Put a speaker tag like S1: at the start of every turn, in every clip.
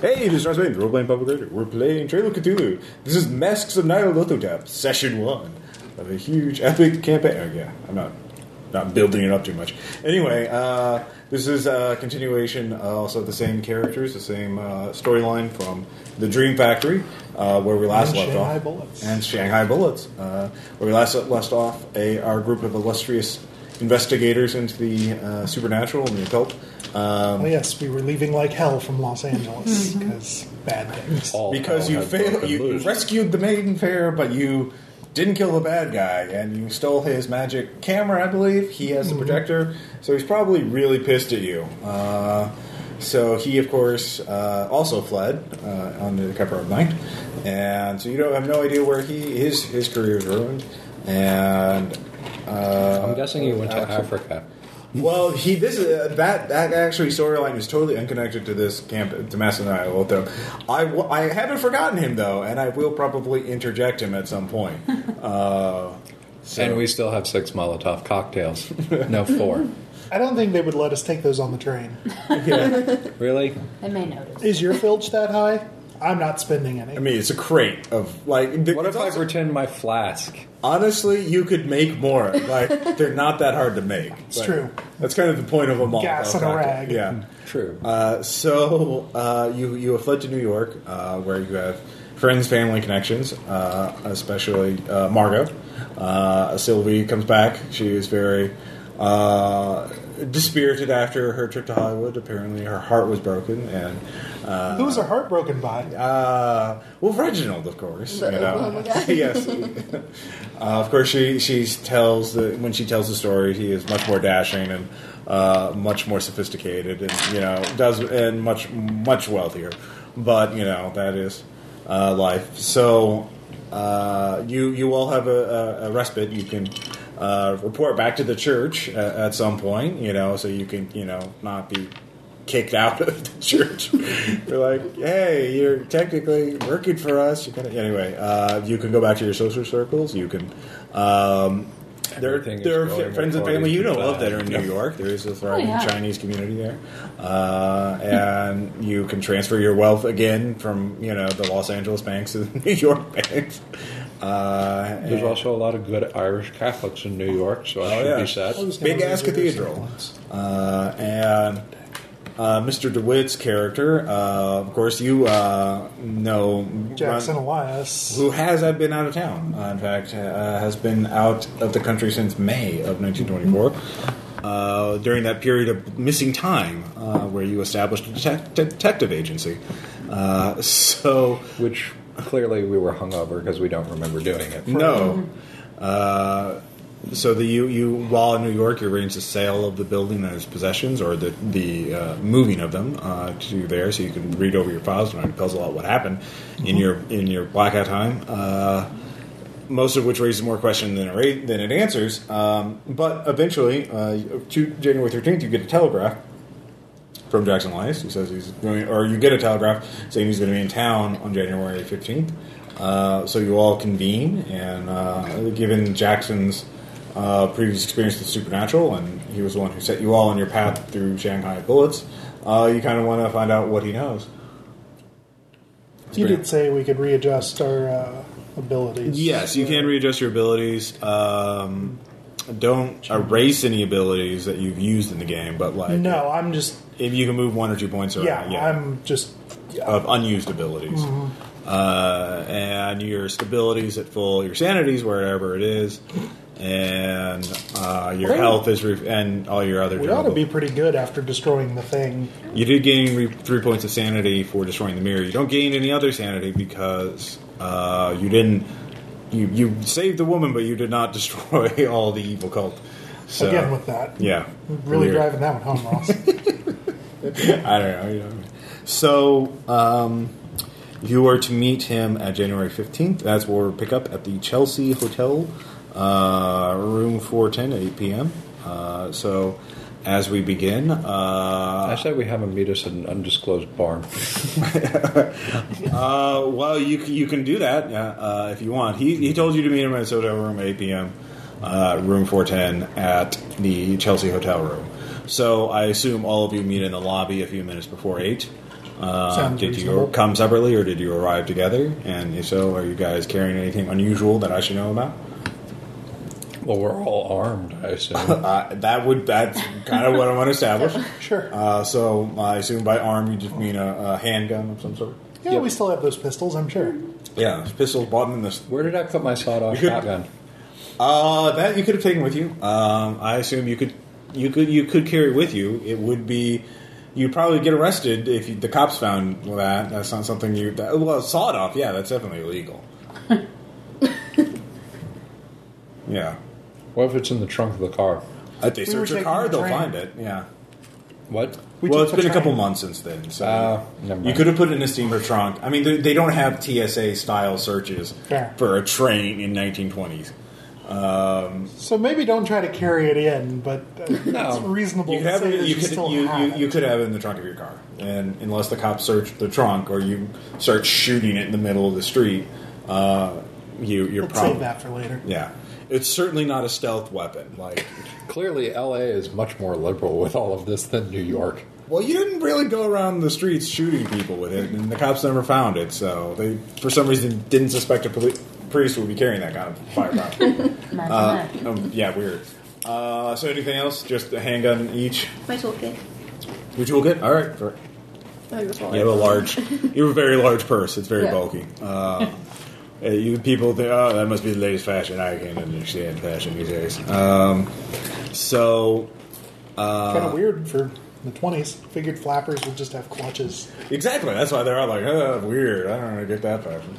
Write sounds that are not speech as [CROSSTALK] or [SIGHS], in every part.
S1: Hey, this is Charles Bain, role-playing public creator. We're playing Trail of Cthulhu. This is Masks of Nyarlathotep, session one of a huge epic campaign. Oh, yeah, I'm not not building it up too much. Anyway, uh, this is a continuation, uh, also the same characters, the same uh, storyline from the Dream Factory, uh, where we last
S2: And
S1: left
S2: Shanghai
S1: off,
S2: Bullets.
S1: and Shanghai Bullets, uh, where we last left off. A our group of illustrious investigators into the uh, supernatural and the occult. Um,
S2: Oh yes, we were leaving like hell from Los Angeles because bad things.
S3: All
S1: because
S3: hell
S1: you
S3: had
S1: failed,
S3: broken
S1: you
S3: loose.
S1: rescued the maiden pair, but you didn't kill the bad guy, and you stole his magic camera. I believe he has the projector, so he's probably really pissed at you. Uh, so he, of course, uh, also fled uh, under the cover of night, and so you don't have no idea where he his his career is ruined. And uh,
S3: I'm guessing you went to
S1: actually-
S3: Africa.
S1: well, he this is uh, that that actually storyline is totally unconnected to this camp to Mass and I. Although I w- I haven't forgotten him though, and I will probably interject him at some point.
S2: [LAUGHS]
S1: Uh, so-
S3: And we still have six
S1: [LAUGHS]
S3: Molotov cocktails. No, four.
S2: I don't think they would let us take those on the train.
S1: yeah.
S3: really?
S4: They may notice.
S2: Is your filch that high? I'm not spending any.
S1: I mean, it's a crate of like. the-
S3: What if
S1: it's
S3: I
S1: also-
S3: pretend my flask?
S1: honestly, you could make more. Like they're not that hard to make.
S2: It's
S1: Like,
S2: true.
S1: That's kind of the point of them all.
S2: Gas in a rag.
S1: Yeah.
S3: True.
S1: Uh, so uh, you you have fled to New York, uh, where you have friends, family connections, uh, especially uh, Margot. Uh, Sylvie comes back. She is very uh, dispirited after her trip to Hollywood. Apparently, her heart was broken, and uh,
S2: Who was her heartbroken by?
S1: uh, well, Reginald, of course.
S4: The
S1: you know.
S4: Oklahoma guy.
S1: [LAUGHS]
S4: [LAUGHS]
S1: yes. Uh, of course, she she tells the when she tells the story, he is much more dashing and uh, much more sophisticated, and you know does and much much wealthier. But you know that is uh, life. So uh, you you all have a, a, a respite. You can. Uh, report back to the church uh, at some point, you know, so you can, you know, not be kicked out of the [LAUGHS] church. They're like, hey, you're technically working for us. You gotta, anyway, uh, you can go back to your social circles. You can. Um, there,
S3: Everything is
S1: there
S3: going
S1: are friends and
S3: according
S1: family you
S3: to
S1: know of
S3: plan.
S1: that are in New York. There is a thriving
S4: yeah.
S1: Chinese community there, uh, and you can transfer your wealth again from you know the Los Angeles banks to the [LAUGHS] New York banks. Uh,
S3: There's
S1: and-
S3: also a lot of good Irish Catholics in New York, so I
S1: Oh,
S3: should
S1: yeah.
S3: be set.
S2: I was gonna
S1: Big ass
S2: reserve
S1: cathedral.
S2: some
S1: Uh, and uh, Mr. DeWitt's character, uh, of course, you uh, know
S2: Jackson
S1: Ron-
S2: Elias.
S1: who has had been out of town. Uh, in fact, uh, has been out of the country since May of 1924. Uh, during that period of missing time, uh, where you established a detec- detective agency, uh, [LAUGHS] so
S3: Which clearly we were hungover because we don't remember doing it.
S1: No. Uh, so the you you while in New York, you arrange the sale of the building and its possessions, or the the uh, moving of them uh, to there, so you can read over your files and try to puzzle out what happened in your in your blackout time. Uh, most of which raises more questions than it, ra- than it answers. Um, but eventually, uh, to January thirteenth, you get a telegraph from Jackson Elias. He says he's going, or you get a telegraph saying he's going to be in town on January 15th. Uh, so you all convene, and uh, given Jackson's uh, previous experience with Supernatural, and he was the one who set you all on your path through Shanghai Bullets, uh, you kind of want to find out what he knows.
S2: You did say we could readjust our uh, abilities.
S1: Yes, you can readjust your abilities. Um, don't erase any abilities that you've used in the game, but like
S2: No, I'm just.
S1: if you can move one or two points around,
S2: Yeah, I'm just.
S1: of unused abilities.
S2: Mm-hmm.
S1: Uh, and your stability's at full, your sanity's wherever it is, and uh, your
S2: Well,
S1: health is, re- and all your other.
S2: We ought to
S1: durable-
S2: be pretty good after destroying the thing.
S1: You did gain re- three points of sanity for destroying the mirror. You don't gain any other sanity because uh, you didn't. You you saved the woman, but you did not [LAUGHS] destroy all the evil cult. So,
S2: Again with that.
S1: yeah,
S2: Really
S1: Weird.
S2: driving that one
S1: [LAUGHS]
S2: home, Ross.
S1: I don't know. You know. So um, you are to meet him at January fifteenth. That's where we'll pick up at the Chelsea Hotel, uh, room four ten at eight p.m. Uh, so as we begin,
S3: I
S1: uh,
S3: said we have him meet us at an undisclosed bar.
S1: uh, well, you c- you can do that yeah, uh, if you want. He he told you to meet him at his hotel room at eight p.m. Uh, room four ten at the Chelsea Hotel room. So I assume all of you meet in the lobby a few minutes before eight. Uh,
S2: Sounds
S1: did you
S2: reasonable.
S1: come separately, or did you arrive together? And if so, are you guys carrying anything unusual that I should know about?
S3: Well, we're all armed,
S1: [LAUGHS]
S3: I assume.
S1: Uh, that would that's kind of what I want to establish.
S2: [LAUGHS] Sure.
S1: Uh, so I assume by arm you just mean a, a handgun of some sort.
S2: yeah, we still have those pistols, I'm sure.
S1: Yeah, pistols bought in this.
S3: Where did I put my sawed-off
S1: You could-
S3: shotgun?
S1: Uh, that you could have taken with you. Um, I assume you could you could you could carry it with you. It would be you'd probably get arrested if you, the cops found that. That's not something you that, well sawed off. Yeah, that's definitely
S2: [LAUGHS]
S1: illegal. yeah,
S3: What if it's in the trunk of the car?
S1: if they
S2: We were
S1: search your
S2: taking
S1: car,
S2: the
S1: they'll
S2: train.
S1: find it. Yeah.
S3: What?
S2: We
S1: well,
S2: took
S1: it's
S2: the
S1: been a
S2: train. Uh,
S1: couple months since then, so
S3: Oh, never
S1: you
S3: mind.
S1: could have put it in a steamer trunk. I mean, they, they don't have TSA style searches
S2: Fair.
S1: for a train in 1920s.
S2: So maybe don't try to carry it in, but uh,
S1: [LAUGHS]
S3: No.
S2: it's reasonable
S1: You could
S2: to
S1: have
S2: say
S1: it.
S2: that
S1: You
S2: you,
S1: could
S2: still
S1: you,
S2: have
S1: you,
S2: it.
S1: you could have it in the trunk of your car, and unless the cops search the trunk or you start shooting it in the middle of the street, uh, you you're
S2: Let's
S1: probably
S2: save that for later.
S1: yeah. It's certainly not a stealth weapon. Like,
S3: Clearly, L.A. is much more liberal with all of this than New York.
S1: well, you didn't really go around the streets shooting people with it, and the cops never found it. So they, for some reason, didn't suspect a poli- priest would be carrying that kind of firepower.
S2: [LAUGHS]
S4: Imagine
S1: Uh,
S4: that.
S1: um, yeah, weird. Uh, so anything else? Just a handgun each.
S4: My toolkit.
S1: Your toolkit. All right. For,
S4: Oh, your wallet.
S1: you have a large. You have a very large purse. It's very
S4: Yeah.
S1: bulky. Uh, uh, you people think, oh, that must be the latest fashion. I can't understand fashion these days. Um, so uh,
S2: kind of weird for the 20s. Figured flappers would just have clutches.
S1: Exactly. That's why they're all like, oh, weird. I don't really get that fashion.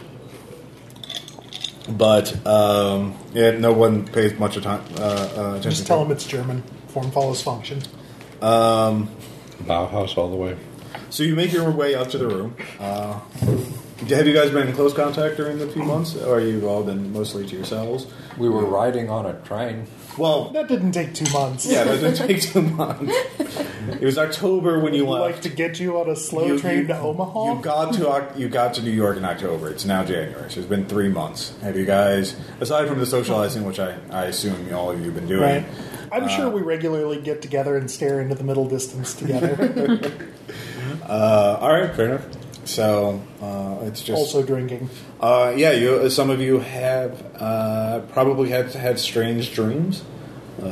S1: But um, yeah, no one pays much atten- uh, uh, attention.
S2: Just
S1: to
S2: tell
S1: it.
S2: them it's German. Form follows function.
S3: Bauhaus all the way.
S1: So you make your way up to the room. Uh, have you guys been in close contact during the few months, or are you all been mostly to yourselves?
S3: We were riding on a train.
S1: Well,
S2: That didn't take two months.
S1: yeah, that didn't take two months. It was October when you
S2: I'd
S1: left.
S2: like to get you on a slow
S1: You-
S2: train
S1: you-
S2: to Omaha.
S1: You got to Oc- you got to New York in October. It's now January, so it's been three months. Have you guys, aside from the socializing, which I, I assume all of you have been doing,
S2: right. I'm
S1: Uh,
S2: sure we regularly get together and stare into the middle distance together,
S1: uh, all right, fair enough. So uh, it's [LAUGHS] just
S2: also drinking.
S1: Uh, yeah, you, some of you have uh, probably had had strange dreams uh,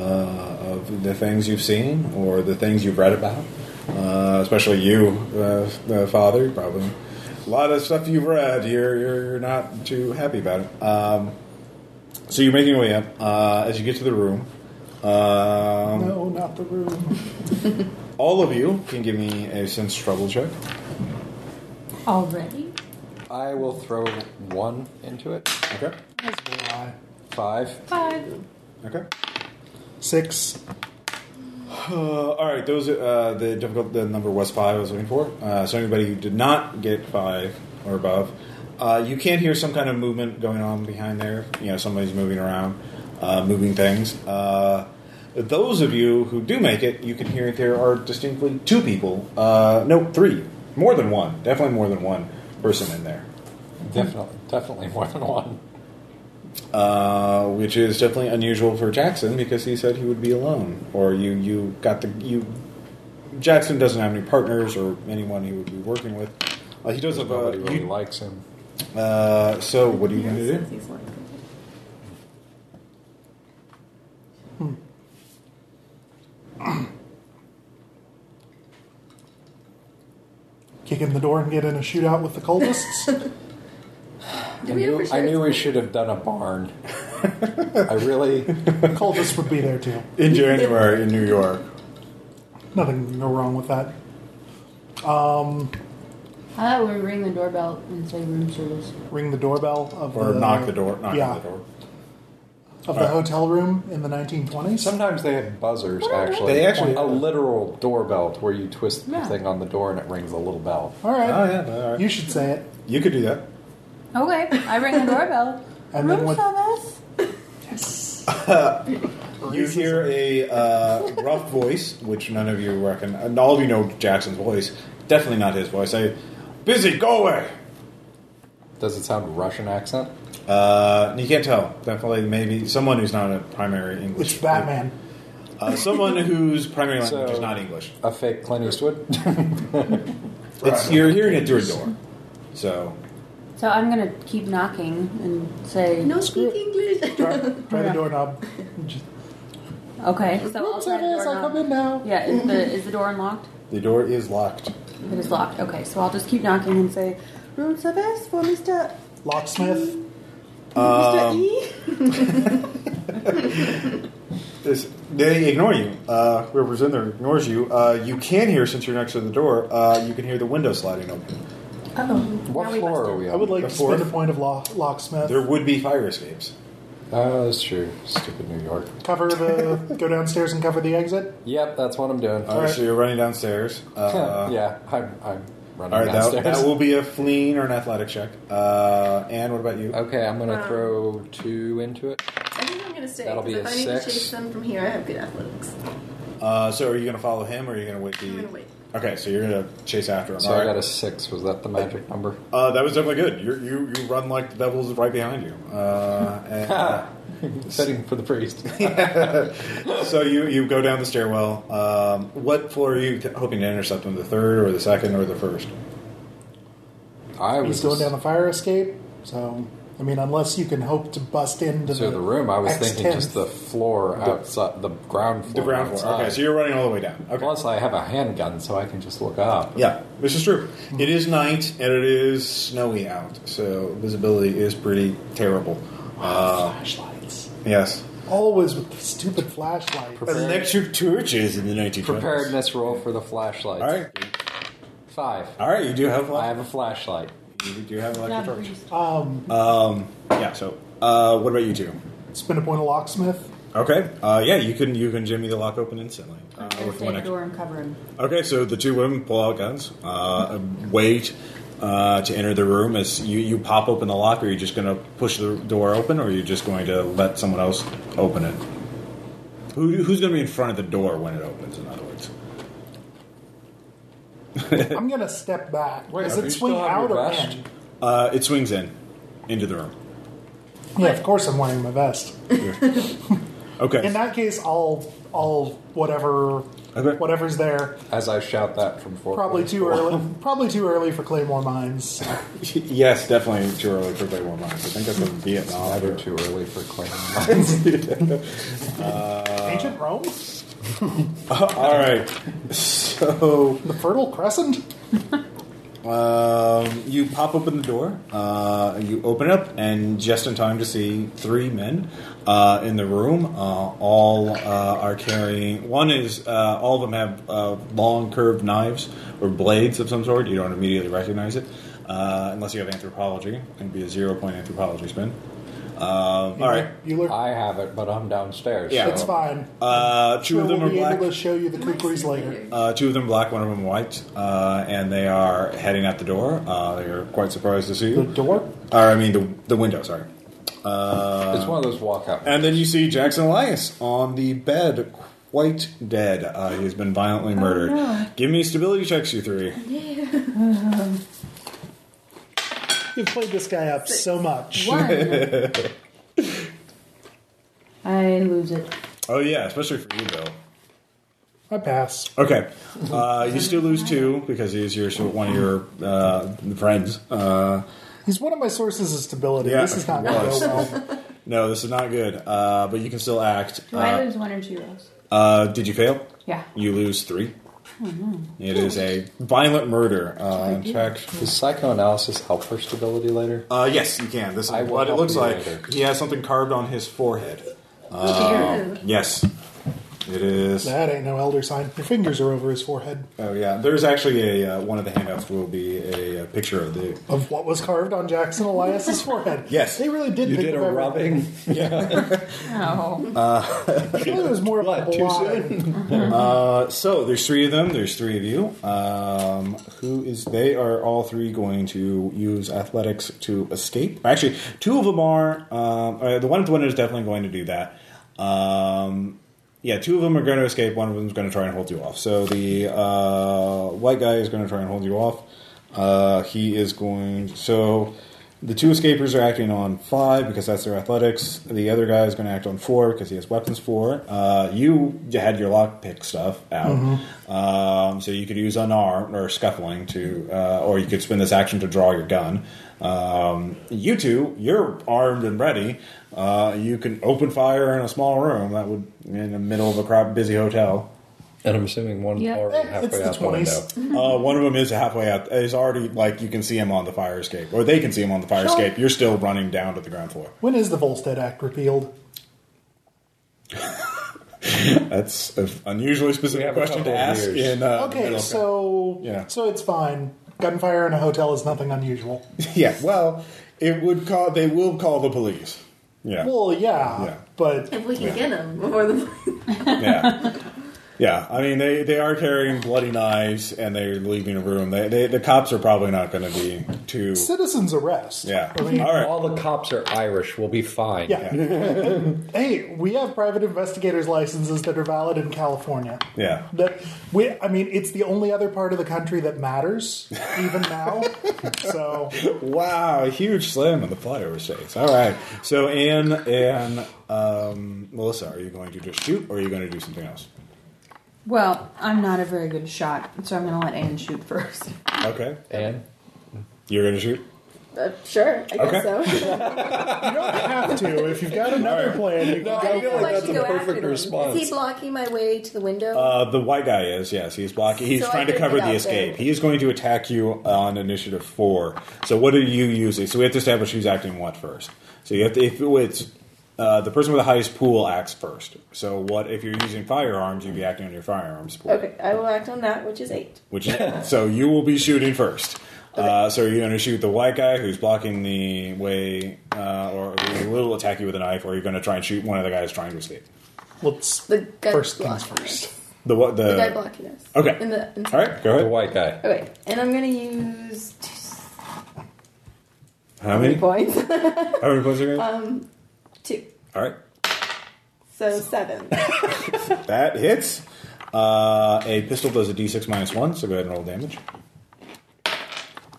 S1: of the things you've seen or the things you've read about. Uh, especially you, uh, uh, father, probably a lot of stuff you've read. You're you're, you're not too happy about it. Um, so you're making your way up uh, as you get to the room. Um,
S2: No, not the room.
S1: [LAUGHS] All of you can give me a sense trouble check.
S4: Already?
S3: I will throw one into it.
S1: Okay.
S2: That's a lie.
S3: Five.
S4: Five.
S1: Okay.
S2: Six.
S1: Uh, all right, those are, uh, the difficult the number was five. I was looking for. Uh, so anybody who did not get five or above, uh, you can hear some kind of movement going on behind there. You know, somebody's moving around, uh, moving things. Uh, but those of you who do make it, you can hear there are distinctly two people. Uh, no, three, more than one. Definitely more than one person in there.
S3: Definitely, definitely more than one.
S1: uh, which is definitely unusual for Jackson because he said he would be alone. Or you, you got the you. Jackson doesn't have any partners or anyone he would be working with. Uh, he does have a.
S3: Nobody really
S1: you-
S3: likes him.
S1: uh, so what are you going to do?
S2: Kick in the door and get in a shootout with the cultists.
S1: [LAUGHS]
S4: Do
S3: I
S4: we ever
S3: knew,
S4: share
S3: I knew we
S4: this?
S3: should have done a
S4: [LAUGHS]
S3: barn. I really.
S2: the cultists would be there too.
S3: [LAUGHS]
S1: In January in New York.
S2: Nothing can go wrong with that.
S4: I thought we would ring the doorbell and say room service.
S2: Ring the doorbell of
S1: Or
S2: the,
S1: knock the door. Knock
S2: yeah,
S1: on the door.
S2: of the hotel room in the 1920s.
S3: Sometimes they had buzzers, actually.
S1: They actually-
S3: a literal doorbell to where you twist the
S4: Yeah.
S3: thing on the door and it rings a little bell.
S2: All right,
S1: Oh, yeah. All right.
S2: you should say it.
S1: You could do that.
S4: Okay, I ring the doorbell.
S2: [LAUGHS] And then
S4: room
S2: what-
S4: service?
S1: You hear a uh, rough [LAUGHS] voice, which none of you reckon. And all of you know Jackson's voice. Definitely not his voice. Say, busy, go away.
S3: Does it sound Russian accent?
S1: Uh, you can't tell. Definitely, maybe someone who's not a primary English.
S2: It's Batman.
S1: Uh, someone whose primary language
S3: So-
S1: is not English.
S3: A fake Clint Eastwood.
S1: It's, you're hearing it through a door. So
S4: So I'm gonna keep knocking and say,
S5: [LAUGHS] No speak English.
S2: Try,
S5: [LAUGHS]
S2: try the doorknob. Just-
S4: okay. So I'll
S3: What's
S4: try
S3: that
S4: the
S3: is?
S4: door
S3: I
S4: knob.
S3: come in now.
S4: Yeah, is the is the door unlocked?
S1: the door is locked.
S4: It is locked. Okay, so I'll just keep knocking and say, room service for Mister
S2: Locksmith.
S1: Um,
S4: Mister E.
S1: This, they ignore you. Uh, whoever's in there ignores you. Uh, you can hear since you're next to the door. Uh, you can hear the window sliding open.
S4: Oh,
S3: What
S4: now we
S3: floor
S4: busted.
S3: are we on?
S2: I would like
S1: The
S2: to spend a
S1: fourth.
S2: point of lo- locksmith.
S1: There would be fire escapes.
S3: Oh, that's true. Stupid New York.
S2: cover the. go downstairs and cover the exit.
S3: Yep, that's what I'm doing.
S1: All right, Uh, so you're running downstairs. Uh,
S3: [LAUGHS] yeah, I'm, I'm running
S1: All right, that,
S3: downstairs.
S1: that will be a fleeing or an athletic check. Uh, and what about you?
S3: Okay, I'm gonna
S5: Um,
S3: throw two into it.
S5: I think I'm gonna stay.
S3: That'll be a
S5: 'cause if I need to
S3: six.
S5: chase them from here, I have good athletics.
S1: Uh, so are you going to follow him, or are you going to wait? The...
S5: I'm gonna wait.
S1: Okay, so you're going to chase after him.
S3: So
S1: All
S3: I
S1: right.
S3: got a six. Was that the
S1: [LAUGHS]
S3: magic number?
S1: Uh, that was definitely good. You're, you you run like the devil's right behind you. Uh, and,
S3: [LAUGHS] Setting for
S1: [LAUGHS]
S3: the priest.
S1: So you, you go down the stairwell. Um, what floor are you t- hoping to intercept on the third or the second or the first?
S3: I was
S2: He's going down the fire escape. So, I mean, unless you can hope to bust into
S3: to the room. I was
S2: X
S3: thinking
S2: 10.
S3: just the floor outside, the ground floor.
S1: The ground floor.
S3: outside.
S1: Okay, so you're running all the way down. Okay.
S3: Plus, I have a handgun, so I can just look up.
S1: Yeah, which is true. It is night and it is snowy out, so visibility is pretty terrible. Uh,
S2: flashlights.
S1: yes.
S2: Always with the stupid flashlight.
S3: Prepared-
S1: Electric torches in the 1920s.
S3: Preparedness roll for the flashlight.
S1: All right.
S3: Five.
S1: All right, you do have
S3: I
S1: one.
S3: have a flashlight.
S1: You do have electric
S4: God,
S1: torches.
S4: priest.
S2: Um,
S1: Yeah, so uh, what about you two?
S2: spend a point of locksmith.
S1: Okay. Uh, yeah, you can you can jimmy the lock open instantly. Uh,
S4: I'm gonna
S1: with
S4: stay
S1: one
S4: at the
S1: extra.
S4: door and cover him.
S1: Okay, so the two women pull out guns, uh, wait uh, to enter the room. As you, you pop open the lock, are you just going to push the door open, or are you just going to let someone else open it? Who, who's going to be in front of the door when it opens? In other words,
S2: I'm gonna step back.
S3: Wait,
S2: Does
S3: do you
S2: it
S3: still
S2: swing
S3: have
S2: out
S3: your
S2: or
S3: vest?
S2: in?
S1: uh, it swings in into the room.
S2: Yeah, of course I'm wearing my vest. In
S1: Okay,
S2: that case, I'll I'll whatever
S1: Okay.
S2: whatever's there.
S3: As I shout that from four.
S2: Probably
S3: floors
S2: too
S3: below.
S2: early. Probably too early for Claymore mines.
S1: [LAUGHS] Uh, yes, definitely too early for Bay War Mines. I think that's a Vietnam.
S3: Never too early for claiming.
S2: Ancient Rome,
S1: [LAUGHS] All right, so.
S2: the Fertile Crescent.
S1: Um, you pop open the door, uh, you open it up, and just in time to see three men uh, in the room. Uh, all uh, are carrying. One is uh, all of them have uh, long curved knives or blades of some sort. You don't immediately recognize it uh, unless you have anthropology. It'd be a zero point anthropology spin. Um, all right. Uh,
S2: Bueller.
S3: I have it, but I'm downstairs.
S1: Yeah.
S2: It's fine.
S1: Uh, two
S2: Sure,
S1: of them
S2: we'll
S1: are
S2: be
S1: black.
S2: able to show you the
S5: I might
S2: kukris
S5: see
S2: later.
S1: Uh, two of them black, one of them white, uh, and they are heading out the door. Uh, they are quite surprised to see you.
S2: The door.
S1: Or I mean the the window. Sorry.
S3: It's one of those
S1: Uh,
S3: walkout.
S1: And then you see Jackson Elias on the bed, quite dead. Uh, he's been
S4: Oh,
S1: violently murdered. Give me stability checks, you three.
S2: You've played this guy up so much.
S4: One. [LAUGHS]
S2: [LAUGHS]
S4: I lose it.
S1: Oh yeah, especially for you, Bill.
S2: I pass.
S1: Okay, uh, you still lose two because he's your so one of your uh, friends. Uh,
S2: He's one of my sources of stability.
S1: Yeah,
S2: this is not
S1: it
S2: going to go
S1: was.
S2: well.
S1: no, this is not good. Uh, but you can still act.
S4: Do I
S1: Uh,
S4: lose one or two rolls?
S1: uh, did you fail?
S4: Yeah. Mm-hmm.
S1: You lose three. It is a violent murder. Uh, in fact,
S3: Does psychoanalysis help for stability later?
S1: Uh, yes, you can. This is
S3: I will
S1: what it
S3: help
S1: looks
S3: you
S1: like.
S3: later.
S1: He has something carved on his forehead.
S5: [LAUGHS] Oh, dear.
S1: Yes, it is.
S2: That ain't no elder sign. Your fingers are over his forehead.
S1: Oh yeah, there's actually a uh, one of the handouts will be a, uh picture of the.
S2: Of what was carved on Jackson Elias's forehead.
S1: Yes.
S2: They really did think of everything.
S4: No.
S2: It was more of a
S3: What, too
S2: blot.
S1: Uh, so there's three of them. There's three of you. Um, who is? They are all three going to use athletics to escape. Actually, two of them are. Um, uh, the one at the window is definitely going to do that. Um, yeah, two of them are going to escape. One of them is going to try and hold you off. So the uh, white guy is going to try and hold you off. Uh, he is going. So The two escapers are acting on five because that's their athletics. The other guy is going to act on four because he has weapons four. Uh, you had your lockpick stuff out, um, so you could use unarmed or scuffling to, uh, or you could spend this action to draw your gun. Um, you two, you're armed and ready. Uh, you can open fire in a small room that would in the middle of a crowd, busy hotel.
S3: And I'm assuming one
S6: Yeah.
S1: Eh,
S3: already halfway
S2: It's the
S3: out the
S2: 20s.
S3: window.
S1: Uh, one of them is halfway out. Is already like you can see him on the fire escape, or they can see him on the fire
S2: Sure.
S1: escape. You're still running down to the ground floor.
S2: When is the Volstead Act repealed?
S1: That's an unusually
S3: We
S1: specific
S3: have a
S1: question to
S3: couple of
S1: ask.
S3: years.
S1: In uh,
S2: Okay,
S1: middle-
S2: so
S1: Yeah.
S2: so it's fine. Gunfire in a hotel is nothing unusual.
S1: [LAUGHS] yeah, well, it would call. They will call the police. Yeah,
S2: Well, yeah,
S1: Yeah.
S2: but
S5: If we can
S1: Yeah.
S5: get them before the [LAUGHS]
S1: yeah, yeah. I mean, they they are carrying bloody knives and they're leaving a room. They, they the cops are probably not going to be too.
S2: citizens arrest.
S1: Yeah.
S2: I mean,
S1: All right.
S3: All the cops are Irish. We'll be fine.
S2: yeah. hey, we have private investigators licenses that are valid in California.
S1: Yeah.
S2: That we, I mean, it's the only other part of the country that matters even now. so
S1: Wow, a huge slam on the flyover states. All right. So, Anne and um, Melissa, are you going to just shoot or are you going to do something else?
S4: Well, I'm not a very good shot, so I'm going to let Anne shoot first.
S1: Okay.
S3: And
S1: You're going to shoot?
S5: Uh, sure, I
S1: Okay.
S5: guess so.
S2: you don't have to if you've got another plan. You can
S3: No,
S2: go
S3: I feel
S5: Well,
S3: like
S5: I
S3: that's
S5: should
S3: a
S5: go after
S3: perfect
S5: them.
S3: response.
S5: Is he blocking my way to the window?
S1: Uh, the white guy is, yes. He's blocking. He's
S5: So I
S1: trying to
S5: didn't
S1: cover
S5: get
S1: the
S5: out
S1: escape.
S5: there.
S1: He is going to attack you on initiative four. So, what are you using? So, we have to establish who's acting what first. So, you have to, if it's. Uh, the person with the highest pool acts first. So, what if you're using firearms? You'd be acting on your firearms pool.
S5: okay, I will act on that, which is eight.
S1: Which is, so you will be shooting first. Uh, so you're going to shoot the white guy who's blocking the way, uh, or who will attack you with a knife, or you're going to try and shoot one of the guys trying to escape.
S2: Let's
S5: The gun
S2: first things
S5: blocking us.
S2: first.
S1: The what? The,
S5: The guy blocking us.
S1: Okay.
S5: In the, in
S1: All right, go
S3: the
S1: ahead.
S3: white guy.
S5: Okay, and I'm gonna use
S1: How many?
S5: two points. [LAUGHS]
S1: How many points are you
S5: Um,
S1: going?
S5: two.
S1: All right,
S5: So seven.
S1: that hits. Uh, a pistol does a d6 minus one, so go ahead and roll damage.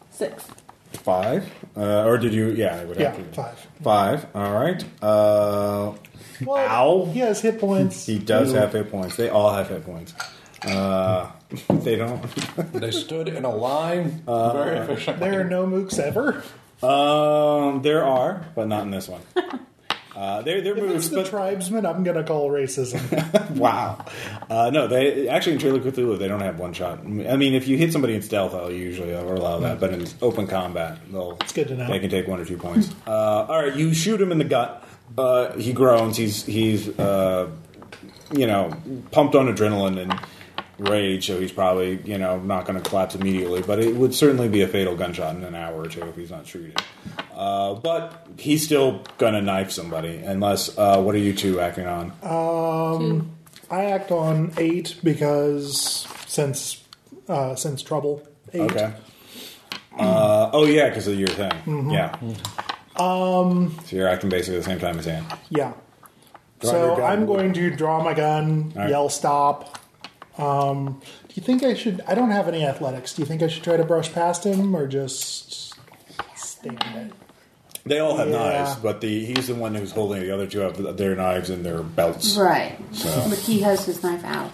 S5: Six.
S1: Five, uh, or did you? Yeah, I would
S2: Yeah,
S1: have to.
S2: five.
S1: Five. All right. Uh, Ow.
S2: He has hit points.
S1: he does have hit points. They all have hit points. Uh, [LAUGHS] they don't.
S3: They stood in a line.
S1: Uh,
S3: Uh, Very efficient.
S2: There are no mooks ever.
S1: Um, there are, but not in this
S2: [LAUGHS]
S1: one. Uh, they're they're
S2: If
S1: moves,
S2: it's the
S1: but
S2: tribesmen, I'm gonna call
S1: [LAUGHS]
S2: racism.
S1: wow. Uh, no, they actually in Trailer Cthulhu they don't have one shot. I mean, if you hit somebody in stealth, I'll usually allow that, but in open combat, they'll it's
S2: good to know.
S1: They can take one or two points. uh, all right, you shoot him in the gut. Uh, he groans. He's he's uh, you know pumped on adrenaline and rage, so he's probably you know not going to collapse immediately. But it would certainly be a fatal gunshot in an hour or two if he's not treated. Uh, but he's still going to knife somebody unless uh, what are you two acting on?
S2: I act on eight because since uh, since trouble eight.
S1: Okay. Uh, oh yeah, because of your thing. Yeah. Um. So you're acting basically the same time as Anne.
S2: Yeah.
S1: Draw your
S2: so
S1: gun.
S2: I'm going to draw my gun,
S1: All right.
S2: yell stop. Um, do you think I should? I don't have any athletics. Do you think I should try to brush past him or just stand there?
S1: They all have
S2: Yeah.
S1: knives, but the he's the one who's holding it. the other two have their knives in their belts.
S4: [LAUGHS] Right.
S1: So-
S4: But he has his knife out.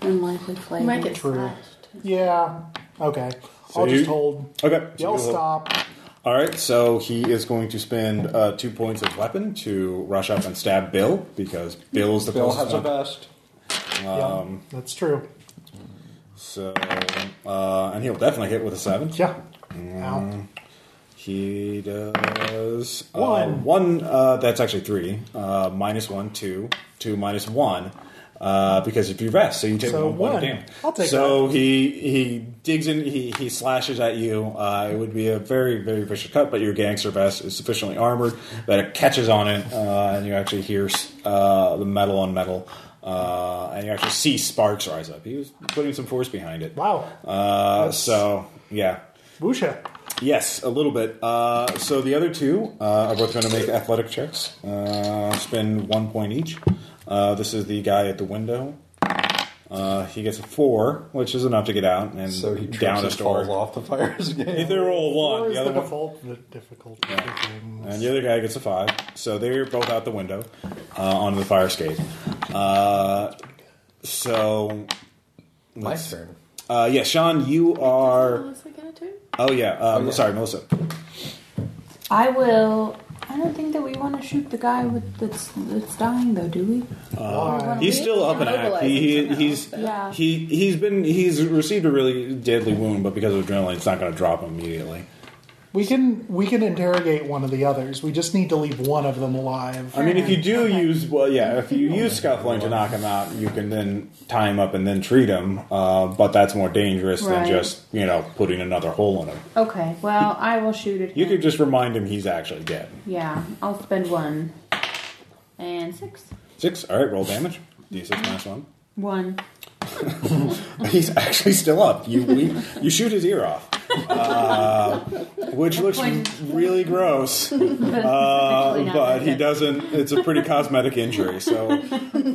S4: Unlikely play.
S5: You might get
S2: True.
S5: slashed.
S2: Yeah. Okay.
S1: So
S2: I'll
S1: you-
S2: just hold.
S1: Okay. so
S2: Yell
S1: you'll-
S2: stop.
S1: All right. So he is going to spend uh, two points of weapon to rush up and stab Bill because Bill's the
S3: Bill
S1: closest
S3: has a
S1: one.
S3: vest.
S1: Um,
S2: yeah, that's true.
S1: So uh, and he'll definitely hit with a seven.
S2: Yeah.
S1: mm.
S2: Ow.
S1: He does uh,
S2: One.
S1: one. Uh, that's actually three. Uh, minus one, two, two minus one. Uh, because if you rest, so you take
S2: So
S1: one point of
S2: one.
S1: damage.
S2: I'll take
S1: so he he digs in. He he slashes at you. Uh, it would be a very very vicious cut, but your gangster vest is sufficiently armored that it catches on it, uh, and you actually hear uh, the metal on metal. Uh, and you actually see sparks rise up. He was putting some force behind it.
S2: Wow.
S1: Uh, so yeah,
S2: Busha.
S1: Yes, a little bit. Uh, so the other two uh, are both going to make athletic checks. Uh, spend one point each. Uh, this is the guy at the window. Uh, he gets a four, which is enough to get out and
S3: So he trips
S1: down a
S3: and falls
S1: store.
S3: off the fire
S1: [LAUGHS]
S3: escape.
S1: They roll
S2: Or
S1: one.
S2: is
S1: The
S2: the,
S1: other one,
S2: default the difficulty? of things?
S1: and the other guy gets a five. So they're both out the window uh, onto the fire escape. Uh, so
S3: My turn.
S1: uh, yeah, Sean, you are.
S5: Melissa get a turn?
S1: Oh yeah. Uh,
S3: yeah.
S1: Sorry, Melissa.
S4: I will. I don't think that we want to shoot the guy with that's that's dying though, do we?
S2: Why?
S1: Uh, He's still up and at. He, he,
S5: Mobilizing
S1: he's
S5: somehow,
S4: Yeah.
S1: he he's been he's received a really deadly wound, but because of adrenaline, it's not going to drop him immediately.
S2: We can we can interrogate one of the others. We just need to leave one of them alive.
S1: I mean, if you do
S4: Okay.
S1: use well, yeah, if you use scuffling to knock him out, you can then tie him up and then treat him. Uh, but that's more dangerous than
S4: Right.
S1: just you know putting another hole in him.
S4: Okay. Well, I will shoot at him.
S1: You could just remind him he's actually dead.
S4: Yeah, I'll spend one and six.
S1: Six. All right, roll damage. D6 minus one. [LAUGHS]
S4: One.
S1: He's actually still up. You we, you shoot his ear off, uh, which looks
S4: point.
S1: really gross.
S4: But
S1: Uh, but he doesn't. It's a pretty cosmetic injury,
S4: [LAUGHS]
S1: so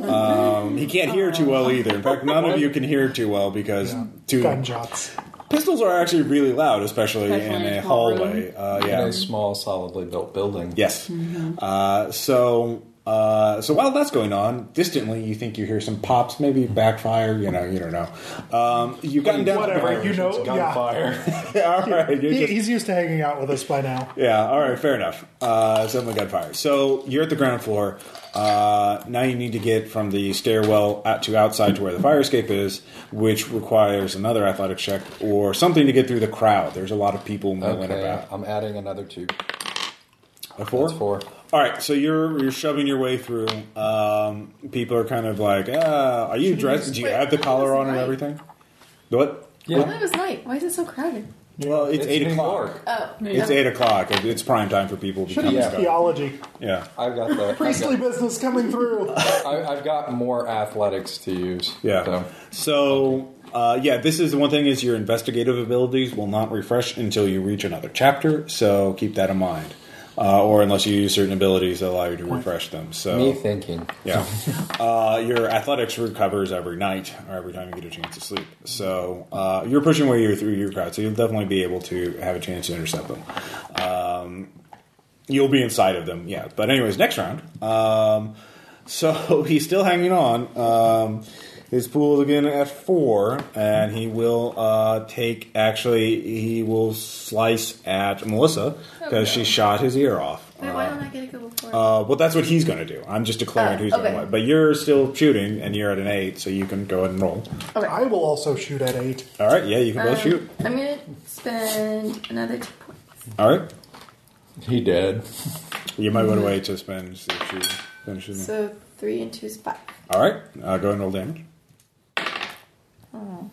S1: um, he can't hear too well either. In fact, none of you can hear too well because two
S2: Gunshots.
S1: pistols are actually really loud, especially,
S4: Especially
S1: in
S4: in
S1: a
S4: a small
S1: hallway.
S4: room.
S1: Uh,
S3: In
S1: yeah.
S3: a small, solidly built building.
S1: Yes.
S4: Mm-hmm.
S1: Uh, so. Uh, so while that's going on, distantly you think you hear some pops, maybe backfire. You know, you don't know. Um, you've gotten down.
S2: Whatever you know.
S3: It's
S2: Yeah.
S3: gunfire.
S1: [LAUGHS] all right, you're
S2: He,
S1: just-
S2: he's used E- to hanging out with us by now.
S1: Yeah, all right, fair enough. Uh, suddenly got fired. So you're at the ground floor. Uh, now you need to get from the stairwell out to outside to where the fire escape is, which requires another athletic check or something to get through the crowd. There's a lot of people milling
S3: okay,
S1: about.
S3: I'm adding another two.
S1: A four?
S3: That's four.
S1: All right, so you're you're shoving your way through. Um, people are kind of like, ah, "Are you dressed? Did you
S5: Wait,
S1: have the
S5: I
S1: collar
S5: was
S1: on and
S5: right.
S1: everything?" The What?
S5: I thought it Oh, was night. Why is it so crowded?
S1: Well, it's, eight
S3: New
S1: o'clock.
S3: York.
S5: Oh.
S1: It's eight o'clock. It- It's prime time for people to
S2: Should
S1: come.
S2: have
S1: and
S3: Yeah.
S2: used
S1: go.
S2: theology.
S1: Yeah,
S3: I've got the
S2: Priestly business coming through.
S3: I, I've got more athletics to use.
S1: Yeah.
S3: So.
S1: So, uh, yeah, this is the one thing is your investigative abilities will not refresh until you reach another chapter. So keep that in mind, uh, or unless you use certain abilities that allow you to refresh them.
S3: Me
S1: So
S3: thinking.
S1: yeah, [LAUGHS] uh, your athletics recovers every night or every time you get a chance to sleep. So uh, you're pushing way you through your crowd, so you'll definitely be able to have a chance to intercept them. Um, you'll be inside of them, yeah. But anyways, next round. Um, so [LAUGHS] he's still hanging on. Um, his pool is again at four, and he will uh, take. Actually, he will slice at Melissa because she shot his ear off.
S5: Wait, why don't I get a go before?
S1: Uh, well, that's what he's going to do. I'm just declaring
S5: Oh,
S1: who's going
S5: okay.
S1: to what. But you're still shooting, and you're at an eight, so you can go ahead and roll.
S2: I will also shoot at eight.
S1: All right, yeah, you can both
S5: Um,
S1: shoot.
S5: I'm gonna spend another two points.
S1: All right,
S3: He did.
S1: you might want to wait to spend see if she finishes.
S5: hmm. So three and two is five.
S1: All right, uh, go ahead and roll damage.
S5: Oh,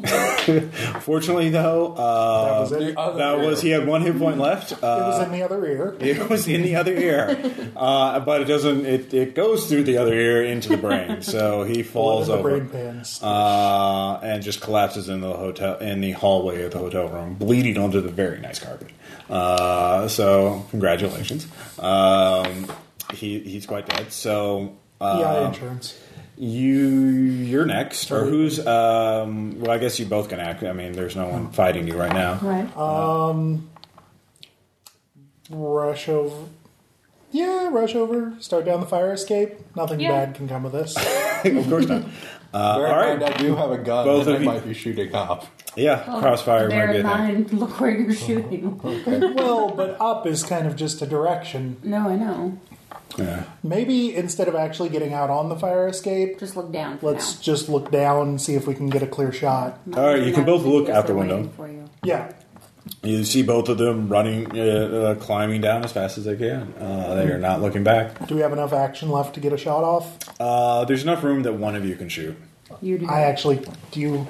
S1: [LAUGHS] Fortunately, though, uh,
S2: That was it.
S3: The other
S1: that was he had one hit point left.
S2: it
S1: Uh,
S2: was in the other ear.
S1: [LAUGHS] it was in the other ear, uh, but it doesn't. It, it goes through the other ear into the
S2: [LAUGHS]
S1: brain, so he
S2: Blood
S1: falls
S2: in the
S1: over.
S2: brain pans.
S1: uh, and just collapses in the hotel in the hallway of the hotel room, bleeding onto the very nice carpet. Uh, so congratulations, um, he he's quite dead. So
S2: yeah,
S1: uh,
S2: insurance.
S1: you you're next, or who's? Um, well, I guess you both can act. I mean, there's no one fighting you right now.
S4: Right.
S2: Rush over. Yeah, rush over. Start down the fire escape. Nothing
S4: Yeah.
S2: bad can come of this.
S1: of course not.
S3: Bear in
S1: all right.
S3: mind, I do have a gun.
S1: Both
S3: and
S1: of
S3: I
S1: you-
S3: might be shooting up.
S1: Yeah, crossfire
S4: Bear
S1: might be a
S4: in
S1: thing.
S4: mind. Look where
S1: [LAUGHS]
S4: you're shooting.
S2: well, but up is kind of just a direction.
S4: no, I know.
S1: Yeah.
S2: Maybe instead of actually getting out on the fire escape,
S4: Just look down. For
S2: let's just look down and see if we can get a clear shot.
S4: now.
S1: All right, you can both look
S4: Yes,
S1: out the
S4: they're
S1: window.
S4: waiting For you.
S2: Yeah.
S1: You see both of them running, uh, uh, climbing down as fast as they can. Uh, they are not looking back.
S2: Do we have enough action left to get a shot off?
S1: Uh, there's enough room that one of you can shoot.
S4: You do.
S2: I actually do. You,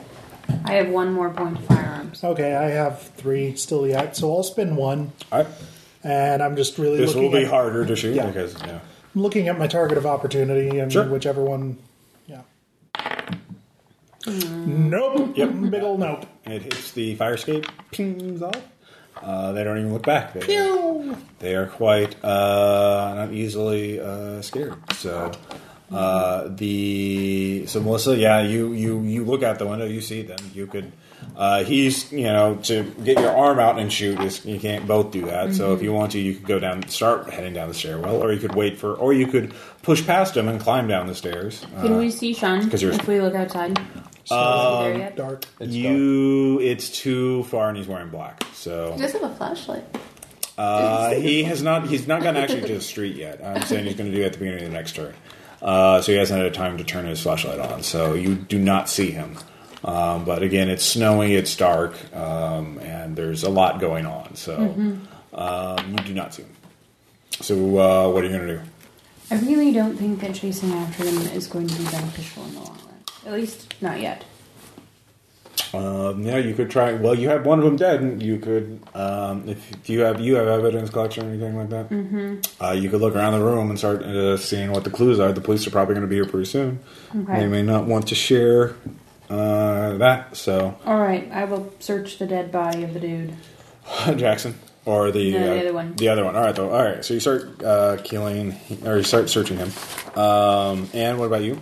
S4: I have one more point of firearms.
S2: okay, I have three still yet, so I'll spin one.
S1: All right.
S2: And I'm just really
S1: This will
S2: looking
S1: be
S2: at,
S1: harder to shoot
S2: Yeah.
S1: because yeah.
S2: I'm looking at my target of opportunity and
S1: Sure.
S2: whichever one. Yeah. Nope.
S1: Yep.
S2: Big ol' nope.
S1: it hits the fire escape, pings off. Uh, they don't even look back. They, they are quite uh, not easily uh, scared. So Uh, the so Melissa, yeah, you you you look out the window, you see them. You could. Uh, he's you know to get your arm out and shoot is you can't both do that. So
S2: Mm-hmm.
S1: if you want to, you could go down, start heading down the stairwell, or you could wait for, or you could push past him and climb down the stairs.
S4: Can
S1: Uh,
S4: we see Sean
S1: 'cause you're- um,
S4: if we look outside? Is he there yet?
S2: Dark.
S3: It's
S1: you, it's too far, and he's wearing black. So
S5: He does have a flashlight.
S1: Uh, he has not. He's not gotten actually to the street yet. I'm saying he's going to do it at the beginning of the next turn. Uh, so he hasn't had time to turn his flashlight on. So you do not see him. Um, but again, it's snowy, it's dark, um, and there's a lot going on. So um, you do not see him. So uh, what are you going to do?
S4: I really don't think that chasing after them is going to be beneficial in the long run. At least not yet.
S1: Um, yeah, you could try. Well, you have one of them dead. and You could, um, if you have you have evidence collection or anything like that, mm-hmm. uh, you could look around the room and start uh, seeing what the clues are. The police are probably going to be here pretty soon.
S4: Okay.
S1: They may not want to share uh, that. So [LAUGHS]
S4: All right, I will search the dead body of the dude.
S1: Jackson or the,
S4: No, the
S1: uh,
S4: other one.
S1: The other one. All right, though. All right. So you start uh, killing or you start searching him. Um, and what about you?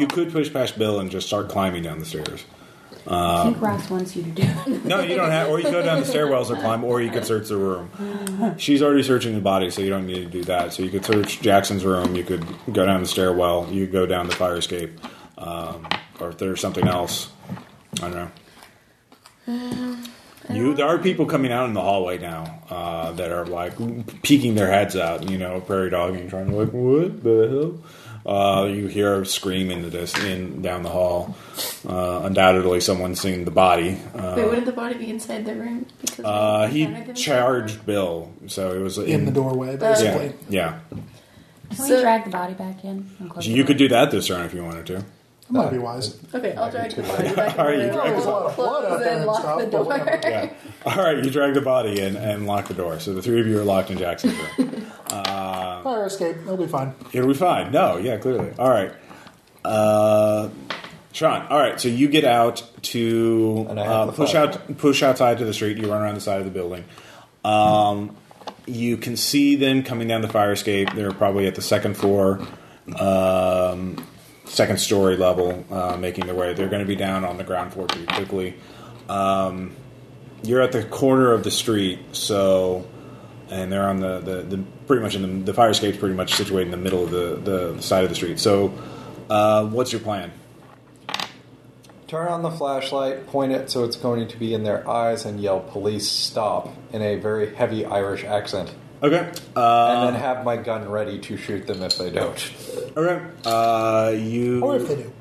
S1: you could push past Bill and just start climbing down the stairs.
S4: I
S1: Um,
S4: think Ross wants you to [LAUGHS] do it.
S1: No, you don't have. Or you go down the stairwells and climb, or you could search the room. She's already searching the body, so you don't need to do that. So you could search Jackson's room. You could go down the stairwell. You could go down the fire escape, um, or if there's something else, I don't know. You, there are people coming out in the hallway now uh, that are like peeking their heads out, you know, prairie dogging, trying to like, what the hell? Uh, you hear a scream in the dis- in down the hall. Uh, undoubtedly, someone's seen the body. Uh,
S5: Wait, wouldn't the body be inside the room? Because
S1: uh,
S5: we
S1: he
S5: encountered them
S1: charged Bill, so it was
S2: In the doorway,
S1: Yeah,
S2: basically.
S1: yeah.
S4: Can
S5: So-
S4: we drag the body back in? and close
S1: So
S4: the
S1: you could
S4: door?
S1: do that this turn if you wanted to.
S2: That might be wise.
S5: Okay, I'll drag the body back.
S1: Alright, [LAUGHS] you
S5: in the
S1: drag
S5: room,
S1: the
S2: body- Blood out
S5: Close
S2: there
S5: and
S2: and
S5: lock
S2: stuff,
S5: the
S2: but
S5: [LAUGHS]
S2: whatever.
S5: door.
S1: Yeah. All right, you drag the body in and lock the door. So the three of you are locked in Jackson's room. Uh,
S2: Fire escape. It'll be fine.
S1: it'll be fine. No, yeah, clearly. All right. Uh, Sean. All right. So you get out to
S3: And I have
S1: uh,
S3: the
S1: push
S3: flag.
S1: out, push outside to the street. You run around the side of the building. Um, you can see them coming down the fire escape. They're probably at the second floor, um, second story level, uh, making their way. They're going to be down on the ground floor pretty quickly. Um, you're at the corner of the street, so and they're on the, the, the pretty much in the, the fire escape's pretty much situated in the middle of the, the side of the street. So, uh, what's your plan?
S3: Turn on the flashlight, point it so it's going to be in their eyes, and yell "Police stop!" in a very heavy Irish accent,
S1: Okay. Uh,
S3: and then have my gun ready to shoot them if they don't.
S1: okay. Uh, you
S2: Or if they do.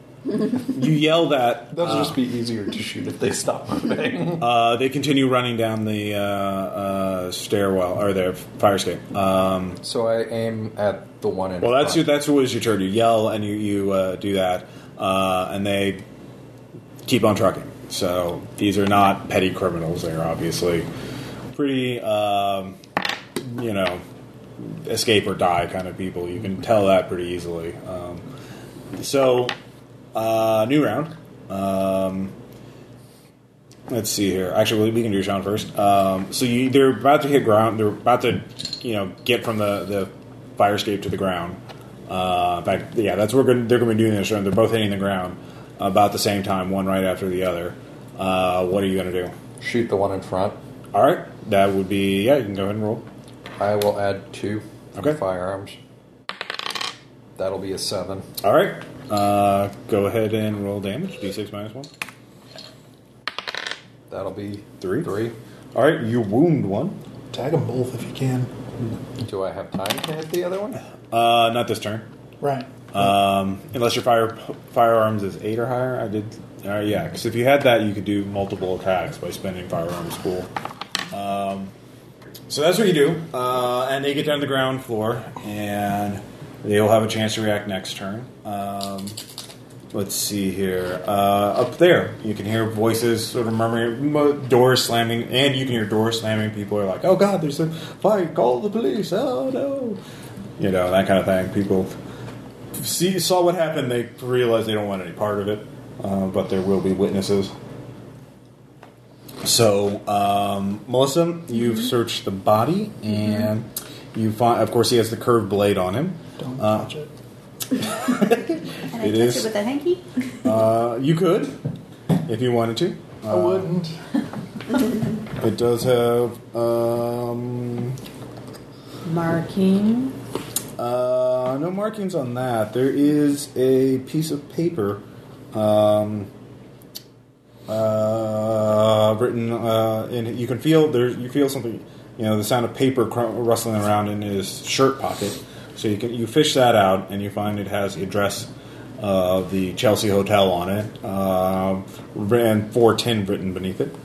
S1: you yell that
S3: That'll just be easier to shoot if
S1: [LAUGHS]
S3: they stop moving.
S1: uh, they continue running down the uh, uh, stairwell or their fire escape. Um,
S3: so I aim at the one in.
S1: well, that's your,
S3: front.
S1: that's what was your turn. You yell and you you uh, do that, uh, and they keep on trucking. So these are not petty criminals. They are obviously pretty, um, you know, escape or die kind of people. You can tell that pretty easily. Um, so, uh, new round. Um, let's see here. Actually, we can do Sean first. Um, so you, they're about to hit ground. They're about to, you know, get from the, the fire escape to the ground. Uh, in fact, yeah, that's what we're gonna, they're going to be doing this round. They're both hitting the ground about the same time, one right after the other. Uh, what are you going to do?
S3: shoot the one in front.
S1: All right, that would be yeah. You can go ahead and roll.
S3: I will add two
S1: Okay.
S3: firearms. That'll be a seven.
S1: All right, uh, go ahead and roll damage. D six minus one.
S3: That'll be
S1: Three?
S3: Three.
S1: All right, you wound one.
S2: Tag them both if you can.
S3: Do I have time to hit the other one?
S1: Uh, not this turn.
S2: Right.
S1: Um, unless your fire firearms is eight or higher. I did. All right, yeah, because if you had that, you could do multiple attacks by spending firearms pool. Um, so that's what you do, uh, and they get down to the ground floor, and they will have a chance to react next turn. Um, let's see here. Uh, up there, you can hear voices sort of murmuring, m- doors slamming, and you can hear doors slamming. People are like, "Oh God, there's a fight! Call the police! Oh no!" You know that kind of thing. People see saw what happened. They realized they don't want any part of it, uh, but there will be witnesses. So, um, Melissa, you've searched the body, and you find. Of course, he has the curved blade on him.
S2: Don't
S1: Uh,
S2: touch it.
S5: And I
S1: It
S5: touch
S1: is-
S5: it with a hanky.
S1: Uh, you could, if you wanted to. Uh,
S2: I wouldn't.
S1: It does have um,
S4: Marking.
S1: Uh, no markings on that. There is a piece of paper um, uh, written, uh, and you can feel there. You feel something, you know, the sound of paper cr- rustling around in his shirt pocket. So you can you fish that out, and you find it has the address of the Chelsea Hotel on it, uh, and four ten written beneath it.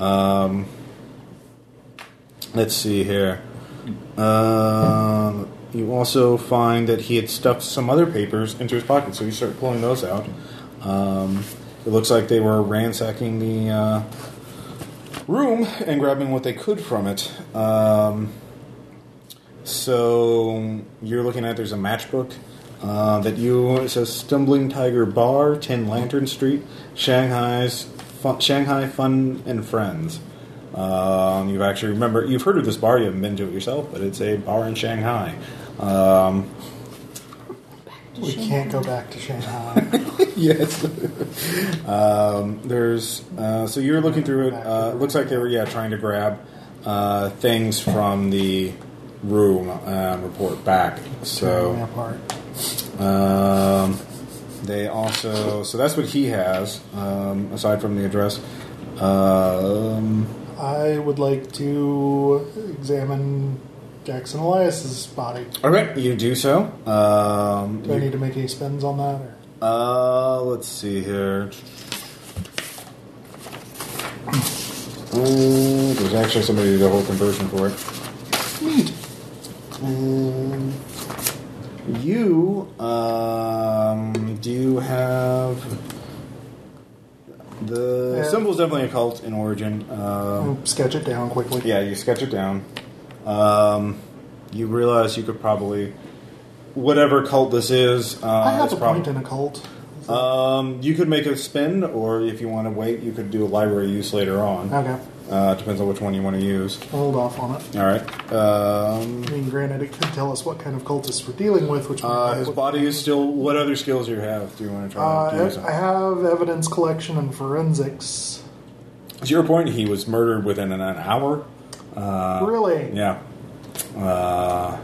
S1: Um, Let's see here. Um, you also find that he had stuffed some other papers into his pocket, so you start pulling those out. Um, it looks like they were ransacking the uh, room and grabbing what they could from it. Um, so you're looking at there's a matchbook uh, that you it says Stumbling Tiger Bar, Ten Lantern Street, Shanghai's fun, Shanghai Fun and Friends. Um, you've actually remember you've heard of this bar, you haven't been to it yourself, but it's a bar in Shanghai. Um,
S2: We can't go back
S1: [LAUGHS]
S2: to Shanghai.
S1: yes. um, there's uh, so you're looking through it. Uh, it looks like they were yeah trying to grab uh, things from the room and report back. So.
S2: Tearing me apart.
S1: Um, they also, so that's what he has, um, aside from the address. Um,
S2: I would like to examine Jackson Elias's body.
S1: all right, you do so. Um,
S2: Do I
S1: you-
S2: need to make any spends on that? Or?
S1: uh, let's see here. Ooh, Mm, there's actually somebody who did a whole conversion for it. Um, you um, do you have the
S2: Yeah.
S1: symbol's definitely occult in origin. Um,
S2: I'll sketch it down quickly.
S1: yeah, you sketch it down. Um, you realize you could probably whatever cult this is. Uh,
S2: I have
S1: it's
S2: a
S1: probably-
S2: point in a cult.
S1: um, you could make a spin, or if you want to wait, you could do a library use later on.
S2: Okay,
S1: Uh, depends on which one you want to use.
S2: I'll hold off on it.
S1: All right. Um,
S2: I mean, granted, it could tell us what kind of cultists we're dealing with, which
S1: uh, his
S2: might-
S1: body is still. What other skills do you have? Do you want to try to
S2: Uh,
S1: use? them?
S2: I have evidence collection and forensics.
S1: To your point, he was murdered within an hour. Uh,
S2: really?
S1: Yeah. Uh,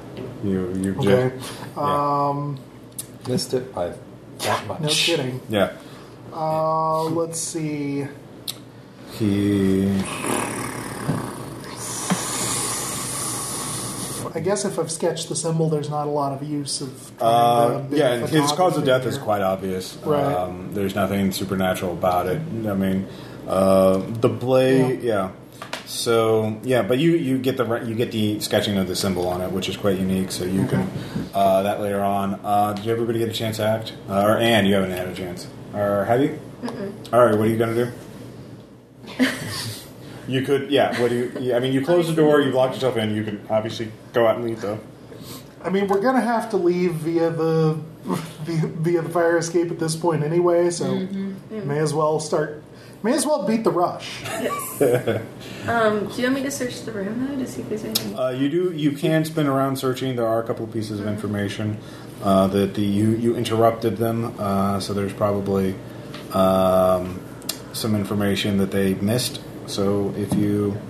S1: you. You.
S2: Okay.
S1: Yeah.
S2: Um,
S3: Missed it by that much.
S2: no kidding.
S1: yeah.
S2: Uh, let's see.
S1: He.
S2: I guess if I've sketched the symbol, there's not a lot of use of.
S1: Uh,
S2: trying to-
S1: yeah, and his cause of death is
S2: here.
S1: quite obvious.
S2: Right.
S1: Um, there's nothing supernatural about it. I mean, uh, the blade, yeah. So yeah, but you, you get the re- you get the sketching of the symbol on it, which is quite unique. So you can uh, that later on. Uh, did everybody get a chance to act? Uh, or Anne, you haven't had a chance, or have you? All right, what are you gonna do? you could, yeah. What do you? Yeah, I mean, you close the door, you lock yourself in. You can obviously go out and leave though.
S2: I mean, we're gonna have to leave via the [LAUGHS] via, via the fire escape at this point anyway, so may as well start. May as well beat the rush.
S5: Um, do you want me to search the room though to see if there's anything?
S1: Uh, you do. You can spin around searching. There are a couple of pieces of information uh, that the you you interrupted them. Uh, so there's probably um, some information that they missed. So if you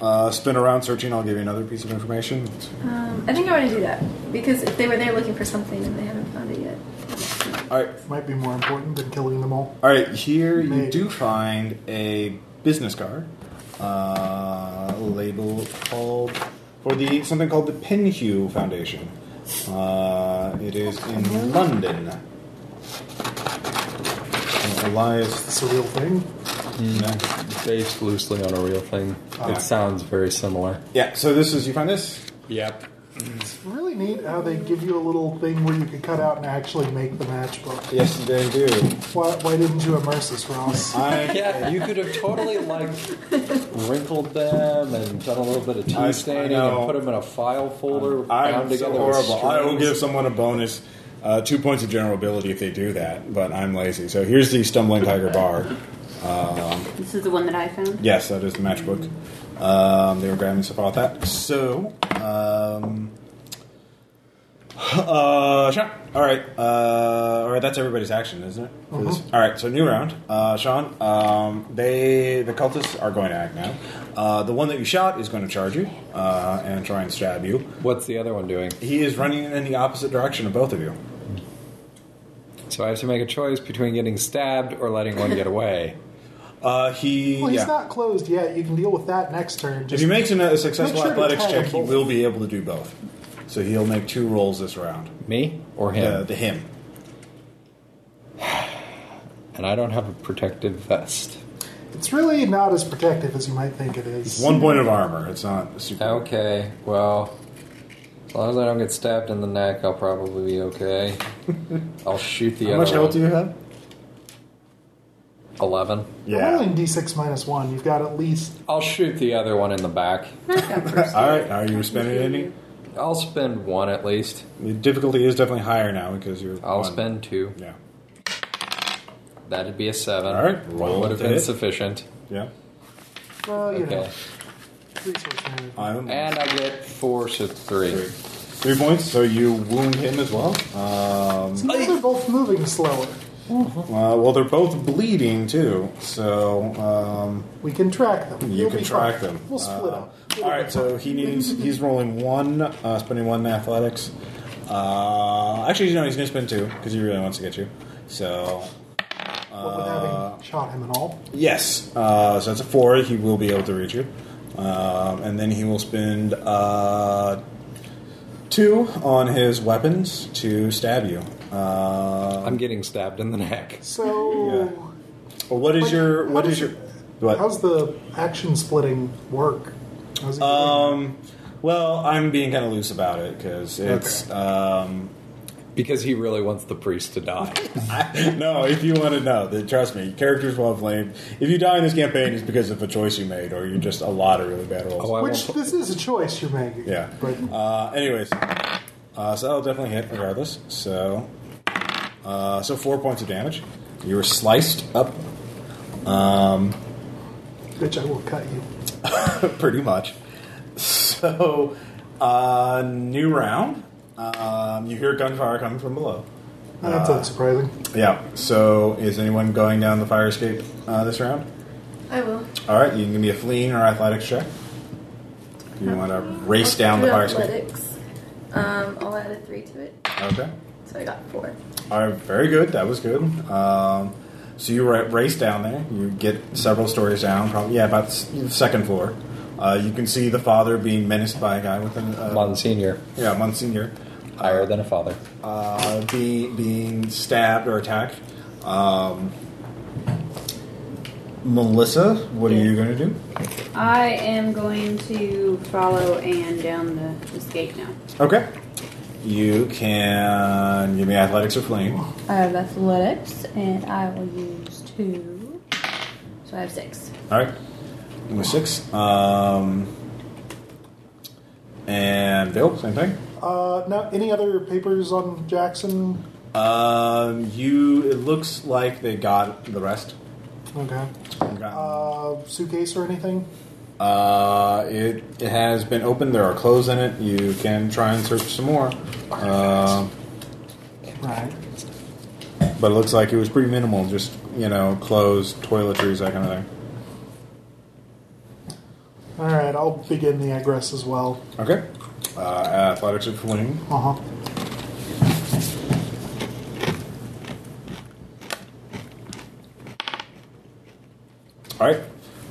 S1: uh, spin around searching, I'll give you another piece of information.
S5: Um, I think I want to do that because if they were there looking for something and they haven't found it yet.
S1: All right.
S2: Might be more important than killing them all.
S1: All right, here you
S2: Maybe.
S1: do find a business card uh, label called for the something called the Pinhue Foundation. Uh, it is in London. Uh, Elias,
S2: It's a real thing.
S3: Based loosely on a real thing.
S1: Ah.
S3: It sounds very similar.
S1: yeah. So this is you find this.
S3: Yep.
S2: It's really neat how they give you a little thing where you can cut out and actually make the matchbook.
S1: Yes, they do.
S2: Why, why didn't you immerse us, Ross?
S1: I.
S3: [LAUGHS] Yeah, you could have totally like wrinkled them and done a little bit of
S1: I- I
S3: tea staining
S1: know.
S3: and put them in a file folder bound
S1: I'm so
S3: together
S1: horrible.
S3: with
S1: I will
S3: strings.
S1: give someone a bonus, uh, two points of general ability if they do that, but I'm lazy. So here's the Stumbling Tiger Bar.
S4: This is the one that I [LAUGHS] found.
S1: Yes, that is the matchbook. Um, they were grabbing stuff off that. So, um, Uh, Sean. All right. Uh, all right. That's everybody's action, isn't it? For this- All right. So new round. Uh, Sean. Um, they the cultists are going to act now. Uh, the one that you shot is going to charge you uh, and try and stab you.
S3: What's the other one doing?
S1: He is running in the opposite direction of both of you.
S3: So I have to make a choice between getting stabbed or letting one
S1: [LAUGHS]
S3: get away.
S1: Uh, he.
S2: Well, he's
S1: yeah.
S2: not closed yet. You can deal with that next turn.
S1: If
S2: Just
S1: he makes an- a successful
S2: Make sure to
S1: athletics
S2: tag
S1: check, he
S2: both.
S1: will be able to do both. So he'll make two rolls this round.
S3: Me or him?
S1: The, the him.
S3: And I don't have a protective vest.
S2: it's really not as protective as you might think it is.
S1: One point of armor. It's not super.
S3: Okay, well, as long as I don't get stabbed in the neck, I'll probably be [LAUGHS] okay. I'll shoot the
S1: How
S3: other
S1: much health
S3: one.
S1: do you have?
S3: Eleven.
S2: Rolling d6 minus one, you've got at least.
S3: I'll shoot the other one in the back.
S1: [LAUGHS] All right. Are you spending any?
S3: I'll spend one at least.
S1: The difficulty is definitely higher now because you're.
S3: I'll
S1: one.
S3: spend two.
S1: Yeah.
S3: That'd be a seven.
S1: All right, roll
S3: one would have
S1: to
S3: been
S1: hit.
S3: sufficient.
S1: Yeah.
S2: Well, you
S3: Okay,
S2: know, resource management.
S1: I'm
S3: and I get four to
S1: three.
S3: three.
S1: Three points. So you wound him as well. Um,
S2: Now they're both moving slower.
S1: uh, well, they're both bleeding too. So. Um,
S2: We can track them.
S1: You
S2: You'll
S1: can
S2: be
S1: track
S2: fine.
S1: them.
S2: We'll split
S1: Uh,
S2: up. It'll
S1: All
S2: be
S1: right, so
S2: fine.
S1: he needs. He's rolling one, uh, spending one in athletics. Uh, actually, no, he's going to spend two because he really wants to get you. So,
S2: What with
S1: uh,
S2: having shot him and all.
S1: yes, uh, so that's a four. He will be able to reach you, um, and then he will spend uh, two on his weapons to stab you. Uh,
S3: I'm getting stabbed in the neck.
S2: So,
S1: what is
S2: Like,
S1: your?
S2: how
S1: What
S2: does
S1: is your?
S2: it-
S1: What?
S2: how's the action splitting work? How's it
S1: Um, well, I'm being kind of loose about it because it's. Um,
S3: Because he really wants the priest
S1: [LAUGHS]
S3: to die.
S1: [LAUGHS] no, if you want to know, then trust me, characters will have blamed. If you die in this campaign, it's because of a choice you made, or you're just a lot of really bad rolls.
S3: Oh, I
S2: doing? Which
S3: won't,
S2: this is a choice you're making.
S1: yeah.
S2: But
S1: Uh, anyways, uh, so that'll definitely hit regardless. So, uh, so four points of damage. You were sliced up, [LAUGHS] um,
S2: bitch, I will cut you.
S1: pretty much. So, uh, new round. Um, you hear gunfire coming from below. Uh,
S2: That's unsurprising.
S1: Yeah. So, is anyone going down the fire escape uh, this round?
S5: I will.
S1: All right, you can give me a fleeing or athletics check. You want to race
S5: I'll
S1: down
S5: do
S1: the fire escape?
S5: athletics. Um, I'll add a three to it,
S1: Okay.
S5: so I got four.
S1: All right, very good. That was good. Um, so you ra- race down there. You get several stories down. Probably, yeah, about s- the second floor. Uh, you can see the father being menaced by a guy with an uh,
S3: Monsignor,
S1: yeah, Monsignor,
S3: higher than a father.
S1: uh, be, being stabbed or attacked. Um, Melissa, what are you going to do?
S4: I am going to follow Anne down the escape now.
S1: Okay. You can give me athletics or fleeing.
S4: I have athletics, and I will use two. So I have six.
S1: All right, number six. Um, and Bill, same thing.
S2: Uh, now, any other papers on Jackson?
S1: Um, you. It looks like they got the rest.
S2: Okay.
S1: Uh,
S2: Uh, suitcase or anything?
S1: it, it has been opened. There are clothes in it. You can try and search some more. Uh,
S2: Right.
S1: but it looks like it was pretty minimal. Just you know, clothes, toiletries, that kind of thing.
S2: All right. I'll begin the aggress as well.
S1: Okay. Uh, athletics and fleeing.
S2: Uh huh.
S1: All right.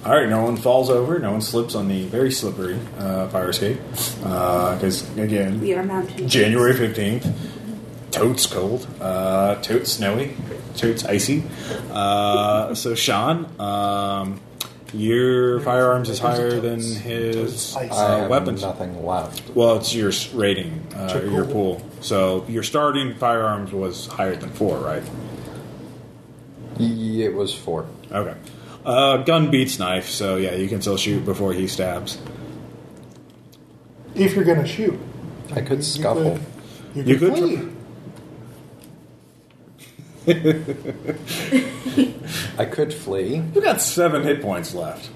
S1: All right, no one falls over, no one slips on the very slippery uh, fire escape. Because, again,
S4: We are mountain.
S1: January 15th, totes cold, uh, totes snowy, totes icy. Uh, so, Sean, um, your firearms is higher than his
S2: Icy.
S3: I
S1: uh,
S3: have
S1: weapons.
S3: nothing left.
S1: Well, it's your s- rating, uh,
S2: Check
S1: your
S2: pool.
S1: pool. So, your starting firearms was higher than four, right?
S3: Y- It was four.
S1: Okay. Uh, gun beats knife, so yeah, you can still shoot before he stabs.
S2: If you're gonna shoot,
S3: I could
S2: You
S3: scuffle.
S2: could- You could,
S1: You could
S2: flee.
S1: tr-
S3: I could flee.
S1: You got seven hit points left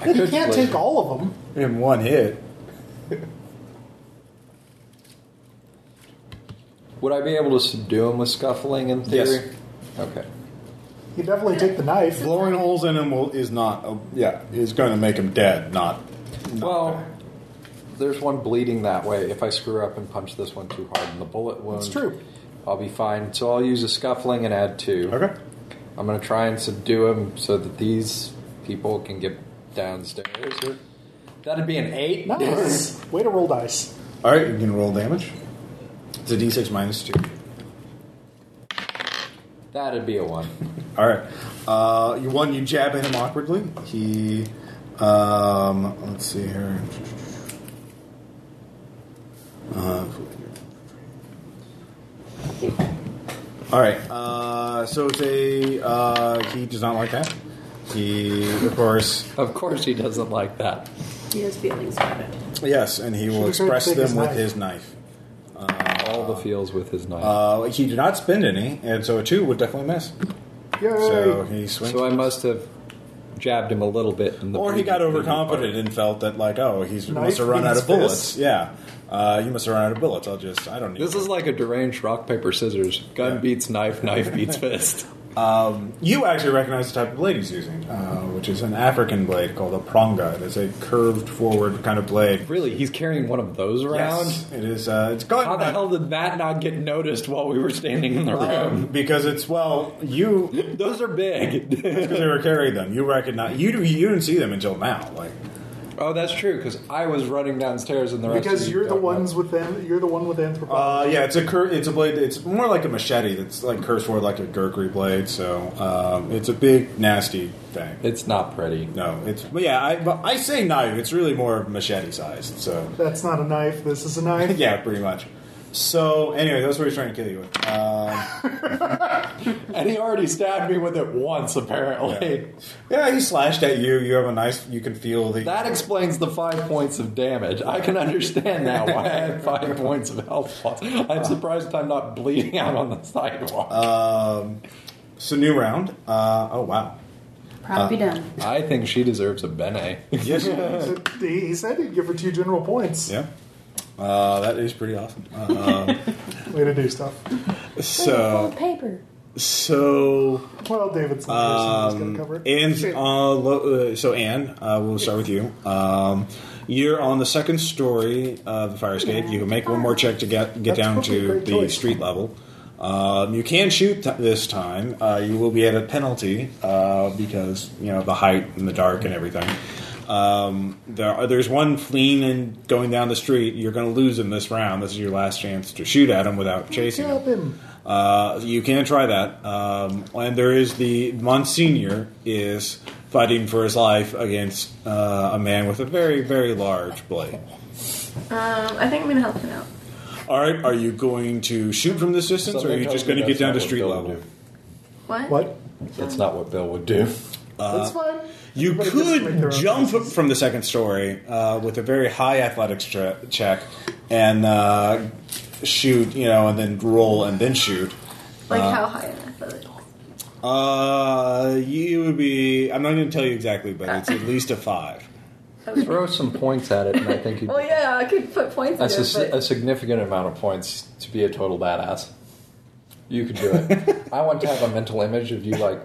S3: I
S2: Then
S3: could
S2: you can't
S3: flee.
S2: take all of them.
S1: in one hit.
S3: Would I be able to subdue him with scuffling in theory?
S1: Yes.
S3: Okay.
S2: You definitely take the knife.
S1: Blowing holes in him will, is not. A, yeah, is going to make him dead. Not. not
S3: Well,
S1: bad.
S3: there's one bleeding that way. If I screw up and punch this one too hard in the bullet wound,
S2: That's true.
S3: I'll be fine. So I'll use a scuffling and add two.
S1: Okay.
S3: I'm gonna try and subdue him so that these people can get downstairs. Or... That'd be an eight.
S2: Nice. Way to roll dice.
S1: All right, you can roll damage. It's a d6 minus two.
S3: [LAUGHS] That'd be a one.
S1: All right. Uh, you one, you jab at him awkwardly. He, um, let's see here. Uh, all right. Uh, so it's a uh, he does not like that. He, of course,
S3: of course, he doesn't like that.
S5: He has feelings about it.
S1: yes, and he will
S2: Should've tried to
S1: express
S2: take his
S1: them with
S2: knife.
S1: his knife.
S3: All the feels with his knife.
S1: Uh, he did not spend any, and so a two would definitely miss.
S2: Yay.
S1: So he swings.
S3: so I must have jabbed him a little bit in the.
S1: or he got
S3: bleeding
S1: overconfident and felt that like, oh, he's
S2: Knife
S1: must have run
S2: in
S1: out
S2: his
S1: of bullets.
S2: fist.
S1: Yeah, uh, you must have run out of bullets. I'll just, I don't need.
S3: This is like a deranged rock paper scissors. Gun
S1: Yeah.
S3: beats knife,
S1: [LAUGHS]
S3: knife beats fist.
S1: you actually recognize the type of blade he's using, uh, which is an African blade called a pronga. It's a curved forward kind of blade.
S3: Really, he's carrying one of those around.
S1: Yes, it is. Uh, it's going.
S3: How the hell did that not get noticed while we were standing in
S1: [LAUGHS]
S3: the room?
S1: Because it's well,
S3: [LAUGHS]
S1: you
S3: Those are big. [LAUGHS]
S1: because they were carrying them. You recognize you. You didn't see them until now. Like
S3: oh, that's true. Because I was running downstairs and the rest.
S2: Because
S3: of you
S2: you're the
S3: don't know.
S2: ones with an, you're the one with anthropology.
S1: Uh, yeah, it's a cur- it's a blade. It's more like a machete. That's like cursed for like a gurgly blade. So um, it's a big nasty thing.
S3: It's not pretty.
S1: No, it's but yeah. I but I say knife. It's really more machete sized. So [LAUGHS]
S2: That's not a knife. This is a knife.
S1: yeah, pretty much. So anyway, that's what he's trying to kill you with. Um,
S3: And he already stabbed me with it once, apparently.
S1: yeah. [LAUGHS] yeah, he slashed at you. You have a nice. You can feel the.
S3: That explains the five points of damage. I can understand now why I [LAUGHS] had five points of health loss. I'm surprised I'm not bleeding out on the sidewalk.
S1: Um, so new round. Uh, oh wow. Uh,
S4: Probably done.
S3: I think she deserves
S1: [LAUGHS]
S3: a Bene.
S1: Yes. yes.
S2: He he said he'd give her two general points.
S1: yeah. Uh, that is pretty awesome. Um,
S2: Way to do stuff.
S4: Full
S1: so
S4: of paper.
S1: so.
S2: Well, David's the person who's going
S1: Um,
S2: to cover it.
S1: Anne's,
S5: Sure.
S1: uh, lo- uh, so Anne, uh, we'll start with you. Um, you're on the second story of the fire escape. You can make one more check to get get
S2: That's
S1: down
S2: probably a
S1: to
S2: great
S1: the
S2: choice.
S1: street level. Um, you can shoot t- this time. Uh, you will be at a penalty uh, because you know the height and the dark and everything. Um, there are, there's one fleeing and going down the street. You're going to lose him this round. This is your last chance to shoot at him without chasing
S2: Help him.
S1: uh, you can try that. Um, and there is the Monsignor is fighting for his life against uh, a man with a very, very large blade.
S5: Um, I think I'm gonna help him out.
S1: All right, are you going to shoot from this distance, or are you just going to get down to street level?
S5: What?
S2: What?
S3: That's not what Bill would do.
S1: Uh,
S2: That's fine.
S1: You
S2: Everybody gets to make their
S1: could
S2: own
S1: jump
S2: choices.
S1: from the second story uh, with a very high athletics tre- check and uh, shoot, you know, and then roll and then shoot.
S5: Like how high in athletics?
S1: Uh, you would be. I'm not going to tell you exactly, but it's at least a five.
S3: [LAUGHS] Throw some points at it, and I think you'd
S5: Well, yeah, I could put points in
S3: That's a, si-
S5: it,
S3: a
S5: but
S3: significant amount of points to be a total badass. You could do [LAUGHS] it. I want to have a mental image of you like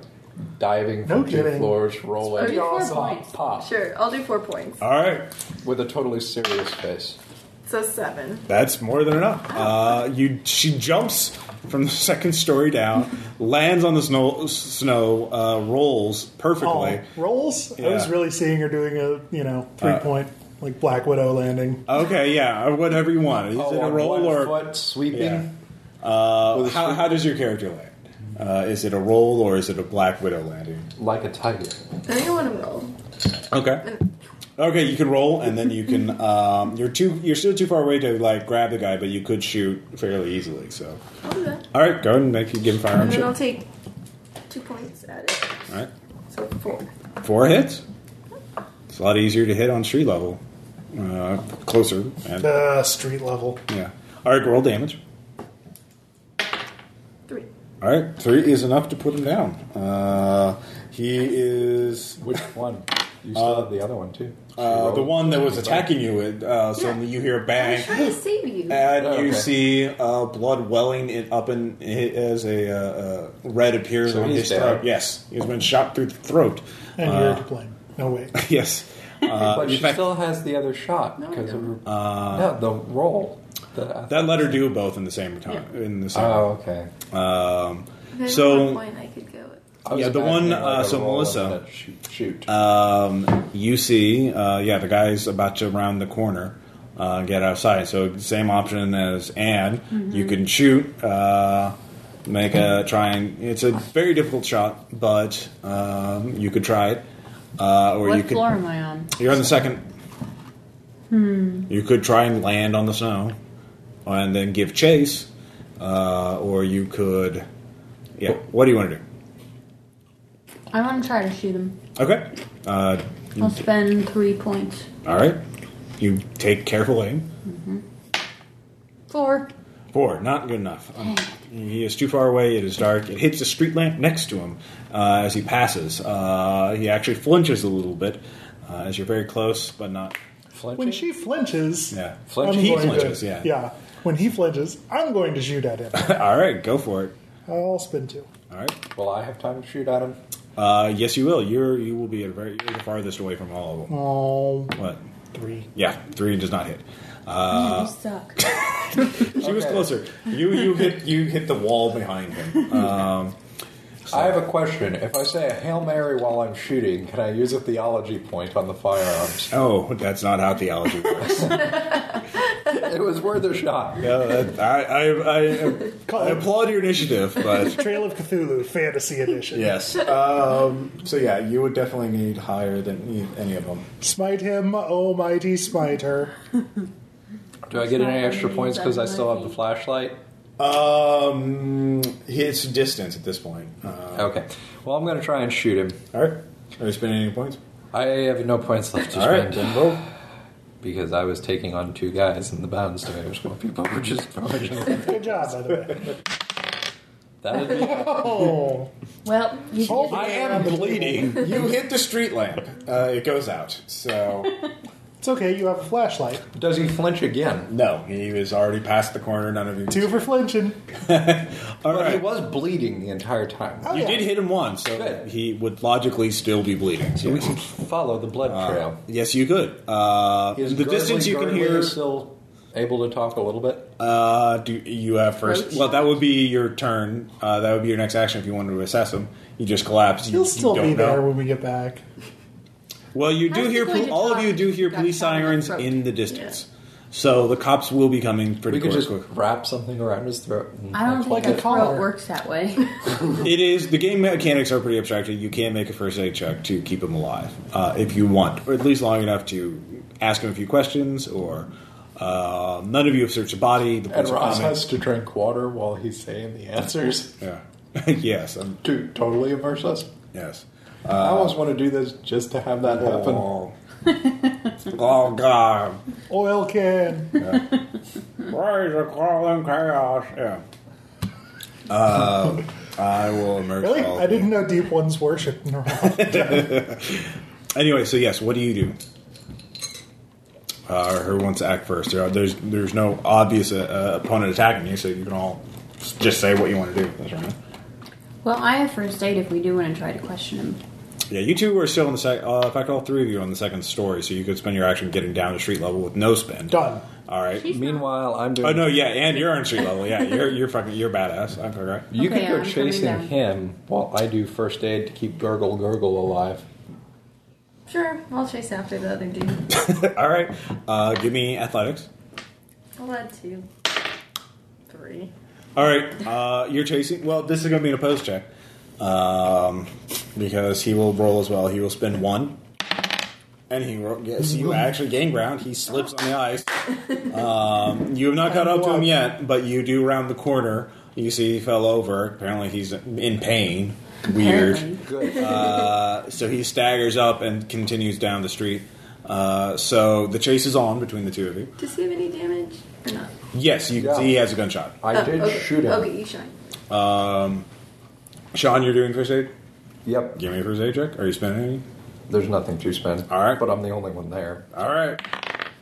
S3: diving
S2: No
S3: from two
S2: kidding.
S3: floors, rolling,
S5: pretty
S4: Four
S2: awesome.
S4: points.
S3: pop,
S5: sure, I'll do four points.
S3: Uh,
S1: All right.
S3: with a totally serious face.
S5: So seven.
S1: That's more than enough. Uh, you, she jumps from the [LAUGHS] second story down, lands on the snow, snow uh, rolls perfectly.
S2: Oh, rolls? I was
S1: Yeah. Uh,
S2: really seeing her doing a, you know, three point, like Black Widow landing.
S1: Okay, yeah, or whatever you want. Is it a
S3: Oh, on
S1: roll
S3: one
S1: or
S3: foot sweeping?
S1: yeah. Uh,
S3: With a
S1: how,
S3: sweep?
S1: how does your character land? Uh, is it a roll or is it a Black Widow landing?
S3: like a tiger.
S5: I think I want to roll.
S1: Okay. Okay, you can roll, and then you can. [LAUGHS] Um, you're too. You're still too far away to like grab the guy, but you could shoot fairly easily. So,
S5: I'll do that.
S1: all right, go ahead and make you give him
S5: And
S1: firearm
S5: then
S1: check.
S5: I'll
S1: All
S5: take two points at it.
S1: right.
S5: So four.
S1: Four hits. It's a lot easier to hit on street level, uh, closer. And,
S2: Uh, street level.
S1: yeah. All right, roll damage.
S5: Three.
S1: All right, three is enough to put him down. Uh, he is
S3: Which one? You still have the other one too.
S1: Uh, the one that was attacking you, uh, suddenly you hear a
S5: I was
S1: bang.
S5: trying to save you.
S1: And
S3: Oh,
S1: you
S3: okay.
S1: see uh, blood welling it up in as a uh, uh, red appears
S3: So
S1: on
S3: he's
S1: his
S3: dead.
S1: throat. Yes, he's been shot through the throat.
S2: And
S1: Uh,
S2: you're to blame. No, wait.
S1: [LAUGHS] yes. Uh,
S3: but
S1: in
S3: she
S1: fact,
S3: still has the other shot
S5: No, I
S3: because of her,
S5: don't.
S1: Uh,
S3: yeah, the roll. That, I-
S1: that let her do both in the same time. In the same.
S3: oh, okay.
S1: Um,
S5: If at
S1: so-
S5: one point I could go.
S3: I was
S1: Yeah, the one,
S3: imagining, like,
S1: uh,
S3: a
S1: so
S3: roll and
S1: Melissa-
S3: then shoot. shoot.
S1: um, you see, uh, yeah, the guy's about to round the corner, uh, get outside. So same option as Anne. You can shoot, uh, make a try and it's a very difficult shot, but um, you could try it, uh, or you
S6: What
S1: could.
S6: floor am I on?
S1: You're on the second. Hmm. You could try and land on the snow, and then give chase, uh, or you could. Yeah. What do you want to do?
S6: I want to try to shoot him.
S1: Okay. Uh,
S6: I'll spend three points.
S1: all right. You take careful aim.
S6: Four.
S1: Four, not good enough. Um, he is too far away. It is dark. It hits a street lamp next to him uh, as he passes. Uh, he actually flinches a little bit uh, as you're very close, but not. [LAUGHS]
S3: Flinching?
S2: When she flinches,
S1: Yeah.
S3: Flinch-
S2: I'm
S1: He
S2: going
S1: flinches,
S2: to,
S1: yeah.
S2: Yeah. When he flinches, I'm going to
S1: [LAUGHS]
S2: shoot at him.
S1: all right, go for it.
S2: I'll spin two.
S1: All right.
S3: Will I have time to shoot at him?
S1: Uh, yes, you will. You're you will be at very you're the farthest away from all of them.
S2: Oh,
S1: What?
S2: three.
S1: Yeah, three does not hit. Uh,
S4: you suck.
S1: She was
S3: Okay.
S1: closer. You you hit you hit the wall behind him. [LAUGHS] Um,
S3: I have a question. If I say a Hail Mary while I'm shooting, can I use a theology point on
S1: [LAUGHS]
S3: the firearms?
S1: oh, that's not how theology works.
S3: it was worth a shot.
S1: Yeah, that- I, [LAUGHS] I, I, I applaud your initiative, but
S2: Trail of Cthulhu Fantasy Edition.
S1: Yes. Um, so yeah, you would definitely need higher than e- any of them.
S2: Smite him, oh mighty smiter.
S3: Do I get any extra points because I still have the flashlight?
S1: Um, it's distance at this point. Uh,
S3: Okay. Well, I'm going to try and shoot him.
S1: all right. Are you spending any points?
S3: I have no points left to
S1: all right.
S3: spend
S1: Then roll.
S3: because I was taking on two guys and the bounds to those four people were just
S2: Good job, by
S1: [LAUGHS]
S2: the way.
S3: That'd be
S2: Oh,
S4: Well,
S1: [LAUGHS]
S4: you
S2: Oh,
S1: I am bleeding. you hit the street lamp. Uh, it goes out. So
S2: it's okay. You have a flashlight.
S3: Does he flinch again?
S1: no, he was already past the corner. None of you.
S2: Two for flinching.
S1: All
S3: but he
S1: right.
S3: was bleeding the entire time.
S2: Oh,
S1: You
S2: yeah.
S1: did hit him once, so
S3: Good.
S1: he would logically still be bleeding.
S3: So we can follow the blood trail.
S1: Yes, you could. Uh,
S3: Is
S1: the distance
S3: Gurgly
S1: you can
S3: Gurgly
S1: hear.
S3: still able to talk a little bit.
S1: Uh, do you have first?
S4: Roach?
S1: Well, that would be your turn. Uh, that would be your next action if you wanted to assess him. You just collapse. You,
S2: He'll
S1: you
S2: still
S1: don't
S2: be there
S1: know.
S2: when we get back.
S1: Well, you
S5: How's
S1: do
S5: he
S1: hear
S5: going
S1: pol-
S5: to
S1: all of
S5: talk
S1: you do
S5: if
S1: hear
S5: he got
S1: police
S5: shot in the
S1: sirens
S5: throat?
S1: in the distance, so the cops will be coming pretty
S3: We could
S1: quick.
S3: just wrap something around his throat. and-
S6: I don't think
S2: Like a
S6: the
S2: collar.
S6: throat works that way. [LAUGHS]
S1: It is the game mechanics are pretty abstracted. You can make a first aid check to keep him alive uh, if you want, or at least long enough to ask him a few questions. Or uh, none of you have searched the body. The
S3: And
S1: police are
S3: Ross
S1: coming.
S3: has to drink water while he's saying the
S1: [LAUGHS]
S3: answers
S1: Yeah. yes. um,
S3: to totally immerse us.
S1: yes.
S3: I almost want to do this just to have that happen.
S1: Uh, Oh. oh God.
S2: Oil can.
S1: Rise of calling chaos. Yeah. Um, I will immerse.
S2: Really?
S1: all of
S2: I didn't
S1: you.
S2: know deep ones worship. No.
S1: Anyway, so yes, what do you do? Uh, who wants to act first? There are, there's there's no obvious uh, uh, opponent attacking you, so you can all s- just say what you want to do. That's right.
S6: well, I have first aid if we do want to try to question him.
S1: Yeah, you two are still on the second. Uh, in fact, all three of you are on the second story, so you could spend your action getting down to street level with no spin.
S2: [LAUGHS] Done.
S1: All right.
S3: Meanwhile, I'm doing.
S1: Oh no, yeah, and you're on street level. Yeah, you're you're fucking you're badass. I'm correct.
S3: You
S6: Okay,
S3: can go
S6: I'm coming
S3: chasing
S6: down.
S3: him while I do first aid to keep Gurgle Gurgle alive.
S5: Sure, I'll chase after the other dude.
S1: All right, uh, give me athletics.
S5: I'll add two, three.
S1: All right, uh, you're chasing. Well, this is going to be an opposed check um, because he will roll as well. He will spend one, and he ro- yes, you actually gain ground. He slips on the ice. Um, you have not caught up to him yet, but you do round the corner. You see, he fell over. Apparently, he's in pain. Weird.
S6: Apparently.
S3: Good.
S1: Uh, so he staggers up and continues down the street. Uh, so the chase is on between the two of you.
S5: Does he have any damage or not?
S1: Yes, you can
S3: Yeah.
S1: see he has a gunshot.
S3: [LAUGHS] I
S5: Oh,
S3: did
S5: okay.
S3: shoot him.
S5: Okay, you shine.
S1: Um, Sean, you're doing first aid.
S3: Yep.
S1: Give me a first aid check. Are you spending any?
S3: There's nothing to spend.
S1: All right.
S3: But I'm the only one there.
S1: All right.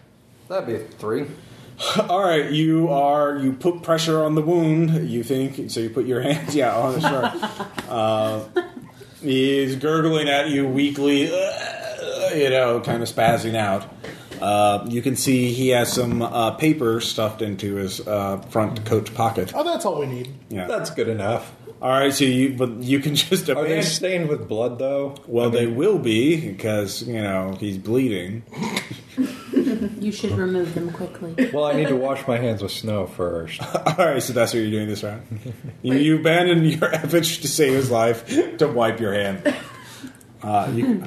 S1: [LAUGHS]
S3: That'd be a three.
S1: All right, you are you put pressure on the wound. You think so? You put your [LAUGHS] hands, yeah, on the shark.
S3: [LAUGHS]
S1: uh, he's gurgling at you weakly, uh, you know, kind of spazzing out. Uh, you can see he has some uh, paper stuffed into his uh, front coat pocket.
S2: Oh, that's all we need.
S1: Yeah.
S3: That's good enough.
S1: All right, so you but you can [LAUGHS] just
S3: Are they
S1: abandon.
S3: stained with blood though?
S1: well, they will be because you know he's bleeding.
S6: You should remove them quickly.
S3: Well, I need to wash my hands with snow first.
S1: [LAUGHS] All right, so that's what you're doing this round. You, you abandon your [LAUGHS] efforts to save his life to wipe your hand, uh, you,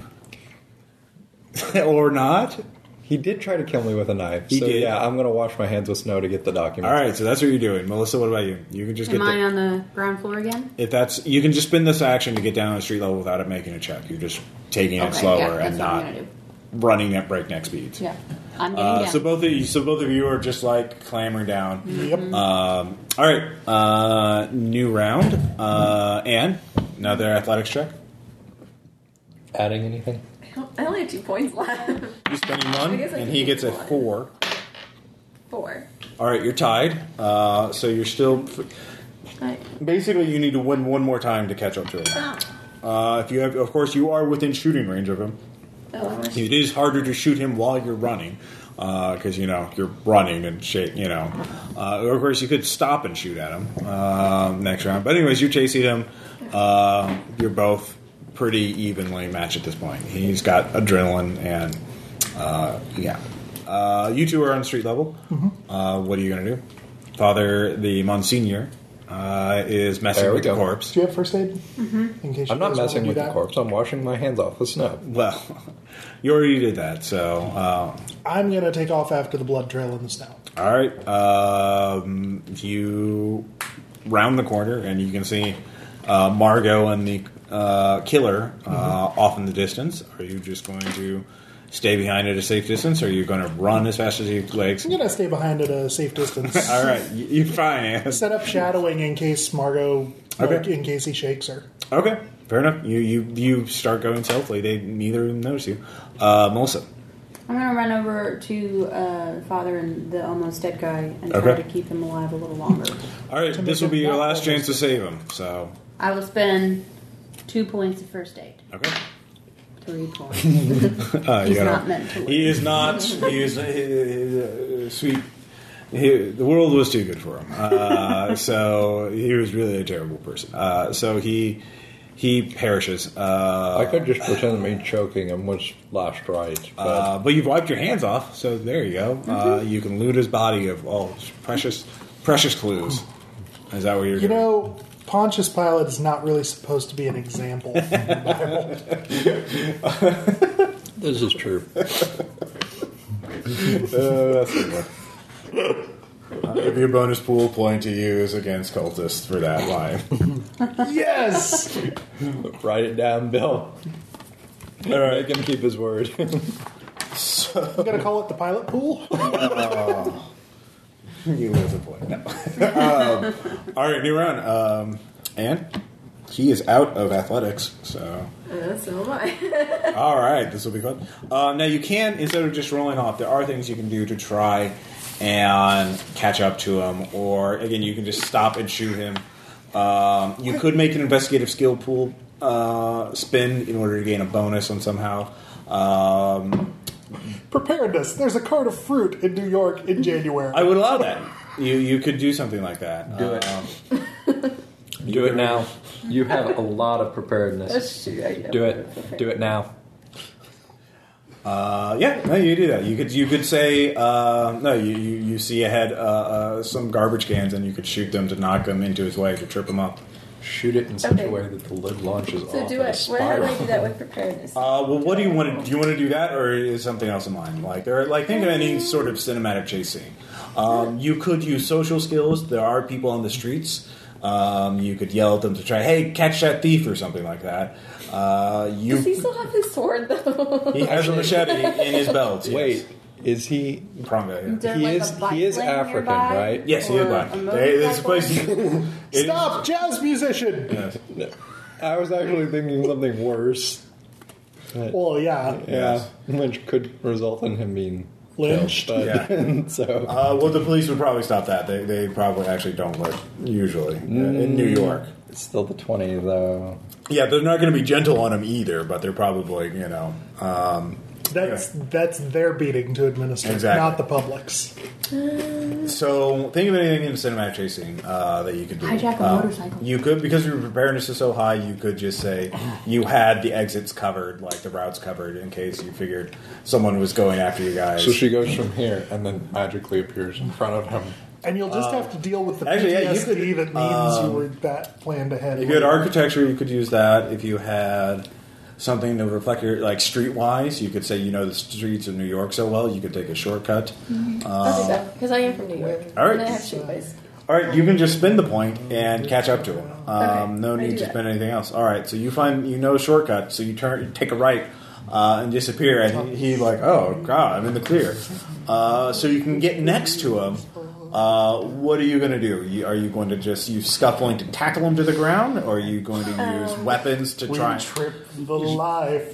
S1: [LAUGHS] or not.
S3: He did try to kill me with a knife.
S1: He
S3: so
S1: did.
S3: yeah, I'm gonna wash my hands with snow to get the document.
S1: All right, so that's what you're doing, Melissa. What about you? You can just
S6: Am
S1: get
S6: I
S1: the,
S6: on the ground floor again?
S1: if that's you can just spin this action to get down on the street level without it making a check. You're just taking it slower
S6: yeah, that's
S1: and
S6: what I'm
S1: not
S6: gonna do.
S1: running at breakneck speeds.
S6: Yeah, Mm-hmm. I'm getting
S1: Uh,
S6: down.
S1: so both of you, so both of you are just like clambering down.
S3: Uh,
S1: Um, all right, uh, new round. Uh, Anne, another athletics check.
S3: Adding anything?
S5: I only have two points [LAUGHS] left.
S1: He's spending
S5: I
S1: one,
S5: guess I
S1: and
S5: can
S1: he
S5: keep
S1: gets a
S5: one.
S1: four.
S5: Four.
S1: All right, you're tied. Uh, so you're still.
S5: Right.
S1: Basically, you need to win one more time to catch up to him.
S5: Oh,
S1: Uh, if you have, of course, you are within shooting range of him.
S5: oh, I'm
S1: It is harder to shoot him while you're running, because you know you're running and shit. You know, uh, of course, you could stop and shoot at him um next round. But anyways, you're chasing him. Uh, you're both pretty evenly matched at this point. He's got adrenaline and uh, yeah. Uh, you two are on street level. Uh, what are you gonna do? Father, the Monsignor, uh, is messing
S3: There we
S1: with the
S3: go.
S1: corpse.
S2: Do you have first aid? Mm-hmm. In case you
S3: I'm not
S2: guys wanna
S3: messing
S2: do
S3: with the
S2: that.
S3: corpse. I'm washing my hands off with snow.
S1: Well, [LAUGHS] you already did that, so uh,
S2: I'm gonna take off after the blood trail in the snow.
S1: All right. Um, you round the corner, and you can see uh, Margot and the uh, killer uh,
S2: Mm-hmm.
S1: off in the distance. Are you just going to stay behind at a safe distance, or are you going to run as fast as your legs?
S2: I'm gonna stay behind at a safe
S3: [LAUGHS]
S2: distance.
S1: All right. You, you're fine,
S2: [LAUGHS]
S1: Anne.
S2: Set up shadowing in case Margot, like,
S1: Okay.
S2: in case he shakes her.
S1: Okay. Fair enough. You you you start going stealthily. They neither of them notice you. Uh, Melissa.
S6: I'm gonna run over to uh, father and the almost dead guy and try
S1: Okay.
S6: to keep him alive a little longer.
S1: All right. This will be your last chance to save him. So
S6: I will spend two points of first aid.
S1: okay.
S6: Three
S1: [LAUGHS]
S6: points.
S1: Uh,
S6: He's
S1: you gotta-
S6: not meant to live.
S1: He is not. He is he- he- sweet. He, the world was too good for him,
S6: [LAUGHS]
S1: uh, so he was really a terrible person. Uh, so he he perishes.
S3: I
S1: Uh,
S3: could just pretend me choking him was last right. But
S1: uh, but you've wiped your hands off, so there you go.
S6: Mm-hmm.
S1: Uh, you can loot his body of all his precious precious clues. Is that what you're?
S2: You
S1: doing?
S2: know, Pontius Pilate is not really supposed to be an
S3: [LAUGHS]
S2: example. in the Bible.
S3: this is true.
S1: I'll give you a bonus pool point to use against cultists for that line.
S2: yes,
S3: [LAUGHS] Write it down, Bill. All right. Make him keep his word.
S2: I'm gonna call it the pilot pool.
S1: You lose a point. No. [LAUGHS] um, all right, new round. Um, and he is out of athletics, so
S5: Uh, so
S2: [LAUGHS]
S5: am I.
S1: all right, this will be fun. Um, now you can instead of just rolling off, there are things you can do to try and catch up to him, or again, you can just stop and shoot him. Um, you could make an investigative skill pool uh, spin in order to gain a bonus on somehow. Um,
S2: Preparedness. There's a cart of fruit in New York in January.
S1: I would allow that. You you could do something like that.
S3: Do it.
S1: Um,
S3: Do it now. You have a lot of preparedness. Do it. Do it now.
S1: Uh, yeah, no, you do that. You could you could say uh, no. You, you, you see ahead uh, uh, some garbage cans, and you could shoot them to knock them into his way to trip him up.
S3: Shoot it in such a
S5: Okay.
S3: way that the lid launches
S5: So
S3: off
S5: do
S3: in a
S5: it. What, how do I
S3: spiral.
S5: do that with preparedness?
S1: Uh, well, what do you want to do? You want to do that, or is something else in mind? Like there, like think of any sort of cinematic chase scene. Um, you could use social skills. There are people on the streets. Um, you could yell at them to try, "Hey, catch that thief!" or something like that. Uh, you
S5: Does he still have his sword though?
S1: he has a machete in his belt. yes.
S3: Wait, is he?
S1: Probably, yeah.
S6: Is there,
S3: he
S6: like, a
S3: is.
S6: bike
S3: He is
S6: lane
S3: African,
S6: nearby?
S3: right?
S1: Yes, he is
S6: Or
S1: black.
S6: a
S1: There- There's a place. it-
S2: Stop, jazz musician.
S1: Yes.
S3: [LAUGHS] I was actually thinking something worse. That-
S2: Well, yeah.
S1: Yes.
S3: Yeah, which could result in him being
S2: Lynched.
S3: Killed, but, [LAUGHS] so
S1: Uh, well, the police would probably stop that. They, they probably actually don't let usually uh, in
S3: Mm.
S1: New York.
S3: it's still the twenty though.
S1: Yeah, they're not going to be gentle on him either, but they're probably you know um,
S2: That's that's their beating to administer,
S1: Exactly.
S2: not the public's.
S1: So, think of anything in cinematic chasing uh, that you could do.
S4: Hijack a
S1: Um,
S4: motorcycle.
S1: You could, because your preparedness is so high, you could just say you had the exits covered, like the routes covered, in case you figured someone was going after you guys.
S3: So she goes from here and then magically appears in front of him.
S2: And you'll just have to deal with the
S1: Um, actually, yeah, you
S2: PTSD
S1: could,
S2: that means you were that planned ahead.
S1: if you had architecture, you could use that. If you had something to reflect your, like streetwise, you could say you know the streets of New York so well, you could take a shortcut.
S5: I'll do that because I am from New York.
S1: Uh, All right.
S5: And I have shoe place.
S1: All right, you can just spend the point and catch up to him. Um,
S5: Okay,
S1: no
S5: I
S1: need
S5: do
S1: to
S5: that.
S1: spend anything else. All right, so you find you know a shortcut, so you turn, you take a right, uh, and disappear. And he, he like, oh god, I'm in the clear. Uh, so you can get next to him. Uh, what are you going to do? You, are you going to just use scuffling to tackle him to the ground, or are you going to use
S5: Um,
S1: weapons to
S2: we
S1: try? and-
S2: trip the life.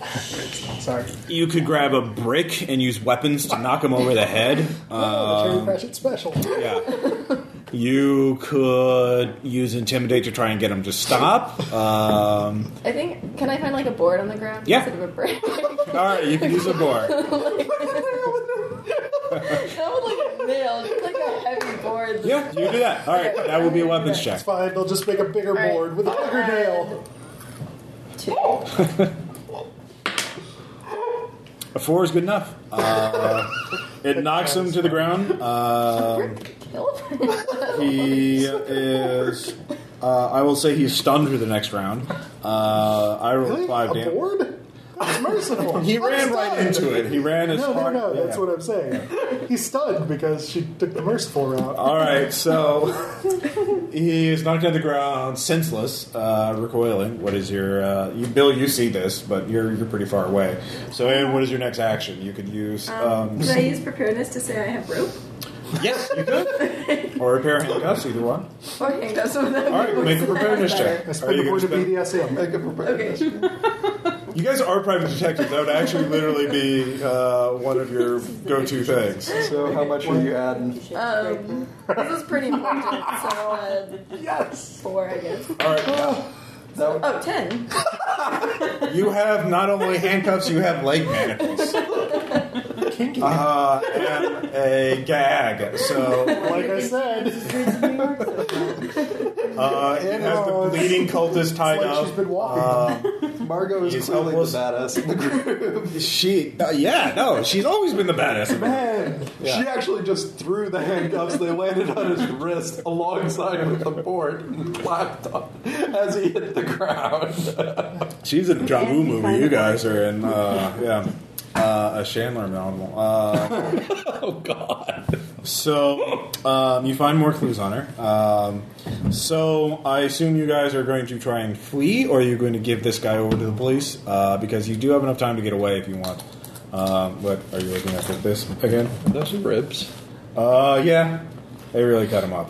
S1: [LAUGHS]
S2: Sorry.
S1: You could grab a brick and use weapons to knock him over the head. Uh,
S2: oh, the
S1: Um,
S2: Cherry Cratchit special.
S5: [LAUGHS]
S1: Yeah. You could use intimidate to try and get him to stop. Um,
S5: I think. Can I find like a board on the ground
S1: Yeah.
S5: instead of a brick? [LAUGHS]
S1: all right, you can use a board.
S5: that would like a nail, just like a heavy board. that's
S1: Yeah, you do that. All right, that will be a weapons check.
S2: It's fine. They'll just make a bigger
S5: right.
S2: board with a bigger nail.
S5: Two.
S1: A four is good enough. Uh, it knocks him to the ground. Um,
S5: Uh, Kill [LAUGHS] him.
S1: he is. Uh, I will say he's stunned for the next round. Uh, I rolled
S2: Really?
S1: five
S2: A
S1: damage.
S2: board? That's
S1: [LAUGHS]
S2: merciful.
S1: He ran right into it. He ran as
S2: No, no,
S1: hard.
S2: no. That's
S1: yeah.
S2: what I'm saying. He's stunned because she took the merciful route.
S1: All right, so [LAUGHS] he is knocked on the ground, senseless, uh, recoiling. What is your, uh, you, Bill? You see this, but you're you're pretty far away. So, and what is your next action? You could use um,
S5: Did I use preparedness to say I have rope
S1: yes, you could, or repair handcuffs, either one.
S5: or handcuffs? All
S1: All right, make a preparedness check.
S2: I
S1: Are
S2: spent
S1: you
S2: a board of
S1: gonna spend-
S2: BDSM.
S5: Okay.
S1: You guys are private detectives. That would actually literally be uh, one of your go-to things.
S3: So how much are you adding?
S5: Um, this is pretty important. So uh,
S2: Yes!
S5: four, I guess.
S1: All right,
S3: That would,
S5: Oh, ten.
S1: you have not only handcuffs, you have leg manacles.
S2: Kinky.
S1: Uh, and a gag. So
S2: like I said,
S1: Uh, it has the
S3: No, it's-
S1: bleeding cultist tied
S2: like
S1: up.
S2: she's been walking.
S3: Margot is
S1: Uh, He's
S3: clearly the
S1: almost- [LAUGHS]
S3: badass in the group.
S1: she, uh, yeah, no, she's always been the badass. of it.
S3: Man, she actually just threw the handcuffs. They landed on his wrist alongside with the board and clapped on as he hit the ground.
S1: She's in a John Woo movie. You guys are in, uh, yeah, uh, a Chandler novel. Uh,
S3: [LAUGHS] Oh God!
S1: so um, you find more clues on her. Um, so I assume you guys are going to try and flee, or are you going to give this guy over to the police? Uh, because you do have enough time to get away if you want. Um, but are you looking at this again?
S3: Those are ribs.
S1: Uh, yeah, they really cut him up.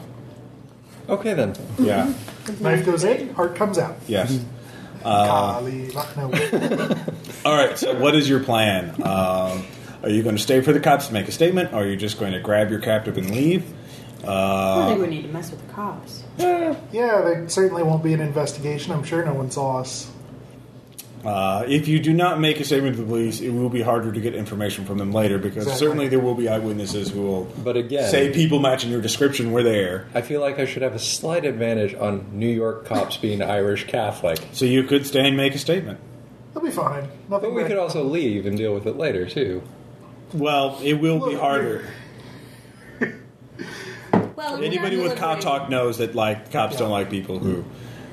S3: Okay then.
S1: Yeah,
S2: Knife goes in, heart comes out.
S1: yes. Uh,
S2: Kali Machno.
S1: All right. So, what is your plan? Um, are you going to stay for the cops to make a statement, or are you just going to grab your captive and leave?
S6: I don't
S1: Uh,
S6: think we need to mess with the cops.
S2: Yeah, there certainly won't be an investigation. I'm sure no one saw us.
S1: uh, if you do not make a statement to the police, it will be harder to get information from them later because
S2: Exactly.
S1: certainly there will be eyewitnesses who will
S3: But again-
S1: say people matching your description were there.
S3: I feel like I should have a slight advantage on New York cops being Irish Catholic.
S1: So you could stay and make a statement.
S2: They'll be fine.
S3: But
S2: Nothing.
S3: we
S2: bad.
S3: could also leave and deal with it later too.
S1: Well, it will be
S2: Look,
S1: harder.
S6: Well,
S1: Anybody with cop talk knows that like cops don't like people who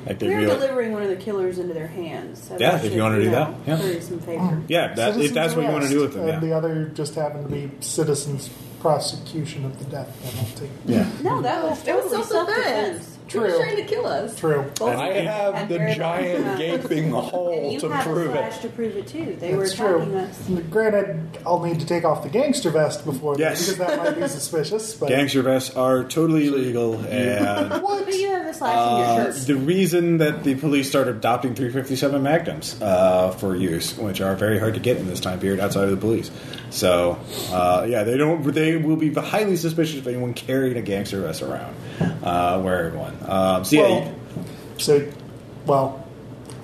S1: like they
S6: We're
S1: real-
S6: delivering one of the killers into their hands. So
S1: Yeah,
S6: that
S1: if you
S6: should,
S1: wanna do
S6: know,
S1: that, yeah.
S6: curry some favor.
S1: Yeah, that, if
S2: Citizens
S1: that's what you want to do with
S2: arrest,
S1: them.
S2: And
S1: Yeah.
S2: the other just happened to be citizens prosecution of the death penalty.
S1: yeah.
S6: No, that was
S5: It was
S6: totally
S5: self-defense.
S6: self-defense.
S5: He was
S2: True.
S5: trying to kill us.
S2: True.
S5: Both
S3: I
S5: of them.
S3: have
S6: And
S3: the
S6: very
S3: giant
S6: much-
S3: gaping
S6: And
S3: hole
S6: you
S3: to
S6: had a
S3: prove
S6: flash
S3: it.
S6: to prove it too. They
S2: That's
S6: were
S2: true.
S6: attacking us.
S2: Granted, I'll need to take off the gangster vest before
S1: Yes.
S2: that because that might be suspicious.
S1: [LAUGHS]
S2: But
S1: Gangster vests are totally illegal, and
S6: But you have a slash in
S1: uh,
S6: your shirt.
S1: the reason that the police started adopting 357 Magnums uh, for use, which are very hard to get in this time period outside of the police. So, uh, yeah, they don't. They will be highly suspicious of anyone carrying a gangster vest around, uh, wearing one. Um, so yeah,
S2: well, so well,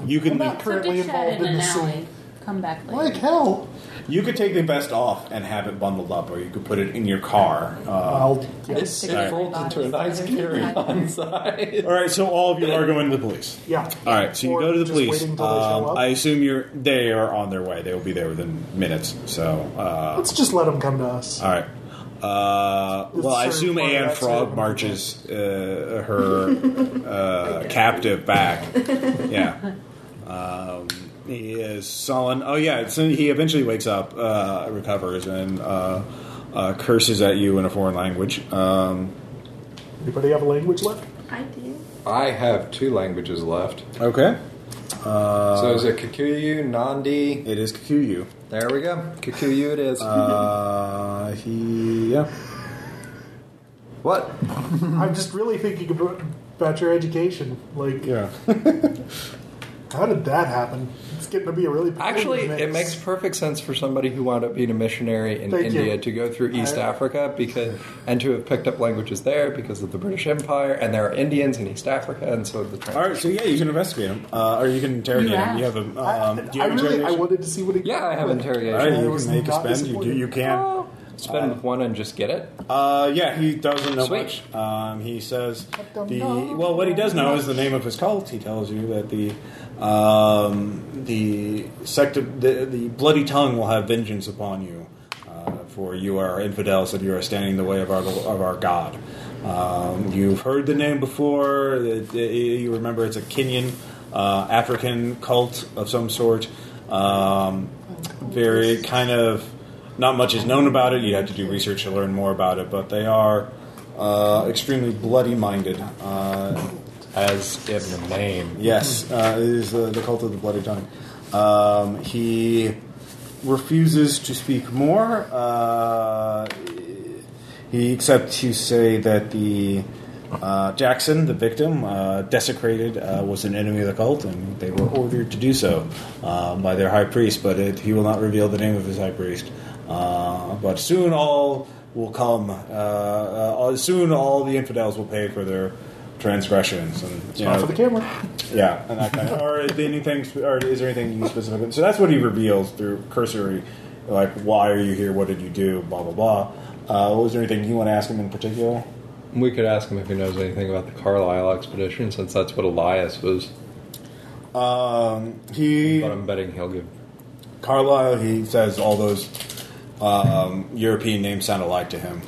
S1: you, you can
S2: I'm not currently involved in the scene.
S4: Come back later.
S2: Like hell,
S1: you could take the vest off and have it bundled up, or you could put it in your car. Uh,
S2: I'll
S3: It's
S4: Stick it
S3: it
S4: in my
S3: folds
S4: body.
S3: into a nice carry-on size.
S1: all right, so all of you are going to the police.
S2: yeah.
S1: All right, so you
S2: Or
S1: go to the
S2: just
S1: police.
S2: waiting
S1: Um,
S2: till they show up.
S1: I assume you're they are on their way. They will be there within minutes. So, uh,
S2: Let's just let them come to us.
S1: all right. Uh,
S2: It's
S1: well, I
S2: sort of
S1: assume
S2: part of
S1: Anne
S2: that
S1: Frog
S2: ceremony.
S1: marches uh,
S2: [LAUGHS]
S1: her uh, captive back. Yeah. Um, he is sullen. Oh yeah, so he eventually wakes up, uh, recovers, and uh, uh, curses at you in a foreign language. Um,
S2: Anybody have a language left?
S5: I do.
S3: I have two languages left.
S1: okay. Uh,
S3: so is it Kikuyu, Nandi?
S1: it is Kikuyu.
S3: There we go. Kikuyu it is.
S1: Uh, he yeah.
S3: what?
S1: Mm-hmm.
S2: I'm just really thinking about, about your education. Like,
S1: Yeah.
S2: how did that happen? It's getting to be a really
S3: Actually,
S2: mix.
S3: it makes perfect sense for somebody who wound up being a missionary in
S2: Thank you.
S3: India to go through East
S2: I-
S3: Africa because and to have picked up languages there because of the British Empire and there are Indians in East Africa and so the
S1: All right, so yeah, you can investigate him, uh, or you can interrogate
S4: You
S1: him. You have a. Um, do you
S2: I,
S1: have
S2: really I
S1: interrogation?
S2: wanted to see what he.
S3: Yeah, I have
S1: All right,
S3: interrogation.
S2: I
S1: you
S2: was
S1: can make a
S2: not
S1: spend. You, do, you
S2: disappointed.
S1: can.
S3: Spend one and just get it.
S1: Uh, yeah, he doesn't know
S3: Sweet.
S1: much. Um, he says
S2: don't
S1: the
S2: know
S1: well, what he does know is the name of his cult. He tells you that the um, the sect of, the, the bloody tongue will have vengeance upon you, uh, for you are infidels and you are standing in the way of our of our God. Um, you've heard the name before. It, it- you remember it's a Kenyan uh, African cult of some sort. Um, very kind of not much is known about it. You'd have to do research to learn more about it, but they are uh, extremely bloody-minded. Uh,
S3: As in the name.
S1: yes, uh, it is the, the cult of the bloody tongue. Um, he refuses to speak more. Uh, he except to say that the uh, Jackson, the victim, uh, desecrated, uh, was an enemy of the cult, and they were ordered to do so uh, by their high priest. But it, he will not reveal the name of his high priest. Uh, but soon all will come. Uh, uh, soon all the infidels will pay for their transgressions. And you
S2: Not
S1: know,
S2: for the camera.
S1: yeah, and that kind of, or is there anything, sp- or is there anything you specific? So that's what he reveals through cursory, like why are you here? What did you do? Blah blah blah. Uh, was there anything you want to ask him in particular?
S3: We could ask him if he knows anything about the Carlisle expedition since that's what Elias was.
S1: Um, he
S3: But I'm betting he'll give.
S1: Carlisle. He says all those um, European names sound alike to him.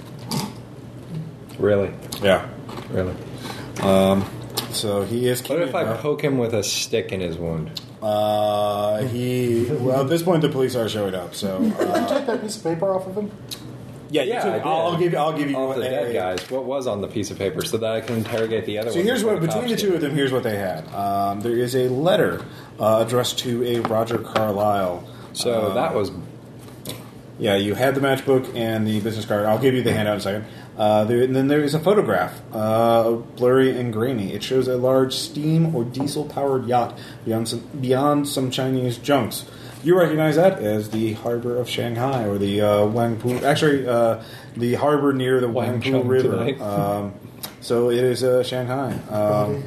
S3: Really?
S1: Yeah.
S3: Really?
S1: So he is.
S3: What if I
S1: Kenyan,
S3: poke him with a stick in his wound?
S1: Uh, he. Well, at this point, the police are showing up. So uh,
S2: Take that piece of paper off of him.
S1: yeah, you
S3: Yeah,
S1: took-
S3: I did.
S1: I'll, I'll give. I'll give you
S3: All
S1: what
S3: the
S1: they-
S3: dead guys. What was on the piece of paper so that I can interrogate the other
S1: So
S3: one?
S1: here's
S3: before
S1: what between the
S3: cops
S1: two
S3: do?
S1: of them, here's what they had. Um, there is a letter uh, addressed to a Roger Carlyle.
S3: So
S1: Uh,
S3: that was
S1: yeah, you had the matchbook and the business card. I'll give you the handout in a second. Uh, there, and then there is a photograph, uh, blurry and grainy. It shows a large steam or diesel powered yacht beyond some, beyond some Chinese junks. You recognize that as the harbor of Shanghai or the uh, Wangpu. Actually, uh, the harbor near the Wangpu
S3: Wangchung
S1: River.
S3: tonight.
S1: Um, so it is uh, Shanghai. Um,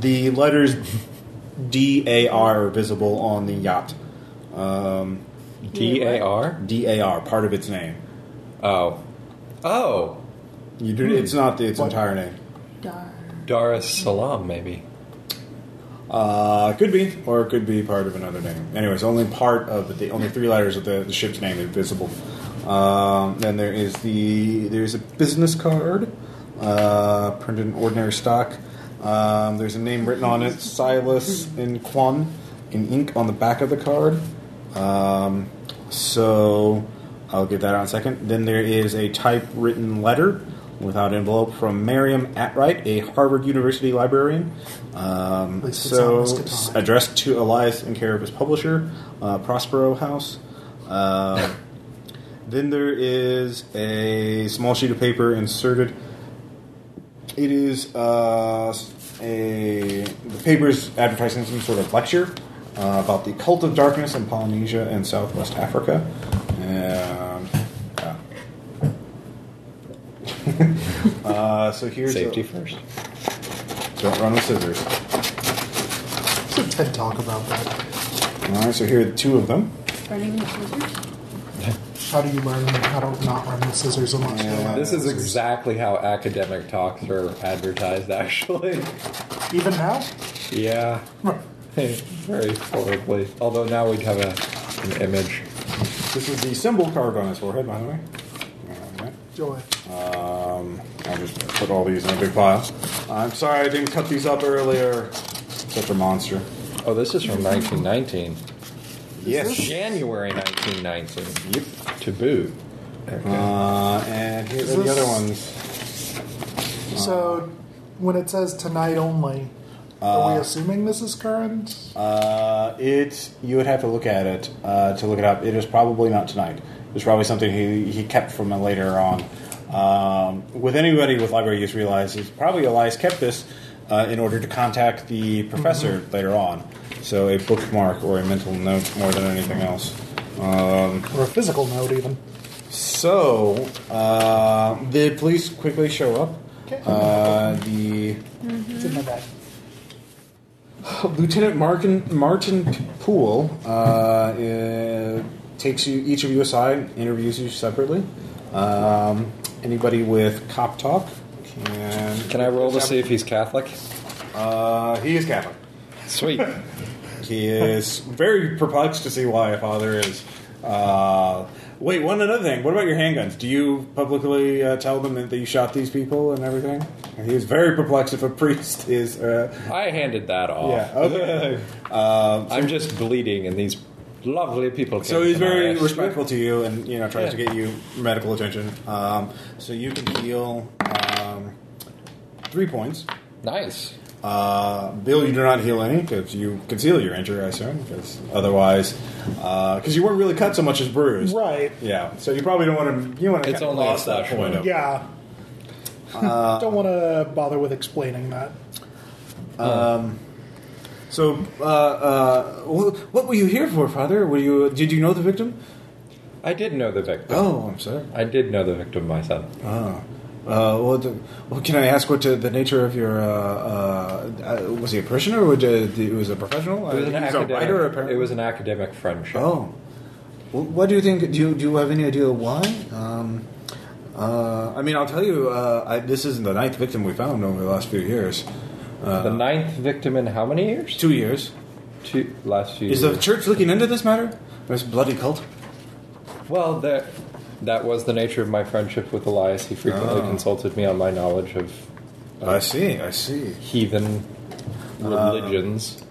S1: the letters D A R are visible on the yacht. Um,
S3: D A R.
S1: D A R, part of its name.
S3: Oh, oh,
S1: You do, It's not the, its
S2: What?
S1: entire name.
S4: Dar.
S3: Dar es Salaam, maybe.
S1: Uh, could be, or it could be part of another name. Anyways, only part of the only three letters of the, the ship's name is visible. Um, then there is the there's a business card uh, printed in ordinary stock. Um, there's a name written on it, Silas in Quan, in ink on the back of the card. Um, so I'll get that out in a second. Then there is a typewritten letter without envelope from Miriam Atwright, a Harvard University librarian. Um,
S2: least it's
S1: so,
S2: on this guitar.
S1: addressed to Elias in care of his publisher, uh, Prospero House. Um, then there is a small sheet of paper inserted. It is uh, a the paper's advertising some sort of lecture uh, about the cult of darkness in Polynesia and Southwest Africa. And, uh, [LAUGHS] uh, so here's a-
S3: Safety first.
S1: don't run with scissors.
S2: It's a TED talk about that.
S1: All right, so here are two of them.
S6: Running with scissors?
S2: How do you learn how to not run with scissors unless you know how to
S3: This
S2: use
S3: is exactly how academic talks are advertised, [LAUGHS] actually.
S2: it. even now.
S3: Yeah. Very horribly. Although now we'd have a, an image.
S1: This is the symbol carved on his forehead, by the way. All right.
S2: Joy.
S1: Um, I'll just put all these in a big pile. I'm sorry I didn't cut these up earlier. Such a monster.
S3: Oh, this is from 1919.
S1: Yes.
S3: January 1919. Yep. To boot.
S1: Uh, and here
S2: Is
S1: are the
S2: this-
S1: other ones.
S2: So when it says tonight only, are we assuming this is current?
S1: Uh, it you would have to look at it uh, to look it up. It is probably not tonight. It's probably something he, he kept from later on. Um, with anybody with library use, realize it's probably Elias kept this uh, in order to contact the professor later on. So a bookmark or a mental note more than anything else. Um,
S2: Or a physical note even.
S1: so uh, the police quickly show up.
S2: Okay.
S1: Uh, the
S2: It's in my bag.
S1: Lieutenant Martin Martin Poole uh, uh, takes you each of you aside, interviews you separately. Um, anybody with cop talk can
S3: Can I roll to see if he's Catholic?
S1: Uh, he is Catholic.
S3: Sweet.
S1: He
S3: [LAUGHS]
S1: is very perplexed to see why a father is. Uh, wait, one another thing. What about your handguns? Do you publicly uh, tell them that you shot these people and everything? And he is very perplexed if a priest is. Uh,
S3: I handed that off. [LAUGHS]
S1: yeah. Okay.
S3: I'm just bleeding, and these lovely people. Came
S1: So he's
S3: to my
S1: very
S3: rescue.
S1: respectful to you, and you know tries to
S3: Yeah.
S1: get you medical attention. Um, so you can heal um, three points.
S3: Nice.
S1: Uh, Bill, you do not heal any because you conceal your injury, I assume, because otherwise, because you weren't really cut so much as bruised.
S2: Right.
S1: Yeah. So you probably don't want to. You want to.
S3: It's only a slash wound.
S1: up.
S2: Yeah.
S1: Uh,
S2: Don't want to bother with explaining that.
S1: So, uh, uh, wh- what were you here for, Father? Were you? Did you know the victim?
S3: I did know the victim.
S1: Oh, I'm sorry.
S3: I did know the victim myself.
S1: Oh. Uh, well, the, well, can I ask what the, the nature of your uh, uh, uh, was he a prisoner or did, it was a professional?
S3: It was an
S1: Uh, he was
S3: academic.
S1: a writer, apparently.
S3: It was an academic friendship.
S1: oh. Well, what do you think? Do you, do you have any idea why? Um, uh, I mean, I'll tell you. Uh, I, this isn't the ninth victim we found over the last few years.
S3: the ninth victim in how many years?
S1: Two years.
S3: Two last few.
S1: Is the
S3: years.
S1: church looking into this matter? This bloody cult.
S3: well, that that was the nature of my friendship with Elias. He frequently
S1: Oh.
S3: consulted me on my knowledge of
S1: I see. I see.
S3: heathen
S1: Ah.
S3: religions.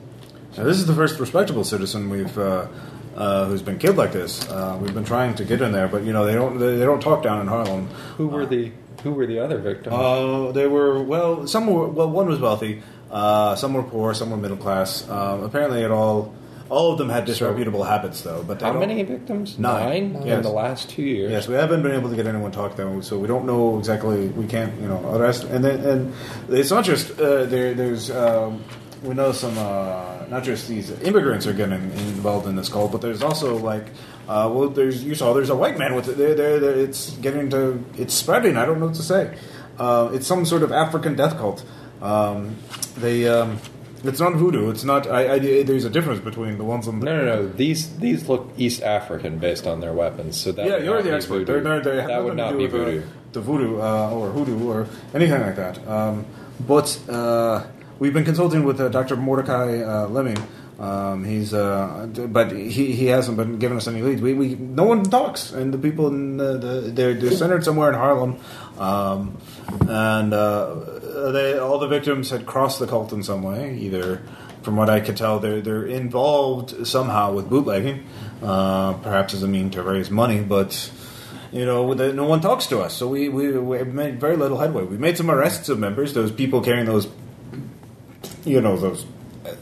S1: Now, this is the first respectable citizen we've uh, uh, who's been killed like this. Uh, we've been trying to get in there, but you know they don't they, they don't talk down in Harlem.
S3: who were the Who were the other victims?
S1: Uh, they were well, some were well, one was wealthy, uh, some were poor, some were middle class. Um, apparently, it all all of them had disreputable habits though. But they
S3: how
S1: don't-
S3: many victims?
S1: Nine. Nine.
S3: in the last two years.
S1: Yes, we haven't been able to get anyone to talk though, so we don't know exactly. We can't, you know, arrest. And then, and it's not just uh, there. There's um, we know some uh, not just these immigrants are getting involved in this cult, but there's also like. Uh, well, there's you saw there's a white man with it. There, there, there. It's getting to it's spreading. I don't know what to say. Uh, it's some sort of African death cult. Um, they um, it's not voodoo. It's not. I, I, there's a difference between the ones on the
S3: No, no, no. These these look East African based on their weapons. So that
S1: yeah,
S3: would
S1: you're
S3: not
S1: the
S3: be
S1: expert.
S3: voodoo.
S1: They're, they're, they have
S3: that would not
S1: nothing
S3: be
S1: to do with,
S3: voodoo.
S1: uh, The, voodoo uh, or hoodoo or anything like that. Um, but uh, we've been consulting with uh, Dr. Mordecai uh, Lemming. Um, he's, uh, d- but he, he hasn't been giving us any leads. We, we no one talks, and the people in the, the they're, they're centered somewhere in Harlem, um, and uh, they all the victims had crossed the cult in some way, either from what I could tell, they're they're involved somehow with bootlegging, uh, perhaps as a mean to raise money. But you know, with the, no one talks to us. So we, we, we made very little headway. We made some arrests of members, those people carrying those, you know, those uh,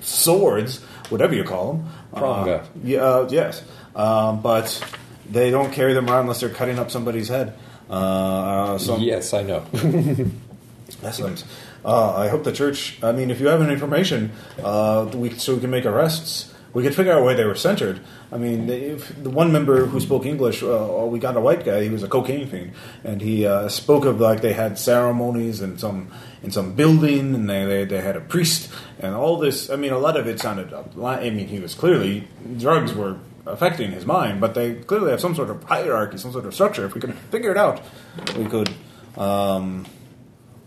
S1: swords, whatever you call them.
S3: Pronga.
S1: Uh, yeah, uh, yes. Um, but they don't carry them around unless they're cutting up somebody's head. Uh, Uh, some,
S3: Yes, I know. [LAUGHS]
S1: that's what I'm s- uh, I hope the church. I mean, if you have any information, uh, we so we can make arrests. We could figure out where they were centered. I mean, they- if the one member who spoke English, uh, we got a white guy. He was a cocaine fiend, and he uh, spoke of like they had ceremonies in some in some building, and they, they they had a priest, and all this. I mean, a lot of it sounded. up- I mean, he was clearly drugs were affecting his mind, but they clearly have some sort of hierarchy, some sort of structure. If we could figure it out, we could. Um,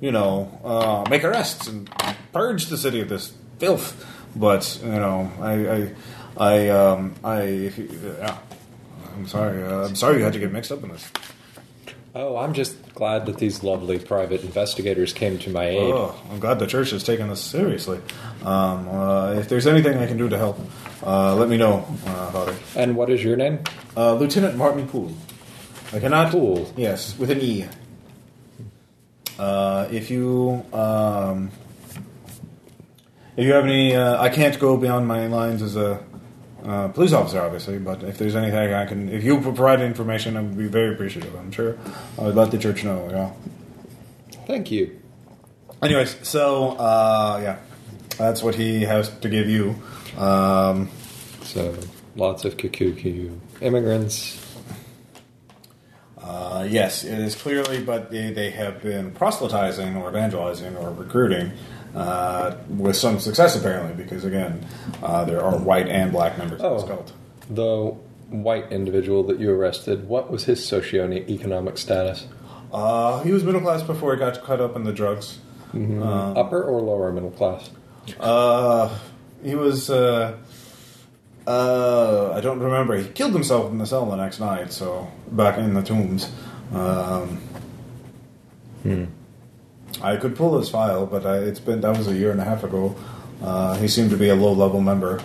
S1: you know, uh, make arrests and purge the city of this filth. But you know, I, I, I, um, I, if you, yeah. I'm sorry. Uh, I'm sorry you had to get mixed up in this.
S3: oh, I'm just glad that these lovely private investigators came to my aid.
S1: Oh, I'm glad the church is taking this seriously. Um, uh, if there's anything I can do to help, uh, let me know uh, about it.
S3: And what is your name?
S1: Uh, Lieutenant Martin Poole. I cannot.
S3: Poole.
S1: Yes, with an E. Uh, if you um, if you have any, uh, I can't go beyond my lines as a uh, police officer, obviously. But if there's anything I can, if you provide information, I would be very appreciative. I'm sure I would let the church know. Yeah.
S3: Thank you.
S1: Anyways, so uh, yeah, that's what he has to give you. Um,
S3: So, lots of Kikuku immigrants.
S1: Uh, yes, it is clearly, but they, they have been proselytizing or evangelizing or recruiting uh, with some success, apparently, because again, uh, there are white and black members of this
S3: Oh.
S1: cult.
S3: The white individual that you arrested, what was his socioeconomic status?
S1: Uh, he was middle class before he got caught up in the drugs. Um,
S3: Upper or lower middle class?
S1: Uh, he was. Uh, uh, I don't remember. He killed himself in the cell the next night, so back in the tombs. Um, Hmm. I could pull his file, but I, it's been that was a year and a half ago. Uh, he seemed to be a low level member,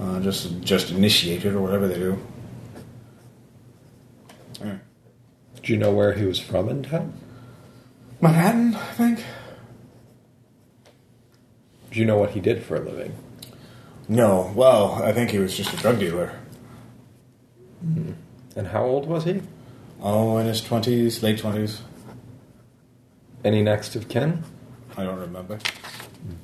S1: uh, just just initiated or whatever they do. Yeah.
S3: Do you know where he was from in town?
S1: Manhattan, I think.
S3: Do you know what he did for a living?
S1: No, well, I think he was just a drug dealer.
S3: And how old was he?
S1: Oh, in his twenties, late twenties.
S3: Any next of kin?
S1: I don't remember.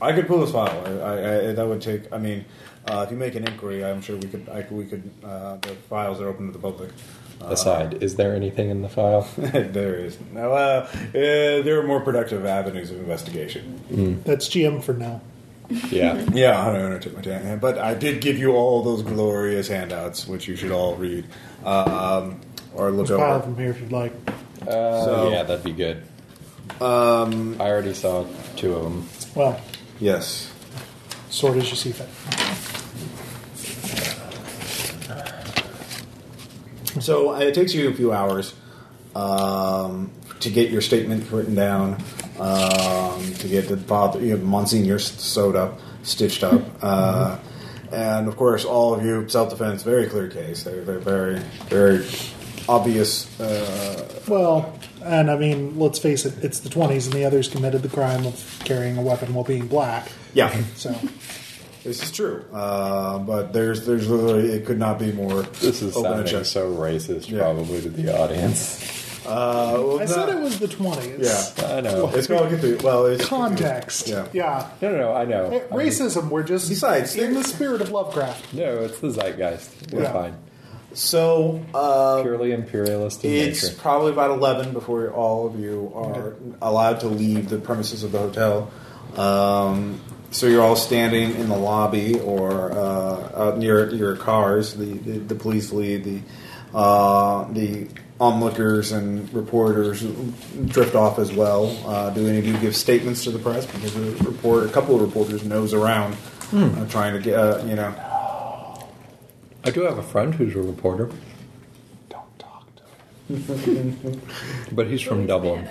S1: I could pull this file. I, I, I, that would take. I mean, uh, if you make an inquiry, I'm sure we could. I, could- we could. Uh, the files are open to the public. [LAUGHS] Uh,
S3: Aside, is there anything in the file?
S1: [LAUGHS] there is. No, uh, uh, there are more productive avenues of investigation.
S2: That's GM for now.
S3: yeah.
S1: Yeah, I don't know. I took my time, but I did give you all those glorious handouts, which you should all read um, or look
S2: There's a pile of
S1: over.
S2: them here if you'd like.
S3: Uh,
S1: So-
S3: yeah, that'd be good. Um, I already saw two of them.
S2: Well,
S1: Yes.
S2: sort as you see fit.
S1: So uh, it takes you a few hours um, to get your statement written down, um, to get the father, you know, Monsignor sewed up, stitched
S2: [LAUGHS]
S1: up, uh, and of course, all of you self-defense. Very clear case. They're, they're very, very obvious. Uh,
S2: Well, and I mean, let's face it, it's the 20s and the others committed the crime of carrying a weapon while being black.
S1: yeah,
S2: So,
S1: this is true. Uh, but there's, there's literally, it could not be more.
S3: This is
S1: open and
S3: sounding
S1: shut.
S3: so racist,
S1: Yeah.
S3: probably to the audience.
S1: Uh, well,
S2: I said
S1: no.
S2: it was the 20s.
S1: Yeah,
S3: [LAUGHS] I know.
S1: it's going to get through. Well, it's
S2: Context.
S1: Yeah.
S2: yeah.
S3: No, no, no, I know.
S2: Eh, racism, we're just
S1: Besides,
S2: in the spirit of Lovecraft.
S3: No, it's the zeitgeist. We're
S2: Yeah.
S3: fine.
S1: So. Uh,
S3: Purely imperialist in
S1: It's
S3: nature.
S1: probably about 11 before all of you are allowed to leave the premises of the hotel. Um, so you're all standing in the lobby or uh, out near your cars. The, the, the police lead, the, uh, the onlookers and reporters drift off as well. Uh, do any of you give statements to the press? Because a, report, a couple of reporters nose around uh, trying to get, uh, you know.
S3: I do have a friend who's a reporter,
S2: Don't talk to
S3: [LAUGHS] but he's from Dublin.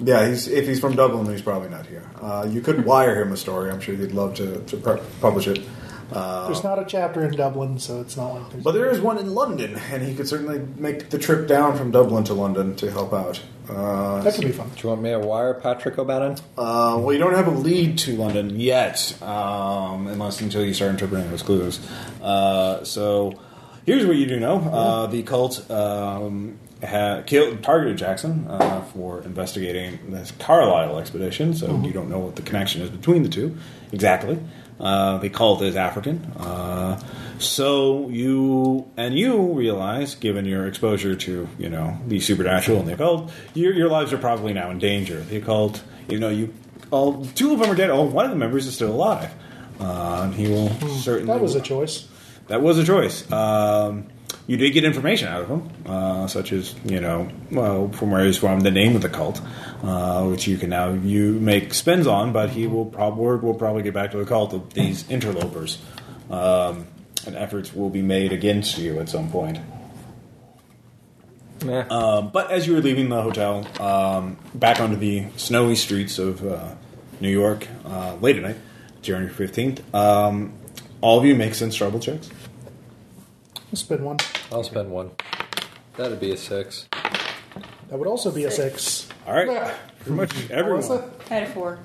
S1: Yeah, he's, if he's from Dublin, he's probably not here. Uh, you could wire him a story. I'm sure he'd love to, to pr- publish it. Uh,
S2: There's not a chapter in Dublin, so it's not like there's.
S1: but there is one in London, and he could certainly make the trip down from Dublin to London to help out. Uh,
S2: that could be fun.
S3: Do you want me to wire Patrick O'Bannon?
S1: Uh, well, you don't have a lead to London yet, um, unless until you start interpreting those clues. Uh, so, here's what you do know: uh, the cult um, ha- killed, targeted Jackson uh, for investigating this Carlisle expedition. So you don't know what the connection is between the two exactly. Uh, the cult is African, uh, so you and you realize, given your exposure to you know the supernatural and the occult, your, your lives are probably now in danger. The occult, you know, you all two of them are dead. Oh, one of the members is still alive. Uh, and he will certainly
S2: Hmm. That was a choice.
S1: that was a choice. Um, you did get information out of him, uh, such as you know, well, from where he's from, the name of the cult, uh, which you can now you make spins on. But he will probably will probably get back to the cult of these interlopers, um, and efforts will be made against you at some point.
S3: Meh.
S2: Uh,
S1: Um, but as you were leaving the hotel, um, back onto the snowy streets of uh, New York uh, late at night, January fifteenth, um, all of you make sense trouble checks.
S2: It's been one.
S3: I'll spend one. That'd be a six.
S2: That would also be a six.
S1: All right. Pretty much everyone.
S2: Melissa?
S6: I had a four.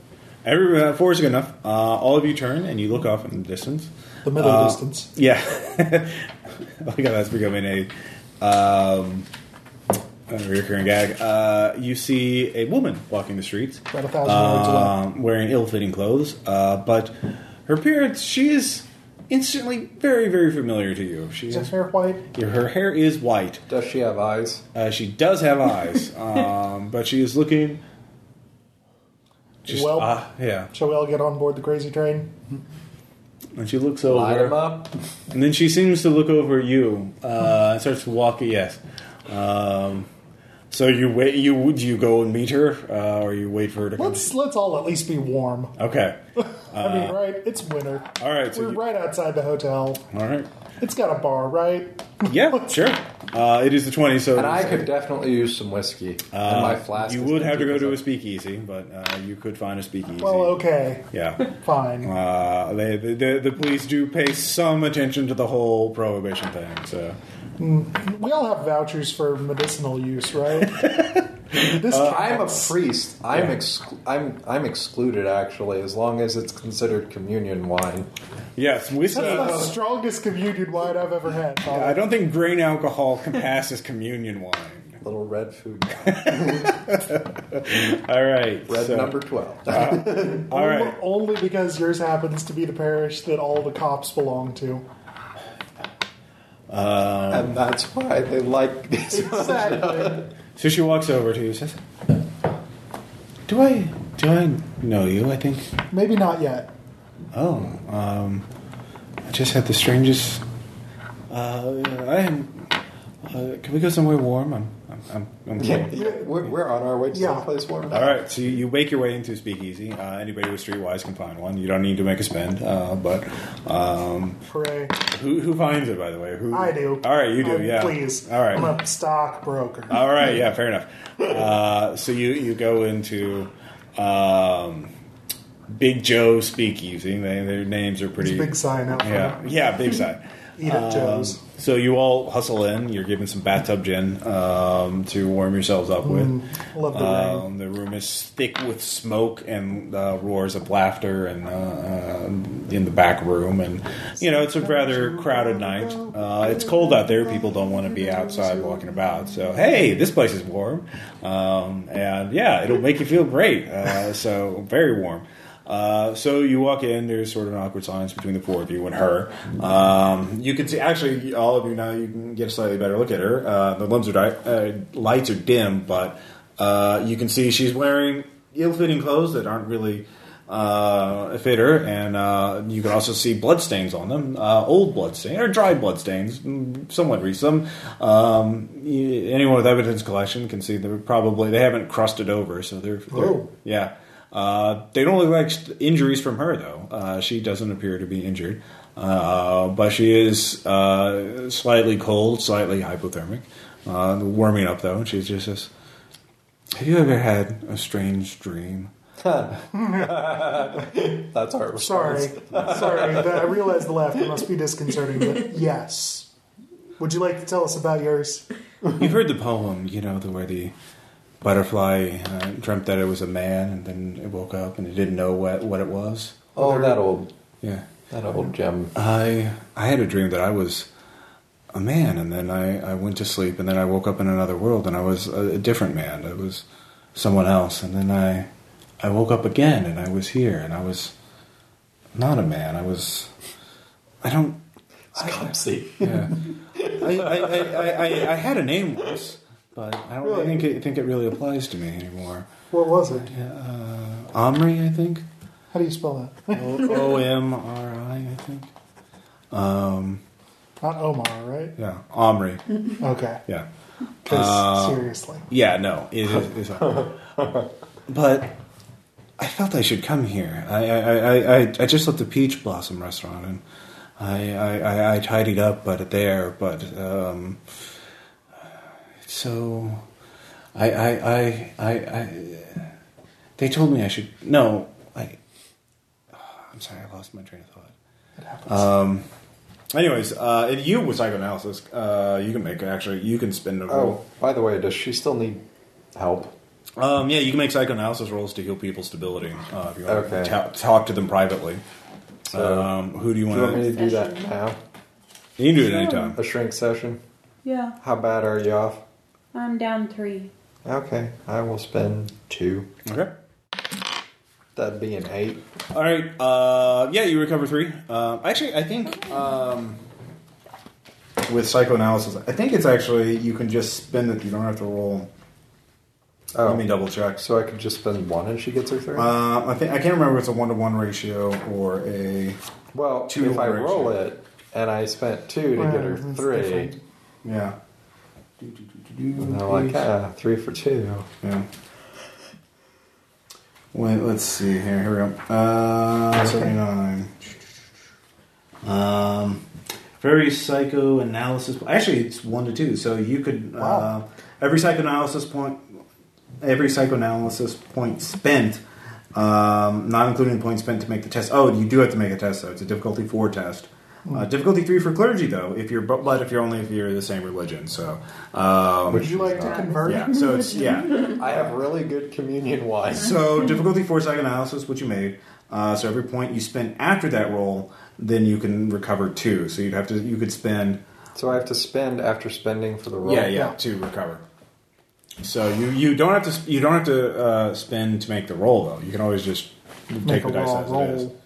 S1: Every uh, four is good enough. Uh, all of you turn and you look off in the distance.
S2: The middle
S1: Uh,
S2: distance.
S1: Yeah. [LAUGHS] oh my god, that's becoming a, um, a recurring gag. Uh, you see a woman walking the streets,
S2: About a thousand yards away.
S1: um, wearing ill-fitting clothes, uh, but her appearance she is instantly very, very familiar to you. She
S2: Is it
S1: is,
S2: fair white?
S1: her hair is white.
S3: Does she have eyes?
S1: Uh, she does have
S2: [LAUGHS]
S1: eyes, um, but she is looking. Just,
S2: Well-
S1: uh, yeah.
S2: Shall we all get on board the crazy train?
S1: And she looks
S3: Light
S1: over,
S3: him up.
S1: and then she seems to look over at you uh, and starts walking. Yes. Um, so you wait. You would you go and meet her, uh, or you wait for her to come?
S2: Let's let's all at least be warm.
S1: Okay.
S2: I mean, right? It's winter.
S1: Uh, All right. So
S2: We're
S1: you,
S2: right outside the hotel.
S1: all right.
S2: It's got a bar, right?
S1: Yeah. sure. Uh, it is the twenty. So
S3: And I could definitely use some whiskey. and my flask.
S1: Uh, You
S3: is
S1: would have to
S3: empty
S1: go to a
S3: because
S1: speakeasy, but uh, you could find a speakeasy.
S2: Well, okay,
S1: Yeah.
S2: fine.
S1: Uh, they, the, the, the police do pay some attention to the whole prohibition thing. So
S2: We all have vouchers for medicinal use,
S1: [LAUGHS]
S2: right? this
S3: I- Uh, I'm a
S2: counts.
S3: priest. I'm exclu- I'm I'm excluded actually, as long as it's considered communion wine.
S1: yes, whiskey.
S2: That's the strongest communion wine I've ever had. Father.
S1: I don't think grain alcohol can pass as communion wine.
S3: Little red food,
S1: All right,
S3: red
S1: so-
S3: number twelve.
S1: All right,
S2: Only because yours happens to be the parish that all the cops belong to.
S3: and that's why they like these.
S2: Exactly.
S1: so she walks over to you. Says, "Do I do I know you? I think.
S2: Maybe not yet.
S1: Oh, um, I just had the strangest. Uh, I am. Uh, can we go somewhere warm? I'm. I'm. I'm, I'm cold."
S3: Yeah, yeah, we're, we're on our way to
S2: Yeah.
S3: someplace warm.
S1: All right, so you, you make your way into Speakeasy. Uh, anybody with Streetwise can find one. You don't need to make a spend, uh, but um,
S2: Hooray.
S1: who, who finds it, by the way? Who
S2: I do.
S1: All right, you do. Um,
S2: I'm-
S1: yeah.
S2: Please.
S1: All right.
S2: I'm a stockbroker.
S1: All right, yeah, fair enough. Uh, so you you go into um, Big Joe Speakeasy. They, their names are
S2: It's
S1: pretty
S2: a big sign out front.
S1: Yeah, yeah,
S2: [LAUGHS]
S1: big side.
S2: Eat it,
S3: Um,
S2: Joe's.
S1: So you all hustle in. You're given some bathtub gin um, to warm yourselves up with.
S2: Mm, love the
S1: um, the room is thick with smoke and uh, roars of laughter, and uh, uh, in the back room, and you know it's a rather crowded night. Uh, it's cold out there. People don't want to be outside walking about. So hey, this place is warm, um, and yeah, it'll make you feel great. Uh, so very warm. Uh, so you walk in. There's sort of an awkward silence between the four of you and her. Um, you can see, actually, all of you now. You can get a slightly better look at her. Uh, the limbs are di- uh, lights are dim, but uh, you can see she's wearing ill-fitting clothes that aren't really uh, fit her, and uh, you can also see bloodstains on them, uh, old bloodstains or dry bloodstains, mm, somewhat recent. Um, y- anyone with evidence collection can see they're probably they haven't crusted over, so they're, they're
S2: Oh.
S1: yeah. Uh, they don't look like st- injuries from her, though. Uh, she doesn't appear to be injured. Uh, but she is uh, slightly cold, slightly hypothermic. Uh, warming up, though, and she just says, Have you ever had a strange dream?
S3: That's our response.
S2: Sorry, sorry.
S3: [LAUGHS]
S2: that- I realize the laughter must be disconcerting, but yes. Would you like to tell us about yours?
S1: You heard the poem, you know, the where the butterfly uh, dreamt that it was a man, and then it woke up and it didn't know what what it was.
S3: Oh, that old,
S1: Yeah,
S3: that old gem.
S1: I I had a dream that I was a man, and then I I went to sleep, and then I woke up in another world, and I was a, a different man. I was someone else, and then I I woke up again, and I was here, and I was not a man. I was I don't
S3: Scopsy.
S1: yeah. I, I, I, I, I had a name once, but I don't
S2: Really?
S1: think it, think it really applies to me anymore.
S2: What was it?
S1: Yeah, uh, Omri, I think.
S2: How do you spell that?
S1: O M R I, I think. Um,
S2: Not Omar, right?
S1: yeah, Omri.
S2: Okay.
S1: Yeah,
S2: 'Cause
S1: Uh,
S2: seriously,
S1: yeah. No, it is. It's Omri. but I felt I should come here. I, I, I, I, I just left the Peach Blossom restaurant and I, I, I, I tidied up, but there, but um, so I, I, I, I, I, they told me I should. No, I. oh, I'm sorry, I lost my train of thought.
S2: it happens.
S1: Um, anyways, uh, if you with psychoanalysis, uh, you can make actually you can spin the
S3: Oh,
S1: roll.
S3: by the way, does she still need help?
S1: Um, yeah, you can make psychoanalysis rolls to heal people's stability uh, if you want
S3: Okay.
S1: to ta- talk to them privately.
S3: So-
S1: um, who do you
S3: Do
S1: want
S3: you want me
S1: to?
S3: to do that now?
S1: You can do it anytime.
S3: A shrink session?
S4: Yeah,
S3: How bad are you off?
S4: I'm down three.
S3: Okay, I will spend two.
S1: Okay.
S3: That'd be an eight.
S1: All right. Uh, yeah, you recover three. Uh, actually, I think um, with psychoanalysis, I think it's actually you can just spin it. You don't have to roll.
S3: Oh,
S1: Let me double check.
S3: so I could just spend one and she gets her three?
S1: Uh, I think I can't remember if it's a one to one ratio or a
S3: well,
S1: two
S3: if I
S1: or
S3: roll
S1: two.
S3: it and I spent two to
S2: Well,
S3: get her
S2: that's
S3: three,
S2: different.
S1: yeah.
S3: no, like uh, three for two.
S1: Yeah. Wait, let's see here. Here we go. Uh, 79. Um, very psychoanalysis. Actually, it's one to two. So you could uh,
S2: Wow.
S1: every psychoanalysis point, every psychoanalysis point spent, um, not including the point spent to make the test. Oh, you do have to make a test though. It's a difficulty four test. Uh, difficulty three for clergy though. If you're but but if you're only if you're the same religion. So um,
S2: Would you like to convert?
S1: yeah. So it's yeah.
S3: I have really good communion wine.
S1: So difficulty four psychoanalysis, which you made. Uh, so every point you spend after that roll, then you can recover two. So you'd have to you could spend
S3: So I have to spend after spending for the roll.
S1: yeah yeah to recover. So you you don't have to sp- you don't have to uh, spend to make the roll though. You can always just
S2: Make
S1: take
S2: a
S1: the dice
S2: raw
S1: as it is.
S2: roll.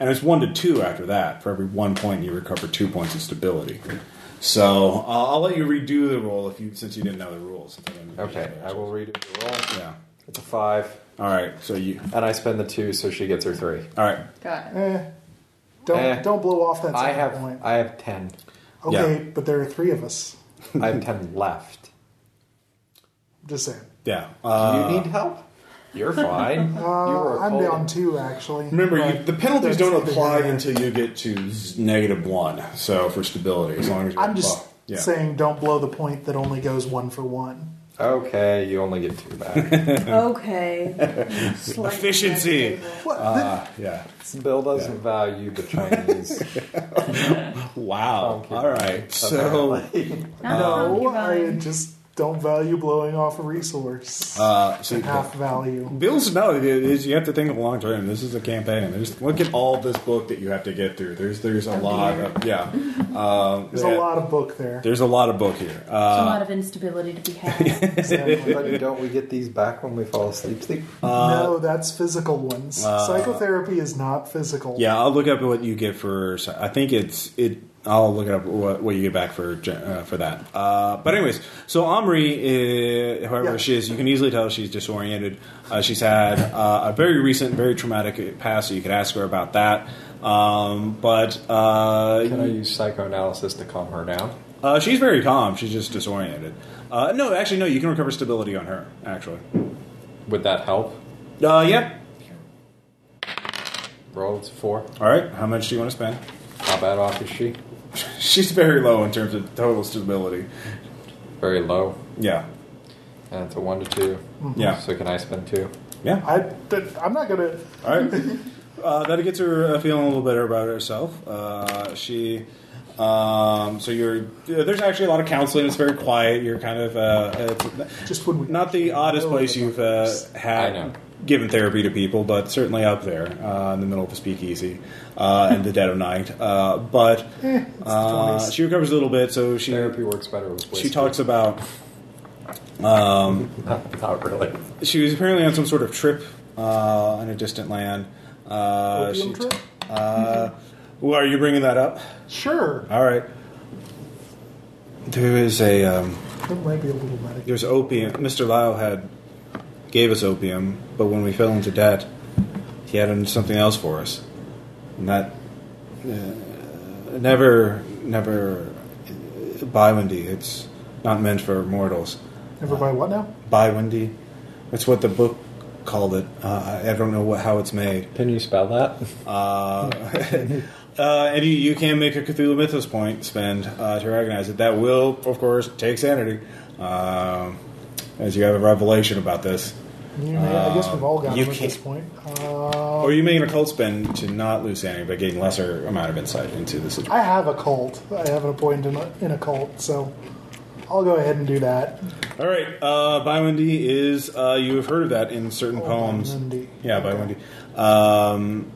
S1: And it's one to two after that. For every one point, you recover two points of stability. So uh, I'll let you redo the roll if you since you didn't know the rules.
S3: Okay, I will redo the roll.
S1: Yeah.
S3: It's a five,
S1: All right. So you.
S3: and I spend the two, so she gets her three.
S1: All right.
S6: Got it.
S2: Eh, don't
S3: Eh.
S2: don't blow off that.
S3: I
S2: second
S3: have
S2: Point.
S3: I have ten.
S2: Okay, but there are three of us.
S3: I
S1: [LAUGHS]
S3: have ten left.
S2: Just saying.
S1: Yeah.
S3: Do
S1: Uh,
S3: you need help?
S1: [LAUGHS]
S3: You're fine. you
S2: Uh,
S3: were
S2: I'm
S3: cold.
S2: down two actually.
S1: Remember, you,
S2: but
S1: the penalties
S2: that's
S1: don't
S2: the
S1: apply
S2: bigger-
S1: until you get to z- negative one. So for stability, as long as you're
S2: I'm just
S1: above. yeah.
S2: saying, don't blow the point that only goes one for one.
S3: Okay, you only get two
S1: [LAUGHS]
S3: back.
S6: Okay.
S2: [LAUGHS]
S6: Slightly
S1: Efficiency.
S6: less favorable.
S2: What?
S1: Uh, yeah.
S3: Bill doesn't value the Chinese.
S1: Wow.
S3: Okay.
S1: All right. So,
S2: no,
S6: you're
S2: I
S6: fine.
S2: just don't value blowing off a resource. [LAUGHS]
S1: uh, so
S2: Half value.
S1: Bills, no, it is, you have to think of long term. This is a campaign. There's, look at all this book that you have to get through. There's there's a lot of yeah. Um,
S2: [LAUGHS] There's
S1: yeah.
S2: a lot of
S1: [LAUGHS]
S2: book there.
S1: There's a lot of book here.
S6: It's a
S1: Uh,
S6: lot of instability to
S2: [LAUGHS]
S6: be had.
S2: Exactly.
S3: but don't we get these back when we fall asleep? Sleep.
S2: no, that's physical ones. Psychotherapy is not physical.
S1: uh, yeah, I'll look up what you get for. I think it's it. I'll look up what, what you get back for uh, for that. Uh, but anyways, so Omri, uh, however
S2: Yeah.
S1: she is, you can easily tell she's disoriented. Uh, she's had uh, a very recent, very traumatic past, so you could ask her about that. Um, but uh,
S3: Can I use psychoanalysis to calm her down?
S1: uh, she's very calm. She's just disoriented. Uh, no, actually, no. You can recover stability on her. Actually,
S3: Would that help?
S1: uh, yeah.
S3: Rolls four.
S1: All right. How much do you want to spend? [LAUGHS]
S3: How bad off is she?
S1: she's very low in terms of total stability.
S3: Very low.
S1: Yeah.
S3: And it's a one to two.
S1: Yeah.
S3: Mm-hmm. So can I spend two?
S1: Yeah.
S2: I, that, I'm not gonna.
S1: All right. Uh, that gets her uh, feeling a little better about herself. Uh, she, um, so you're. yeah, There's actually a lot of counseling. It's very quiet. You're kind of. Uh, it's
S2: Just when we
S1: not the oddest place you've uh,
S3: I know.
S1: had given therapy to people, but certainly up there uh, in the middle of a speakeasy uh, in the dead of night. Uh, but uh,
S2: 20s.
S1: she recovers a little bit, so she
S3: Therapy works better with
S1: she
S3: whiskey.
S1: talks about.
S3: Not, not really.
S1: She was apparently on some sort of trip uh, in a distant land. Uh,
S2: Opium trip?
S1: Uh, well, are you bringing that up?
S2: Sure,
S1: All right. There is a um,
S2: it might be a little medic.
S1: there's opium. Mr. Lyle had gave us opium, but when we fell into debt, he had something else for us, and that uh, never, never, buy Wendy. It's not meant for mortals.
S2: Everybody, what now?
S1: Buy Wendy. That's what the book called it. Uh, I I don't know what, how it's made.
S3: Can you spell that?
S1: Uh, uh, and you, you can make a Cthulhu Mythos point spend uh, to recognize it. That will, of course, take sanity, um, as you have a revelation about this.
S2: You may, I guess we've all got
S1: you
S2: them at
S1: can't-
S2: this point. Uh,
S1: Or you make an occult spend to not lose sanity by gaining lesser amount of insight into the situation.
S2: I have a cult. I have an appointment in a, in a cult, so I'll go ahead and do that.
S1: All right, uh, by Wendy is uh, you have heard of that in certain
S2: Oh,
S1: poems.
S2: By Wendy.
S1: Yeah, by
S2: Okay.
S1: Wendy. Um,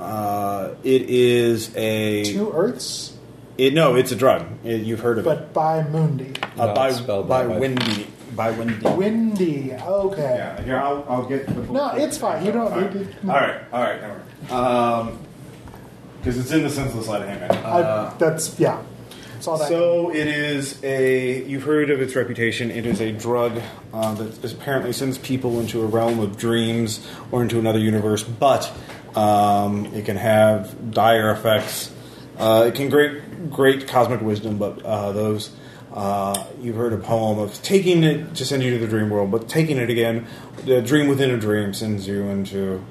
S1: uh, it is a
S2: Two Earths,
S1: it, no, it's a drug. It, you've heard of it.
S2: but by Mundi.
S1: Uh,
S3: No,
S1: by
S3: it's spelled
S1: by
S3: that way.
S1: Wendy. By Wendy.
S2: Windy. Okay.
S7: Yeah, here I'll, I'll get the book.
S2: No, it's fine. You don't
S7: All right.
S2: need to-
S7: All right, all right, all right. Um, because it's in the senseless light of hand.
S1: Uh,
S7: man.
S2: I, that's yeah. It's all that.
S1: So it is a. You've heard of its reputation. It is a drug uh, that is- apparently sends people into a realm of dreams or into another universe, but um, it can have dire effects. Uh, it can great great cosmic wisdom, but uh, those. Uh, you've heard a poem of taking it to send you to the dream world, but taking it again, the dream within a dream sends you into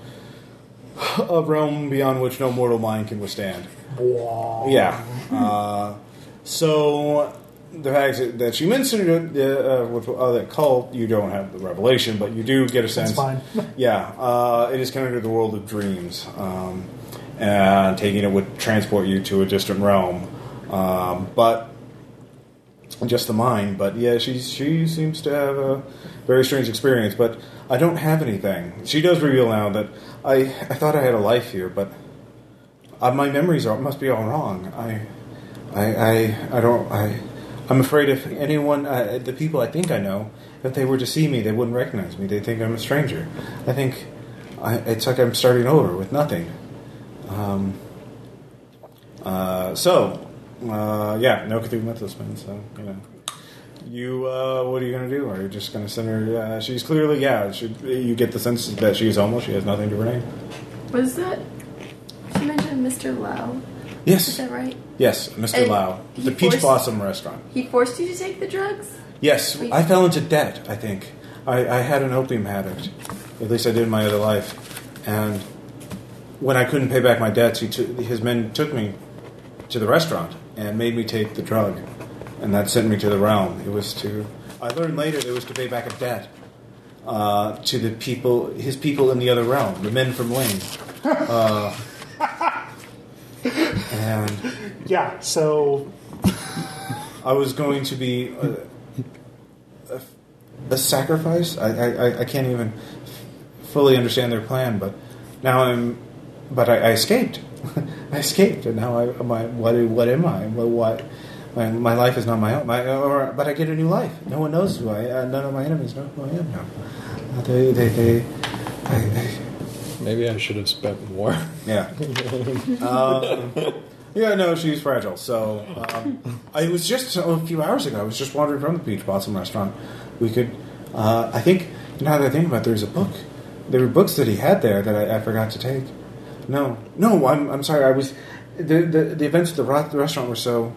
S1: a realm beyond which no mortal mind can withstand. Yeah. Uh, so the fact that you mentioned it uh, with uh, that cult, you don't have the revelation, but you do get a sense.
S2: fine.
S1: [LAUGHS] Yeah, uh, it is kind of the world of dreams, um, and taking it would transport you to a distant realm, um, but just the mind. But yeah, she she seems to have a very strange experience. But I don't have anything. She does reveal now that I I thought I had a life here, but uh, my memories are must be all wrong. I, I, I, I don't. I, I'm afraid if anyone, uh, the people I think I know, if they were to see me, they wouldn't recognize me. They think I'm a stranger. I think I, it's like I'm starting over with nothing. Um. Uh, so, uh, yeah, no Cthulhu Mythos, man. So you know. You, uh, what are you gonna do? Are you just gonna send her? Uh, she's clearly, yeah. She, you get the sense that she's homeless. She has nothing to her name.
S5: Was that? You mentioned Mr. Lau.
S1: Yes.
S5: Is that right?
S1: Yes, Mr.
S5: And
S1: Lau,
S5: he
S1: the Peach
S5: forced-
S1: Blossom Restaurant.
S5: He forced you to take the drugs.
S1: Yes,
S5: Wait.
S1: I fell into debt. I think I, I had an opium habit. At least I did in my other life. And when I couldn't pay back my debts, he took his men took me to the restaurant and made me take the drug, and that sent me to the realm. It was to I learned later it was to pay back a debt uh, to the people, his people in the other realm, the men from Wayne. Uh, [LAUGHS] and
S2: Yeah. So
S1: I was going to be a, a, a sacrifice. I, I, I- I can't even fully understand their plan, but now I'm. But I, I escaped. [LAUGHS] I escaped, and now I my what what am I? What, what my my life is not my own. My or, but I get a new life. No one knows who I. Uh, none of my enemies know who I am now. Uh, they they they. I, I,
S3: Maybe I should have spent [LAUGHS] more.
S1: yeah. um, yeah, no, she's fragile. So um, I was just a few hours ago. I was just wandering from the Peach Blossom restaurant. We could, uh, I think. Now that I think about, it, there's a book. There were books that he had there that I, I forgot to take. No, no, I'm, I'm sorry. I was the, the the events at the ro- restaurant were so.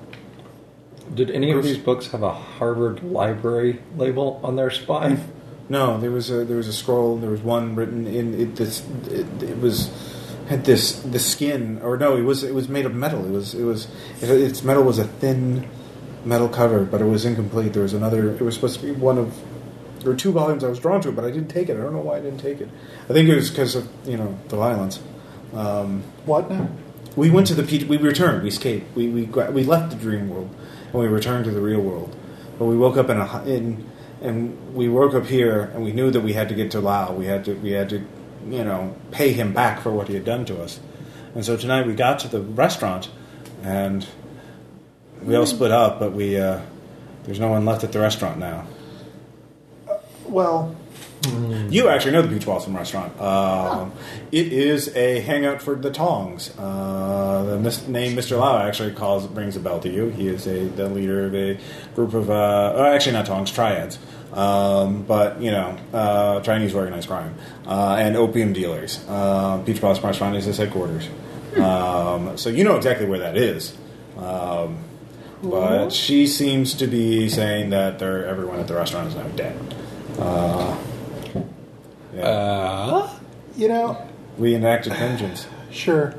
S3: Did any of these books have a Harvard Library label on their spine?
S1: No, there was a there was a scroll. There was one written in it. This it, it was had this the skin or no, it was it was made of metal. It was it was it, its metal was a thin metal cover, but it was incomplete. There was another. It was supposed to be one of There were two volumes I was drawn to, but I didn't take it. I don't know why I didn't take it. I think it was because of you know the violence. Um,
S2: What now?
S1: we went to the P- we returned. We escaped. We we gra- we left the dream world and we returned to the real world. But we woke up in a hi- in and we woke up here and we knew that we had to get to Lao. We had to we had to you know pay him back for what he had done to us. And so tonight we got to the restaurant and we all split up. But we uh, there's no one left at the restaurant now.
S2: Well,
S1: You actually know the Beach Blossom restaurant. Um, It is a hangout for the Tongs. Uh, the mis- name Mr. Lau actually calls brings a bell to you. He is a the leader of a group of uh, oh, actually not Tongs triads, um, but you know uh, Chinese organized crime uh, and opium dealers. Uh, Beach Blossom restaurant is his headquarters. Um, so you know exactly where that is. Um, but she seems to be saying that they're, everyone at the restaurant is now dead. Uh, yeah.
S3: Uh,
S2: you know,
S1: We enacted vengeance.
S2: sure.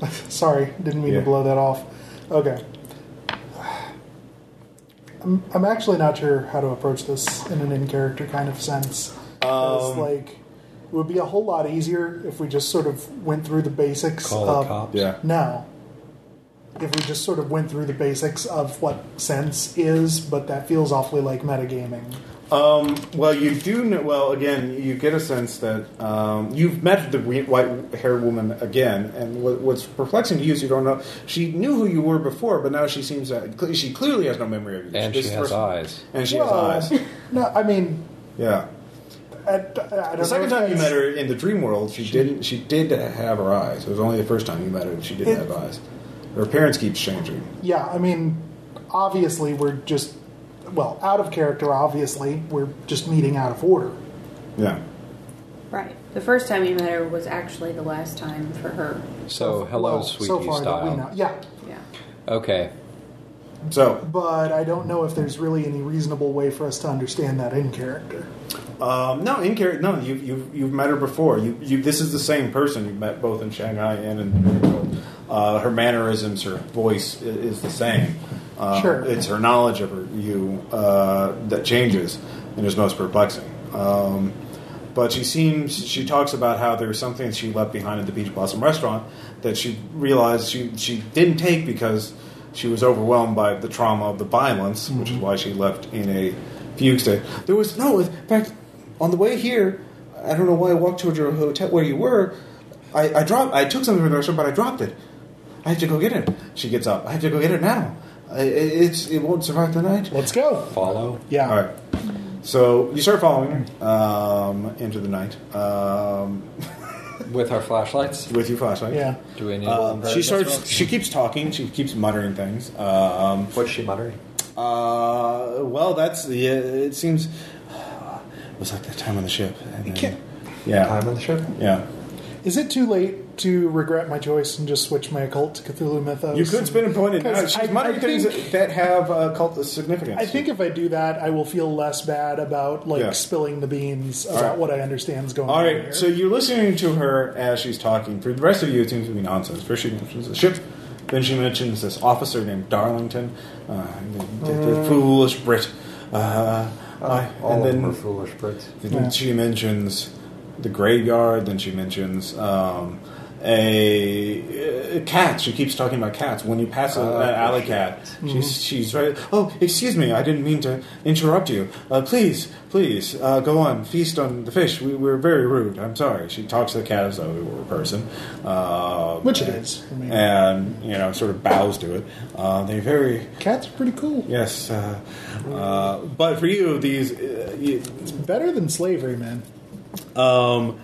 S2: [LAUGHS] Sorry, didn't mean
S1: Yeah.
S2: to blow that off. Okay. I'm, I'm actually not sure how to approach this in an in character kind of sense. 'Cause,
S1: Um,
S2: like, it would be a whole lot easier if we just sort of went through the basics
S3: Call
S2: of
S3: the cops.
S1: Yeah.
S2: No. If we just sort of went through the basics of what sense is, but that feels awfully like metagaming.
S1: Um, well, you do know. Well, again, you get a sense that um, you've met the we- white haired woman again, and what, what's perplexing to you is you don't know. She knew who you were before, but now she seems uh, cle- she clearly has no memory of you.
S3: And
S1: This
S3: she has
S1: person-
S3: eyes.
S1: And she
S2: Well, [LAUGHS]
S1: has eyes.
S2: No, I mean,
S1: Yeah.
S2: I, I don't know
S1: The second
S2: if
S1: time you
S2: that's-
S1: met her in the dream world, she, didn't. She did have her eyes. It was only the first time you met her that she didn't
S2: It-
S1: have eyes. Her appearance keeps changing.
S2: Yeah, I mean, obviously we're just, well, out of character, obviously. We're just meeting out of order.
S1: Yeah.
S6: Right. The first time you met her was actually the last time for her.
S3: Oh, So, hello,
S2: Well,
S3: sweetie
S2: so far that we
S3: style.
S2: know. Yeah,
S6: Yeah.
S3: Okay.
S1: So,
S2: but I don't know if there's really any reasonable way for us to understand that in character.
S1: Um, no, in character. No, you, you've you've met her before. You, you this is the same person you met both in Shanghai and in. Dreamworld. Uh, her mannerisms, her voice i- is the same. Uh,
S2: Sure.
S1: it's her knowledge of her, you uh, that changes and is most perplexing. Um, but she seems she talks about how there's something she left behind at the Beach Blossom restaurant that she realized she she didn't take because she was overwhelmed by the trauma of the violence, which is why she left in a fugue state. There was no, in fact, on the way here, I don't know why I walked towards your hotel where you were. I, I dropped. I took something from the restaurant, but I dropped it. I have to go get it. She gets up. I have to go get it now. I, it- it's it won't survive the night.
S2: Let's go.
S3: Follow.
S2: Yeah.
S1: All right. So you start following her um, into the night um,
S3: With our flashlights.
S1: with your flashlight.
S2: Yeah.
S3: Do we need
S1: Um, she starts. She keeps talking. She keeps muttering things. Um,
S3: What's she muttering?
S1: uh, well, that's the. it seems. uh, it was like that time on the ship. And
S2: can't-
S1: then, yeah.
S3: Time on the ship?
S1: Yeah.
S2: Is it too late to regret my choice and just switch my occult to Cthulhu mythos?
S1: You could spin and point it out.
S2: Because
S1: She's
S2: I-
S1: muttering
S2: I
S1: things
S2: think-
S1: that have uh, cult significance.
S2: I think if I do that, I will feel less bad about like
S1: Yeah.
S2: spilling the beans about
S1: right.
S2: what I understand is going
S1: All
S2: on.
S1: right,
S2: here.
S1: so you're listening to her as she's talking. For the rest of you, it seems to be nonsense. First, she mentions the ship. Then she mentions this officer named Darlington, uh, the, the, the foolish Brit. Uh, I-
S3: All
S1: and
S3: of
S1: then,
S3: them are foolish Brits.
S1: then she mentions the graveyard. Then she mentions um, a, a cat. She keeps talking about cats. When you pass a,
S3: Oh,
S1: an alley
S3: shit.
S1: cat, she's she's right. Oh, excuse me, I didn't mean to interrupt you. Uh, please, please uh, go on. Feast on the fish. We were very rude. I'm sorry. She talks to the cat as though it were a person, Um
S2: Which it is. I mean-
S1: and you know, sort of bows to it. Uh, they very
S2: Cats are pretty cool.
S1: yes. Uh, uh, but for you, these uh, you,
S2: It's better than slavery, man.
S1: um,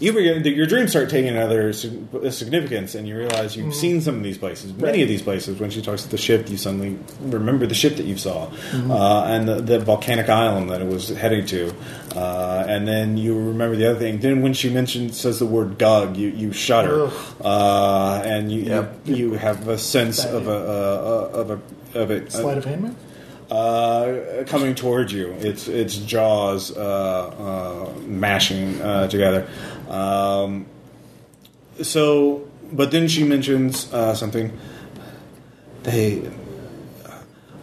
S1: you begin, your dreams start taking another sig- significance, and you realize you've seen some of these places. Many of these places, when she talks to the ship, you suddenly remember the ship that you saw uh, and the, the volcanic island that it was heading to. Uh, and then you remember the other thing. Then when she mentions says the word "gug," you, you shudder,
S2: Ugh.
S1: uh, and you,
S3: Yep.
S1: you you have a sense
S2: Bad
S1: of a,
S2: idea.
S1: uh, of a of it
S2: Sleight of hand, man.
S1: uh, coming towards you. Its its jaws uh, uh, mashing uh, together. Um, so, but then she mentions uh, something. They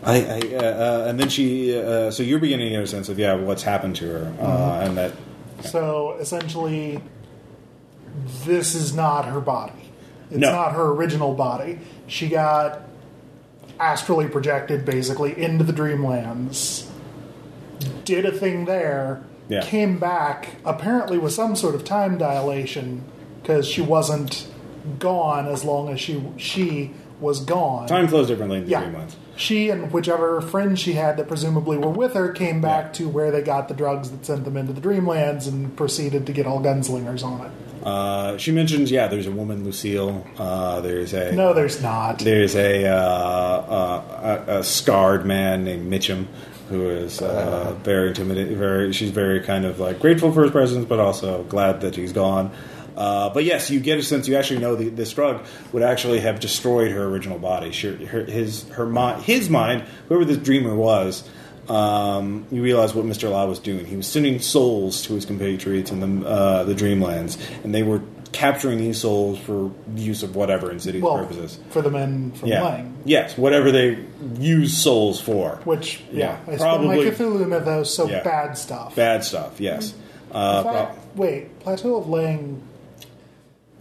S1: I, I uh, uh, and then she. Uh, so you're beginning to get a sense of yeah, what's happened to her,
S2: Mm-hmm.
S1: uh, and that
S2: So essentially, this is not her body. It's
S1: No.
S2: not her original body. She got astrally projected basically into the dreamlands, did a thing there,
S1: Yeah.
S2: came back, apparently with some sort of time dilation because she wasn't gone as long as she she was gone.
S1: time flows differently in the
S2: Yeah.
S1: three months.
S2: She and whichever friends she had that presumably were with her came back to where they got the drugs that sent them into the Dreamlands and proceeded to get all gunslingers on it.
S1: Uh, she mentions yeah, there's a woman Lucille. Uh, there's a
S2: No, there's not.
S1: There's a, uh, uh, a, a scarred man named Mitchum who is uh, very intimidated. Very, she's very kind of like grateful for his presence, but also glad that he's gone. Uh, but yes, you get a sense. You actually know the, this drug would actually have destroyed her original body. She, her, his, her mind, his mind, whoever this dreamer was. Um, you realize what Mr. Law was doing. He was sending souls to his compatriots in the uh, the Dreamlands, and they were capturing these souls for use of whatever insidious
S2: Well,
S1: purposes
S2: for the men from
S1: yeah.
S2: Lang.
S1: Yes, whatever they use souls for.
S2: Which, yeah,
S1: Yeah,
S2: it's
S1: probably-
S2: been like Cthulhu mythos, so
S1: Yeah.
S2: bad stuff.
S1: Bad stuff, yes. Uh,
S2: In fact,
S1: prob-
S2: wait, Plateau of Lang.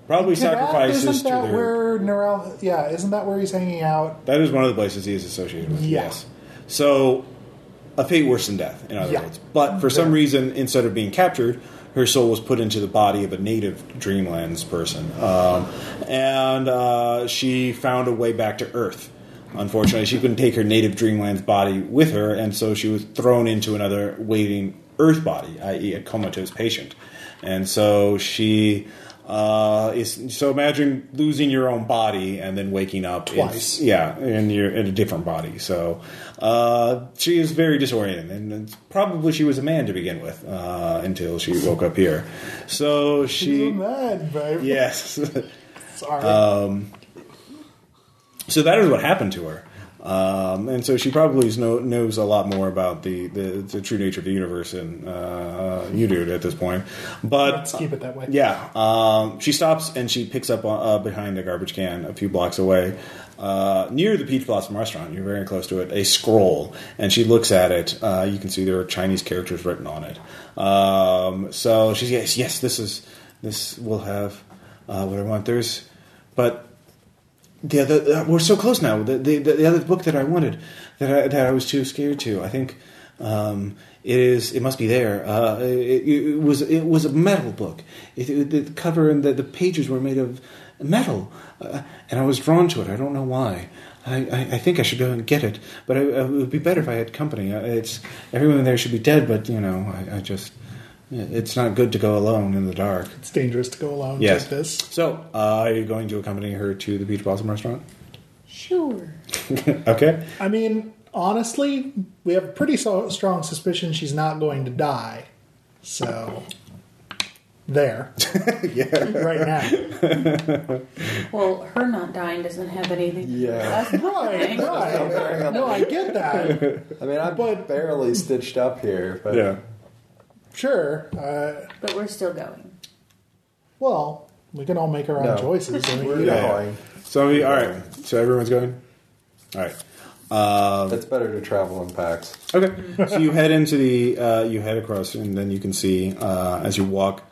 S1: probably
S2: Tibet,
S1: sacrifices
S2: isn't
S1: to
S2: that
S1: their.
S2: where Neural, Yeah, isn't that where he's hanging out?
S1: That is one of the places he is associated with,
S2: Yeah.
S1: yes. So, a fate worse than death, in other
S2: Yeah.
S1: words. But for some
S2: Yeah.
S1: reason, instead of being captured, her soul was put into the body of a native Dreamlands person. Um, and uh, she found a way back to Earth. Unfortunately, she couldn't take her native Dreamlands body with her, and so she was thrown into another waiting Earth body, i.e., a comatose patient. And so she. Uh, is, so imagine losing your own body and then waking up in-
S2: Twice.
S1: yeah, and you're in a different body. So uh, she is very disoriented, and it's probably she was a man to begin with uh, until she woke up here. So
S2: She's
S1: she, Uh,
S2: a man, babe.
S1: yes. [LAUGHS]
S2: Sorry.
S1: so that is what happened to her. Um, and so she probably is know, knows a lot more about the, the, the true nature of the universe than uh, you do at this point. But
S2: Let's keep it that way.
S1: Yeah, um, she stops and she picks up uh, behind a garbage can a few blocks away, uh, near the Peach Blossom restaurant. You're very close to it. A scroll, and she looks at it. Uh, you can see there are Chinese characters written on it. Um, so she's yes, yes, this is this will have uh, what I want. There's, but the other uh, we're so close now. The, the the other book that I wanted that I, that I was too scared to. I think um, it is. It must be there. Uh, it, it was it was a metal book. It, it, the cover and the, the pages were made of metal, uh, and I was drawn to it. I don't know why. I, I, I think I should go and get it, but I, it would be better if I had company. Uh, It's everyone there should be dead, but you know I, I just it's not good to go alone in the dark.
S2: It's dangerous to go alone
S1: Yes.
S2: like this.
S1: So uh, are you going to accompany her to the Beach Blossom restaurant?
S6: Sure.
S1: [LAUGHS] Okay.
S2: I mean, honestly, we have pretty so- strong suspicion she's not going to die. So,
S3: [LAUGHS]
S2: there. Right now.
S6: Well, her not dying doesn't have anything.
S3: Yeah.
S2: [LAUGHS]
S6: That's
S2: Right, right. No, I get that.
S3: I mean, I'm
S2: But-
S3: barely stitched up here, but
S1: Yeah.
S2: Sure. Uh,
S6: But we're still going.
S2: well, we can all make our own
S3: No.
S2: choices. I mean,
S3: we're
S2: you-
S1: Yeah.
S3: going.
S1: So we- all right. So everyone's going. All right.
S3: It's better to travel in packs.
S1: Okay. so you head into the. Uh, you head across, and then you can see uh, as you walk.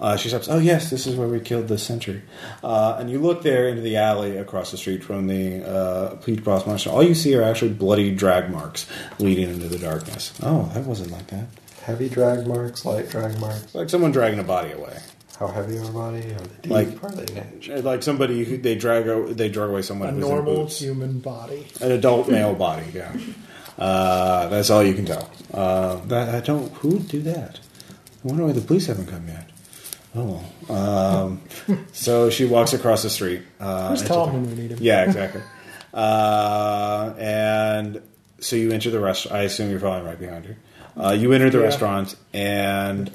S1: Uh, she stops. Oh yes, this is where we killed the sentry. Uh, and you look there into the alley across the street from the uh, Pleat Cross Monster. All you see are actually bloody drag marks leading into the darkness. Oh, that wasn't like that.
S3: Heavy drag marks, light drag marks.
S1: Like someone dragging a body away.
S3: How heavy are body? Are they deep?
S1: Like-
S3: are they niche?
S1: Like somebody who they drag. o- They drag away someone
S2: A
S1: who's in
S2: normal
S1: boots.
S2: human body.
S1: an adult male body. Yeah, uh, that's all you can tell. Uh, that, I don't. Who would do that? I wonder why the police haven't come yet. Oh, well. um, [LAUGHS] so she walks across the street. Uh,
S2: Who's
S1: into
S2: Tom
S1: the-
S2: when we need him?
S1: Yeah, exactly. [LAUGHS] uh, and so you enter the restaurant. I assume you're following right behind her. Uh, you enter the
S2: Yeah.
S1: restaurant, and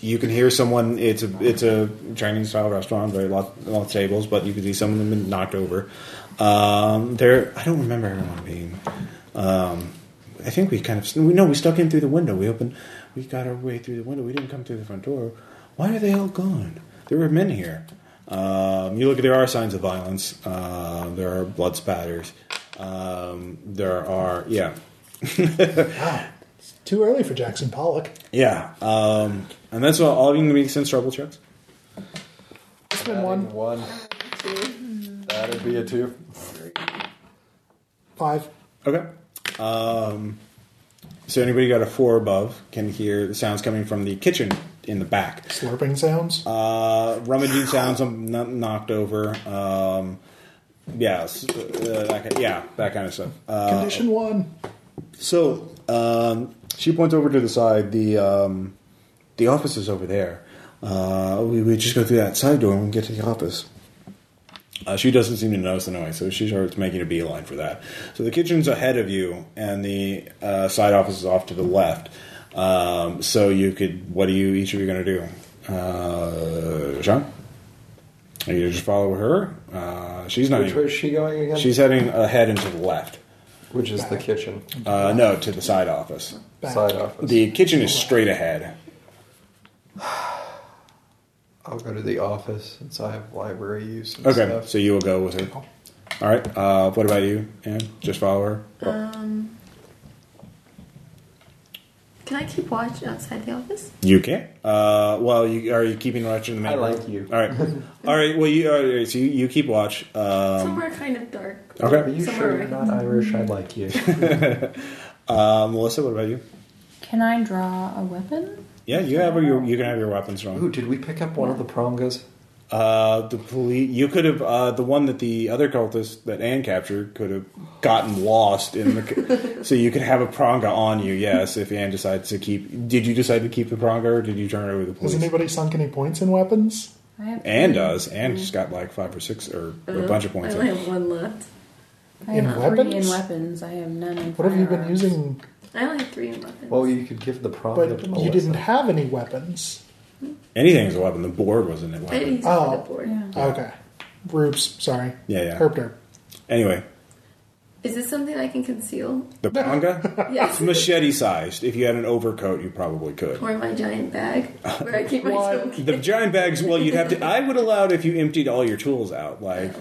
S1: you can hear someone. It's a it's a Chinese style restaurant, very lot lot of tables, but you can see some of them been knocked over. Um, there, I don't remember everyone being. Um, I think we kind of we no, we stuck in through the window. We opened, we got our way through the window. We didn't come through the front door. Why are they all gone? There were men here. Um, you look. There are signs of violence. Uh, there are Um, blood spatters. Um, there are, yeah,
S2: Wow. It's too early for Jackson Pollock.
S1: yeah, um, and that's all. All of you can make sense trouble checks.
S2: It's been one.
S3: One. That'd be a two.
S2: Five.
S1: Okay. Um, so anybody got a four above can hear the sounds coming from the kitchen in the back.
S2: Slurping sounds.
S1: Uh, rummaging sounds um, kn- knocked over. Um, yeah, s- uh, that ki- yeah, that kind of stuff. Uh,
S2: Condition one.
S1: so um, she points over to the side. The um, the office is over there. Uh, we, we just go through that side door and get to the office. Uh, she doesn't seem to notice the noise, so she starts making a beeline for that. So the kitchen's ahead of you, and the uh, side office is off to the left. Um, so you could, what are you each of you going to do, uh, Sean? Are you just follow her? Uh, she's not.
S3: Which way
S1: even-
S3: is she going again?
S1: she's heading ahead and to the left.
S3: Which is the kitchen
S1: Uh, no, to the side office.
S2: Back.
S3: side office.
S1: The kitchen is straight ahead.
S3: I'll go to the office since I have library use. And
S1: Okay,
S3: Stuff.
S1: so you will go with her. All right. Uh, what about you, Anne? Just follow her.
S5: Can I keep watch outside the office?
S1: you can. Uh, well, you, are you keeping watch in the main?
S3: I like
S1: room?
S3: you.
S1: All
S3: [LAUGHS]
S1: right. all right. Well, you all right, so you, you keep watch. Um,
S5: Somewhere kind of dark.
S3: Are
S1: okay.
S3: you
S5: Somewhere
S3: sure
S5: right.
S3: you're not Irish? I like you.
S1: Uh, Melissa, what about you?
S4: Can I draw a weapon?
S1: Yeah, you have your you can have your weapons
S3: Ooh,
S1: drawn.
S3: did we pick up one of the prongas?
S1: Uh, the police. You could have uh, the one that the other cultist that Anne captured could have gotten lost in the.
S3: [LAUGHS]
S1: ca- so you could have a pronga on you. Yes, if Anne decides to keep. Did you decide to keep the pronga or did you turn it over to the police?
S2: Has anybody sunk any points in weapons?
S4: I have
S1: Anne does. Anne just got like five or six or a bunch of points.
S5: Uh-huh. I
S1: up.
S5: only have one left.
S4: I
S2: In
S4: have three
S2: weapons?
S4: in weapons. I have none in
S2: What have you been
S4: firearms.
S2: using?
S5: I only have three weapons.
S3: Well, Oh, you could give the prong.
S2: But
S3: to
S2: you didn't have any weapons.
S1: Anything is a weapon. The board wasn't a
S5: I didn't
S1: weapon.
S5: use all
S2: Oh.
S5: the board.
S4: Yeah.
S2: Okay. Rubes, sorry.
S1: Yeah, yeah.
S2: Herp derp.
S1: Anyway,
S5: Is this something I can conceal?
S1: the
S3: [LAUGHS]
S1: panga,
S5: Yes.
S1: machete sized. If you had an overcoat, you probably could.
S5: or my giant bag where I keep my token.
S1: The giant bags. Well, you'd have to. I would allow it if you emptied all your tools out. Like,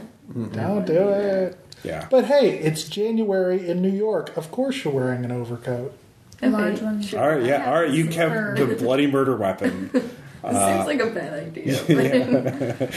S2: Don't do it.
S1: yeah.
S2: But hey, it's January in New York. Of course you're wearing an overcoat.
S4: A large one.
S5: Sure.
S1: All right, yeah, all right. You
S4: This is
S1: kept
S4: her.
S1: the bloody murder
S5: [LAUGHS]
S1: weapon.
S5: This seems like a bad idea. but- [LAUGHS]
S3: I think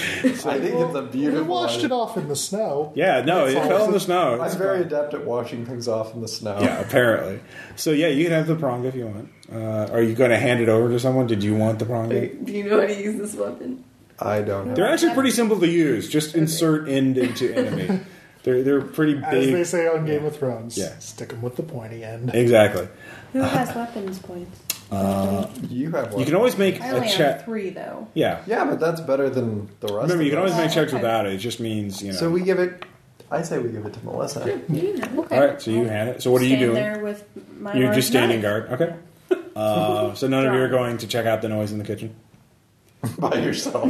S3: it's a beautiful.
S2: We washed it off in the snow.
S1: Yeah, no, it fell in the snow.
S3: I'm very adept at washing things off in the snow.
S1: Yeah, apparently. So yeah, you can have the prong if you want. Uh, are you going to hand it over to someone? Did you want the prong?
S3: Uh,
S5: Do you know how to use this weapon?
S3: I don't
S1: They're
S3: know.
S1: actually pretty simple to use. Just insert end into
S2: [LAUGHS]
S1: enemy. They're they're pretty
S2: As they
S1: big.
S2: say on Game of Thrones.
S1: Yeah.
S2: Stick 'em with the pointy end.
S1: Exactly.
S6: Who has weapons points?
S3: You have one.
S1: You can always make
S4: I only
S1: a
S4: have
S1: check.
S4: three though.
S1: Yeah.
S3: Yeah, but that's better than the rest.
S1: Remember,
S3: of
S1: you can
S3: us.
S1: always
S6: Oh,
S1: make checks without it. It just means you know.
S3: So we give it. I say we give it to Melissa.
S5: You didn't have
S6: Okay.
S1: All right. So you hand it. So what are you
S6: Stand
S1: doing?
S6: there with my
S1: You're
S6: large
S1: just standing
S6: knife.
S1: guard.
S6: [LAUGHS]
S1: Okay. Uh, so none of you are going to check out the noise in the kitchen.
S3: by yourself.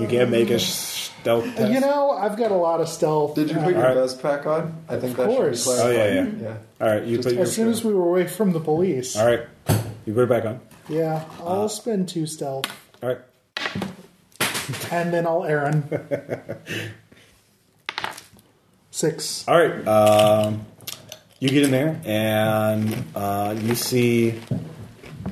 S1: You can make a stealth test.
S2: Um, You know, I've got a lot of stealth.
S3: Did you put your
S1: Alright.
S3: vest pack on? I think
S2: Of
S3: that
S2: course.
S3: should be
S1: Oh
S3: clarified.
S1: yeah, yeah.
S3: yeah.
S1: All right. You put your.
S2: as soon as we were away from the police.
S1: Uh, All right. Uh, You put it back on.
S2: Yeah, I'll spend two stealth.
S1: All right.
S2: And then
S1: [LAUGHS]
S2: I'll Aaron. Six.
S1: All right. Um, you get in there, and uh, you see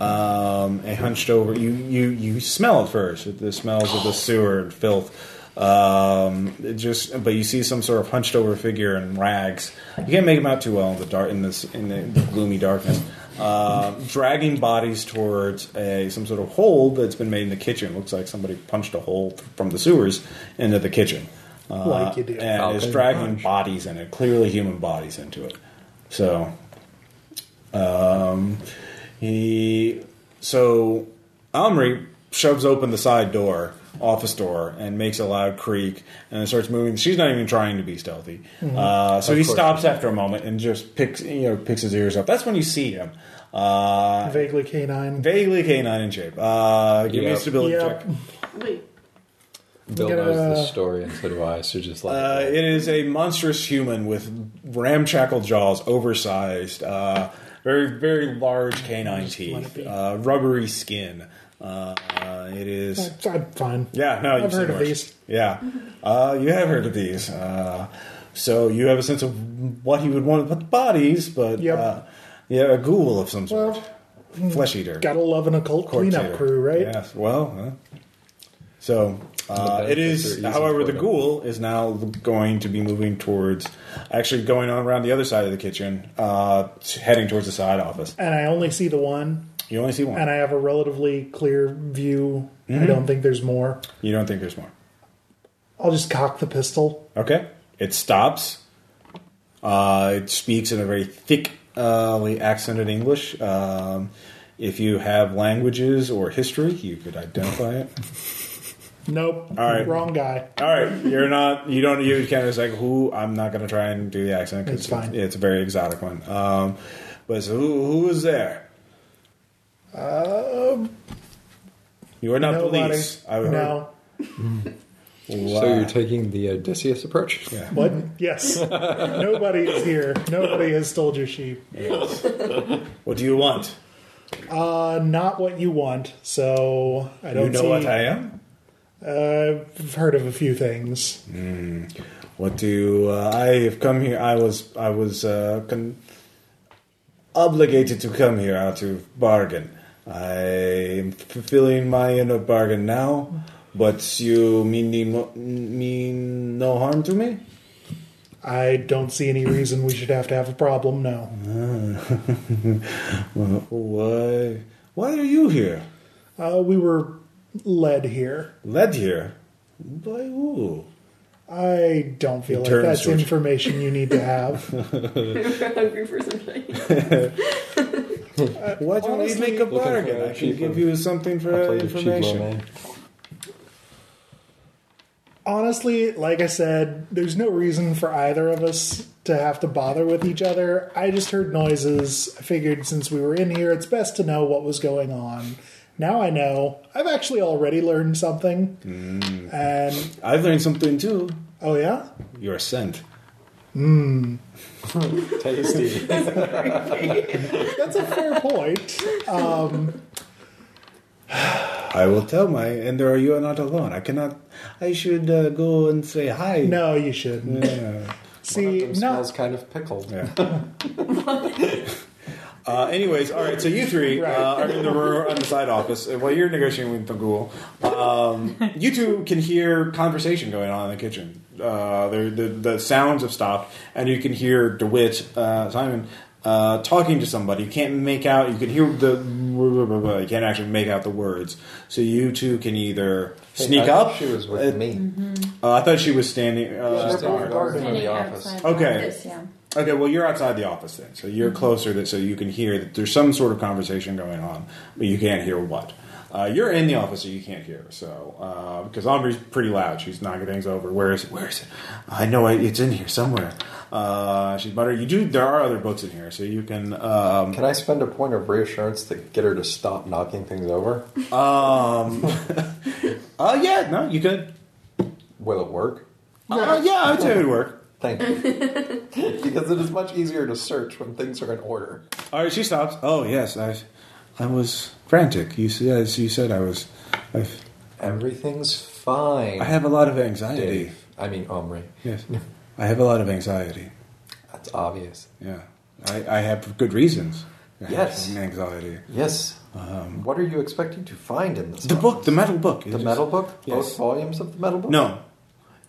S1: um, a hunched over. You you you smell it first. The smells of the sewer and filth. Um, it just but you see some sort of hunched over figure in rags. You can't make him out too well in the dark in this in the gloomy darkness. Uh, dragging bodies towards a some sort of hole that's been made in the kitchen. Looks like somebody punched a hole from the sewers into the kitchen. Uh,
S2: Like you do.
S1: And it's
S3: Falcon
S1: dragging
S3: punch.
S1: bodies in it, clearly human bodies into it. So um, he so Omri shoves open the side door, office door, and makes a loud creak, and then starts moving. She's not even trying to be stealthy, uh, so he
S3: course.
S1: stops after a moment and just picks you know picks his ears up. That's when you see him, uh,
S2: Vaguely canine.
S1: vaguely canine in shape. Uh, give me a
S3: Yep.
S1: stability
S2: Yep.
S1: check.
S5: Wait.
S3: Bill
S2: Get knows a- the
S3: story, and so do I. So just like
S1: Uh, it is a monstrous human with ramshackle jaws, oversized, uh, very very large canine teeth, uh, rubbery skin. Uh, uh, it is.
S2: I'm fine.
S1: Yeah, no,
S2: I've
S1: you've seen
S2: heard of
S1: worse.
S2: these.
S1: Yeah, uh, you have heard of these. Uh, So you have a sense of what he would want with the bodies, but
S2: Yep.
S1: uh, yeah, a ghoul of some sort,
S2: Well, hmm.
S1: flesh eater,
S2: Gotta love an occult
S1: corpse
S2: cleanup
S1: eater.
S2: crew, right?
S1: Yes. Well, huh? so uh,
S3: But
S1: it
S3: they're
S1: is.
S3: easy
S1: However,
S3: for
S1: the
S3: them.
S1: ghoul is now going to be moving towards, actually going on around the other side of the kitchen, uh, heading towards the side office.
S2: And I only see the one,
S1: You only see one.
S2: and I have a relatively clear view.
S1: Mm-hmm.
S2: I don't think there's more.
S1: you don't think there's more.
S2: I'll just cock the pistol.
S1: Okay. It stops. Uh, it speaks in a very thick, uh, accented English. Um, if you have languages or history, you could identify it.
S2: Nope.
S1: All right.
S2: Wrong guy.
S1: All right, you're not. You don't. You kind of just like who? I'm not going to try and do the accent. 'cause
S2: It's fine.
S1: It's a very exotic one. Um, but so who, who is there? You are not
S2: Um, Nobody.
S1: police. I would
S2: no.
S1: Wow.
S3: So you're taking the Odysseus approach?
S1: Yeah.
S2: What? Yes. [LAUGHS] Nobody is here. Nobody has sold your sheep.
S1: what do you want?
S2: Uh, not what you want. So I don't
S1: You know
S2: see,
S1: what I am.
S2: Uh, I've heard of a few things.
S1: What do uh, I have come here? I was I was uh, con- obligated to come here out of bargain. I am fulfilling my end of bargain now, but you mean the mo- mean no harm to me.
S2: I don't see any reason we should have to have a problem. No.
S1: Well, Why why are you here?
S2: Uh, we were led here.
S1: Led here by who?
S2: I don't feel like
S1: Turn,
S2: that's
S1: George.
S2: information you need to have.
S4: [LAUGHS]
S5: We're hungry for something.
S1: Why don't
S3: honestly,
S1: we make a
S3: looking for
S1: bargain?
S3: a
S1: I can
S3: cheap
S1: give
S3: one.
S1: you something
S3: I
S1: for
S3: played a cheap little
S1: information.
S3: man.
S2: Honestly, like I said, there's no reason for either of us to have to bother with each other. I just heard noises. I figured since we were in here, it's best to know what was going on. Now I know. I've actually already learned something. And
S1: I've learned something too.
S2: oh yeah,
S1: Your scent.
S3: Tasty.
S2: that's a fair point.
S1: I will tell my, and there you are not alone. I cannot. I should uh, go and say hi.
S2: No, you shouldn't.
S1: Yeah.
S2: See,
S3: It
S2: no,
S3: smells kind of pickled.
S1: Yeah. uh, anyways, all right. So you three
S2: Right.
S1: uh, are in the room on the side office uh, while you're negotiating with the ghoul.
S3: [LAUGHS]
S1: Um, you two can hear conversation going on in the kitchen. Uh, there- the the sounds have stopped, and you can hear Dewitt uh, Simon. Uh, talking to somebody, you can't make out. You can hear the. You can't actually make out the words. So you two can either sneak
S3: I thought
S1: up.
S3: She was with
S1: uh,
S3: me.
S1: Uh, I thought she was standing.
S3: She's
S1: Uh,
S2: She's
S3: taking
S2: outside.
S3: guard from
S6: Standing
S3: the office.
S6: outside
S1: Okay.
S6: the office, yeah.
S1: okay, well, you're outside the office then, so you're closer, to, so you can hear that there's some sort of conversation going on, but you can't hear what. Uh, you're in the office, so you can't hear. So uh, because Aubrey's pretty loud, she's knocking things over. Where is it? Where is it? I know it, it's in here somewhere. Uh, she's muttering. You do. There are other books in here, so you can. Um,
S3: Can I spend a point of reassurance to get her to stop knocking things over?
S1: um, uh, yeah, no, you could.
S3: Will it work?
S1: Uh, yeah, I would say it would work.
S3: Thank you. because it is much easier to search when things are in order.
S1: All right, she stops. Oh yes, I, I was frantic. You said as you said I was. I've,
S3: Everything's fine.
S1: I have a lot of anxiety.
S3: Dave. I mean, Omri.
S1: Yes, I have a lot of anxiety.
S3: That's obvious.
S1: Yeah, I, I have good reasons. I have
S3: Yes.
S1: some anxiety.
S3: Yes. what are you expecting to find in this?
S1: The
S3: box?
S1: book, the metal book, It
S3: The
S1: just-
S3: metal book?
S1: Yes.
S3: Both volumes of the metal book?
S1: No,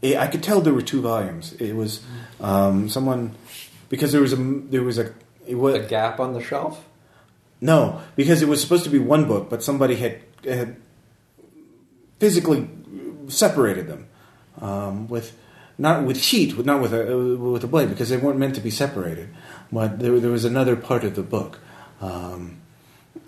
S1: it, I could tell there were two volumes. It was um, someone because there was a there was a it was
S3: The gap on the shelf?
S1: No, because it was supposed to be one book, but somebody had had physically separated them um, with not with heat, with, not with a uh, with a blade, because they weren't meant to be separated. But there, there was another part of the book, um,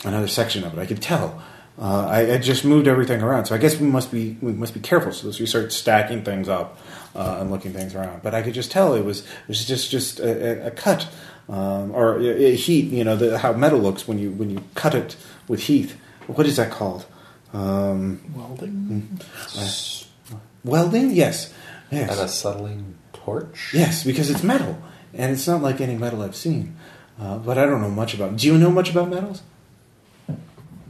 S1: another section of it. I could tell. Uh, I, I just moved everything around, so I guess we must be we must be careful. So as we start stacking things up uh, and looking things around, but I could just tell it was it was just just a, a, a cut um, or a, a heat. You know the, how metal looks when you when you cut it with heat. What is that called? Um, hmm.
S2: welding.
S1: Welding? Yes. Yes.
S3: And a settling torch?
S1: yes, because it's metal. And it's not like any metal I've seen. Uh, but I don't know much about. Do you know much about metals?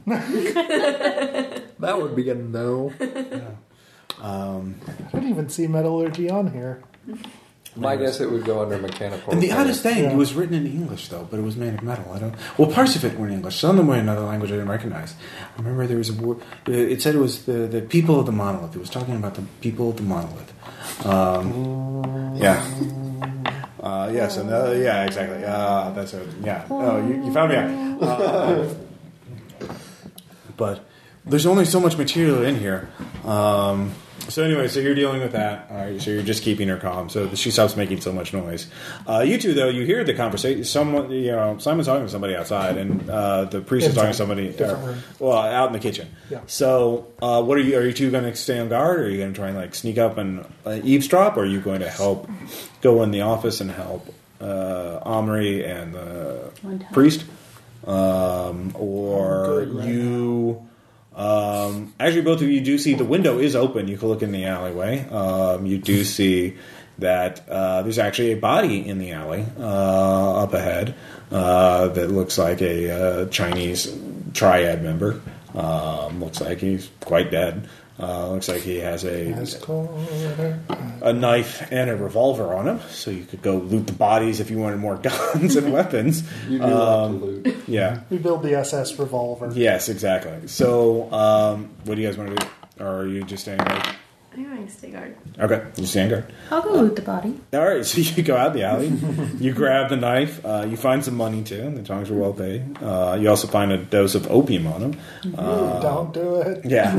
S3: That would be a no.
S1: Um,
S2: I don't even see metallurgy on here.
S3: [LAUGHS] My guess it would go under mechanical.
S8: And the
S3: repair.
S8: oddest thing,
S2: Yeah.
S8: it was written in English though, but it was made of metal. I don't. Well, parts of it were in English. Some of them were in another language I didn't recognize. I remember there was a word. uh, It said it was the the people of the monolith. It was talking about the people of the monolith. Um,
S1: Yeah. Uh, yes, and uh, yeah, exactly. Uh, that's a, yeah. Oh, you, you found me. out. Uh,
S8: but there's only so much material in here. Um,
S1: So anyway, so you're dealing with that. All right, so you're just keeping her calm. So she stops making so much noise. Uh, you two, though, you hear the conversation. Someone, you know, Simon's talking to somebody outside, and uh, the priest is talking to
S2: Inside.
S1: somebody.
S2: Different
S1: uh,
S2: room.
S1: Well, out in the kitchen.
S2: Yeah.
S1: So, uh, what are you? Are you two going to stay on guard, or are you going to try and like sneak up and uh, eavesdrop, or are you going to help go in the office and help uh, Omri and uh, the priest, um, or
S2: Good, right.
S1: you? Um, actually, both of you do see the window is open. You can look in the alleyway. Um, you
S2: [LAUGHS]
S1: do see that uh, there's actually a body in the alley uh, up ahead uh, that looks like a uh, Chinese triad member. Um, looks like he's quite dead. Uh, looks like he has a a knife and a revolver on him, so you could go loot the bodies if you wanted more [LAUGHS] guns and weapons.
S3: You do love to loot.
S1: Yeah.
S2: We build the SS revolver.
S1: Yes, exactly. So, um, what do you guys want to do? Or are you just staying guard?
S5: I'm going to stay guard.
S1: Okay, you staying guard.
S4: I'll go loot the body.
S1: All right, [LAUGHS] so you go out the alley, you grab the knife, uh, you find some money too, and the tongs are well paid. Uh, you also find a dose of opium on him.
S2: Ooh, don't do it.
S1: Yeah.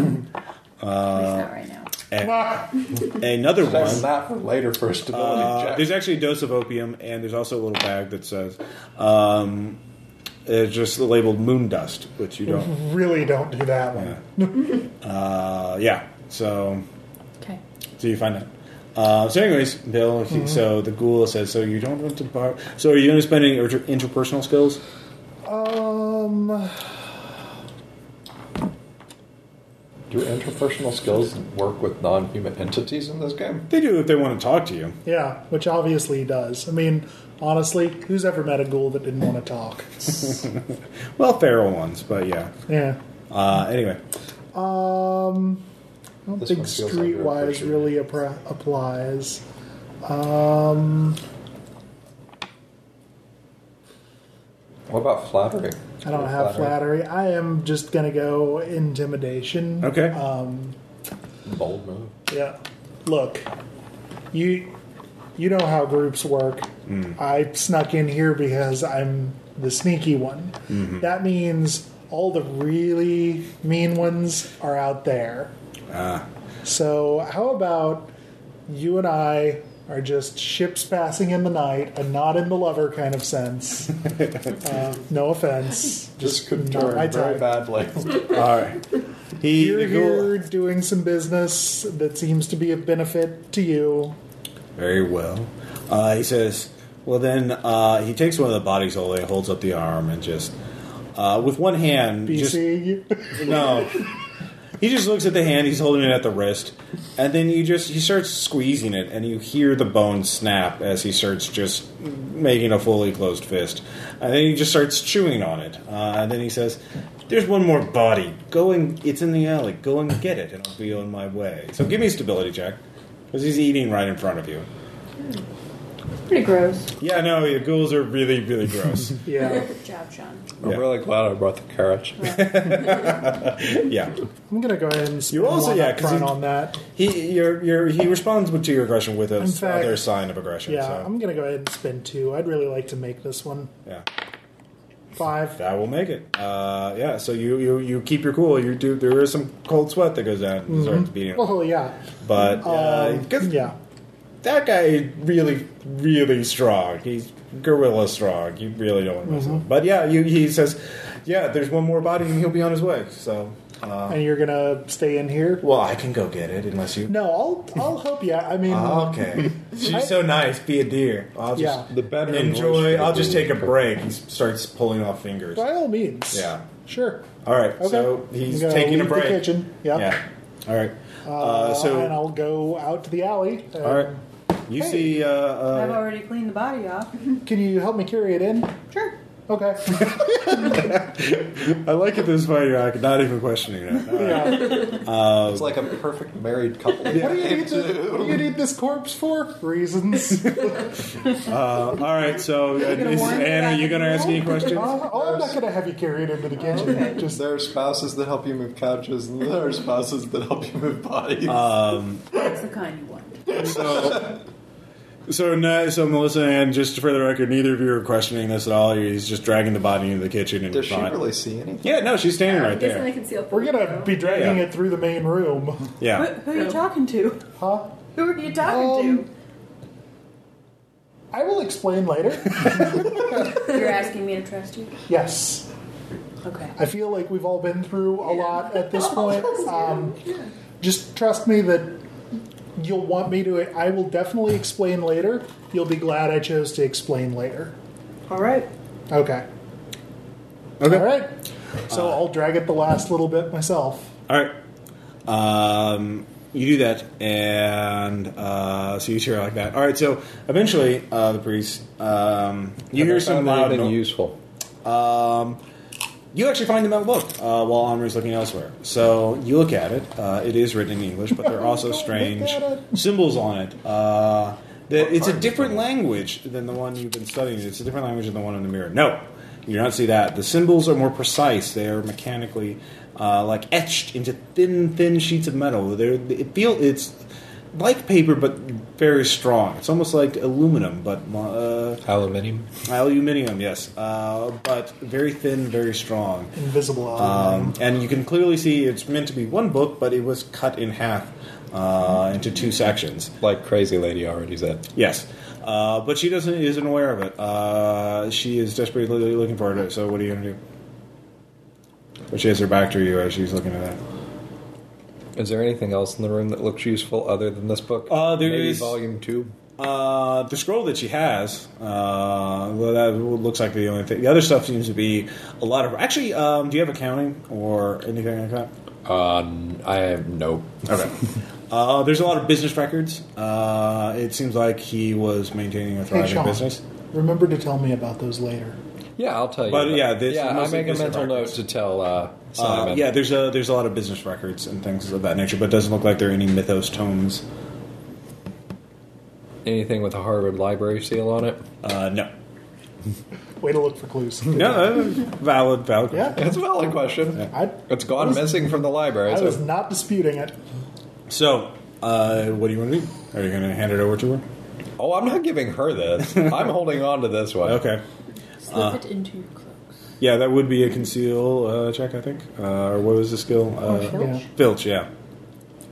S6: At least not right now.
S1: And another
S3: That's
S1: one.
S3: not for later for stability
S1: Uh,
S3: check.
S1: there's actually a dose of opium, and there's also a little bag that says um, it's just labeled moon dust, which you don't.
S2: Really don't do that one.
S1: Yeah. uh, yeah. So,
S4: Okay.
S1: so you find out. Uh, so, anyways, Bill. he-
S2: Mm-hmm.
S1: So the ghoul says, "So you don't want to bar. So are you going to spend any inter- interpersonal skills?
S2: Um,
S3: do interpersonal skills work with non-human entities in this game?
S1: They do if they want to talk to you.
S2: yeah, which obviously he does. I mean, honestly, who's ever met a ghoul that didn't want to talk?
S1: Well, feral ones, but yeah.
S2: Yeah.
S1: Uh, anyway,
S2: Um, I don't
S3: This
S2: think
S3: one feels
S2: Streetwise
S3: underappreciated.
S2: really appra applies. Um,
S3: What about flattery?
S2: I don't have flattery. I am just gonna go intimidation.
S1: okay.
S2: Uh,
S3: Bold move.
S2: Yeah. Look, you you know how groups work.
S3: Mm.
S2: I snuck in here because I'm the sneaky one.
S3: Mm-hmm.
S2: That means all the really mean ones are out there.
S1: Ah.
S2: So how about you and I are just ships passing in the night and not in the lover kind of
S3: [LAUGHS]
S2: sense. uh, no offense.
S3: Just could
S2: not
S3: turn
S2: my type.
S3: very badly.
S1: all right. He
S2: You're
S1: the ghoul-
S2: here doing some business that seems to be of benefit to you.
S1: Very well. Uh, he says, well, then uh, he takes one of the bodies away, holds up the arm, and just, uh, with one hand,
S2: BC.
S1: just, no. [LAUGHS] He just looks at the hand, he's holding it at the wrist, and then you just, he starts squeezing it, and you hear the bone snap as he starts just making a fully closed fist. And then he just starts chewing on it. Uh, and then he says, there's one more body. Go and, it's in the alley. Go and get it, and I'll be on my way. So give me a stability check, because he's eating right in front of you.
S6: Pretty gross.
S1: Yeah, no, the ghouls are really, really gross.
S2: [LAUGHS] yeah.
S6: Good job, Sean.
S3: I'm
S1: Yeah.
S3: really glad I brought the carriage.
S1: yeah,
S2: I'm gonna go ahead and spend
S1: You also-
S2: one
S1: yeah,
S2: up
S1: 'cause
S2: front
S1: you-
S2: on that.
S1: he your your he responds with- to your aggression with
S2: In
S1: a
S2: fact-
S1: other sign of aggression.
S2: Yeah,
S1: so,
S2: I'm gonna go ahead and spend two. I'd really like to make this one
S1: yeah,
S2: five.
S1: that will make it. Uh, yeah, so you, you you keep your cool. You do. There is some cold sweat that goes down and starts beating. Up.
S2: Oh yeah,
S1: But uh,
S2: Um,
S1: 'cause
S2: yeah.
S1: that guy is really, really strong. He's gorilla strong. You really don't want to mess
S2: Mm-hmm.
S1: with him. But yeah, you, he says, yeah, there's one more body and he'll be on his way. So, uh,
S2: And you're gonna stay in here?
S1: well, I can go get it unless you. Ah,
S2: No, I'll
S1: [LAUGHS]
S2: I'll help you. I mean,
S1: Uh-huh.
S2: [LAUGHS]
S1: Okay. She's so nice. Be a dear. I'll just
S2: Yeah.
S3: The bedroom noise
S1: enjoy.
S3: should
S1: I'll just
S3: be
S1: take a break. He starts pulling off fingers.
S2: by all means.
S1: Yeah.
S2: Sure.
S1: All right.
S2: Okay.
S1: So he's
S2: I'm gonna
S1: taking a
S2: leave the
S1: break.
S2: kitchen. Yeah.
S1: Yeah. All right. Uh,
S2: Uh, and
S1: so
S2: I'll go out to the alley. and-
S1: all right. You see. Uh,
S6: I've
S1: uh,
S6: already cleaned the body off.
S2: Can you help me carry it in?
S6: Sure.
S1: [LAUGHS]
S2: Okay.
S1: I like at this point you're like, not even questioning it. All right.
S2: Yeah.
S3: It's like a perfect married
S2: [LAUGHS]
S3: couple.
S2: What do you need to, what do you need this corpse for? Reasons.
S1: [LAUGHS] Uh, all right, so uh,
S4: gonna
S1: is,
S4: warn me
S1: Anne, are
S4: about
S1: you going to
S4: the
S1: ask any questions?
S2: oh, oh, I'm not going to have you carry it into the kitchen. Just
S3: There are spouses that help you move couches, and there are spouses that help you move bodies.
S5: That's the kind you want.
S1: So, so, no, so Melissa and Ann, just for the record, neither of you are questioning this at all. He's just dragging the body into the kitchen and
S3: Does she
S1: fine.
S3: really see anything?
S1: Yeah, no, she's standing right
S9: It's not
S1: there.
S9: a concealed
S2: we're gonna be dragging
S1: Yeah.
S2: it through the main room,
S4: Who,
S1: Yeah,
S4: who are you talking to?
S2: [LAUGHS] huh?
S4: Who are you talking
S2: Um, I will explain [LAUGHS] later.
S5: You're asking me to trust you.
S2: yes,
S4: to? Okay.
S2: I feel like we've all been through a lot at
S4: [LAUGHS]
S2: this point. Um, just trust me that you'll want me to. I will definitely explain later. You'll be glad I chose to explain later.
S4: All right.
S2: Okay.
S1: Okay. Uh,
S2: All right. So I'll drag it the last little bit myself.
S1: all right.
S10: Um, you do that, and uh, so you hear like that. All right, so
S1: Eventually, uh, the priest, um, you hear some loud
S3: and
S1: noise.
S3: useful.
S1: Um, you actually find the metal book uh, while Henri's looking elsewhere. So you look at it. Uh, it is written in English, but there are also
S2: [LAUGHS] Don't look
S1: strange
S2: at it.
S1: symbols on it. Uh, that it's a
S3: part is
S1: different language than the one you've been studying. It's a different language than the one in the mirror. No, you do not see that. The symbols are more precise. They are mechanically uh, like etched into thin, thin sheets of metal. They're, it feel it's like paper, but very strong. It's almost like aluminum, but uh,
S3: Aluminium.
S1: Aluminium, yes, uh, but very thin, very strong,
S2: Invisible.
S1: um, and you can clearly see it's meant to be one book, but it was cut in half uh, into two sections.
S3: Like Crazy Lady already said.
S1: Yes, uh, but she doesn't isn't aware of it. Uh, she is desperately looking for it. So, what are you going to do? But she has her back to you as she's looking at that.
S3: Is there anything else in the room that looks useful other than this book?
S1: Uh, there
S3: Maybe
S1: is-
S3: volume two.
S1: Uh, the scroll that she has, uh, well, that looks like the only thing. The other stuff seems to be a lot of. Actually, um, do you have accounting or anything like that?
S3: Uh, I have no.
S1: Okay. Uh, there's a lot of business records. Uh, it seems like he was maintaining a
S2: hey
S1: thriving
S2: Sean,
S1: business.
S2: remember to tell me about those later.
S3: Yeah, I'll tell you.
S1: But
S3: about
S1: yeah,
S3: it.
S1: this-
S3: yeah, I
S1: mostly
S3: make a
S1: this
S3: mental note
S1: records.
S3: to tell uh,
S1: Uh,
S3: Simon.
S1: yeah, there's a there's a lot of business records and things of that nature, but it doesn't look like there are any mythos tomes.
S3: anything with a Harvard library seal on [LAUGHS] it.
S1: Uh, no,
S2: Way to look for clues.
S1: [LAUGHS] no, uh, valid, valid.
S2: Yeah.
S3: It's a valid question.
S2: I,
S3: It's
S2: I
S3: gone
S2: was-
S3: missing from the library.
S2: I
S3: so
S2: was not disputing it.
S1: So, uh, what do you want to do? Are you going to hand it over to her?
S3: Oh, I'm not giving
S1: [LAUGHS]
S3: her this. I'm holding on to this one.
S1: Okay. Uh,
S5: Slip it into your cloaks.
S1: Yeah, that would be a conceal uh, check, I think. Uh, or what was the skill? Uh,
S2: Oh, filch?
S1: Filch, yeah.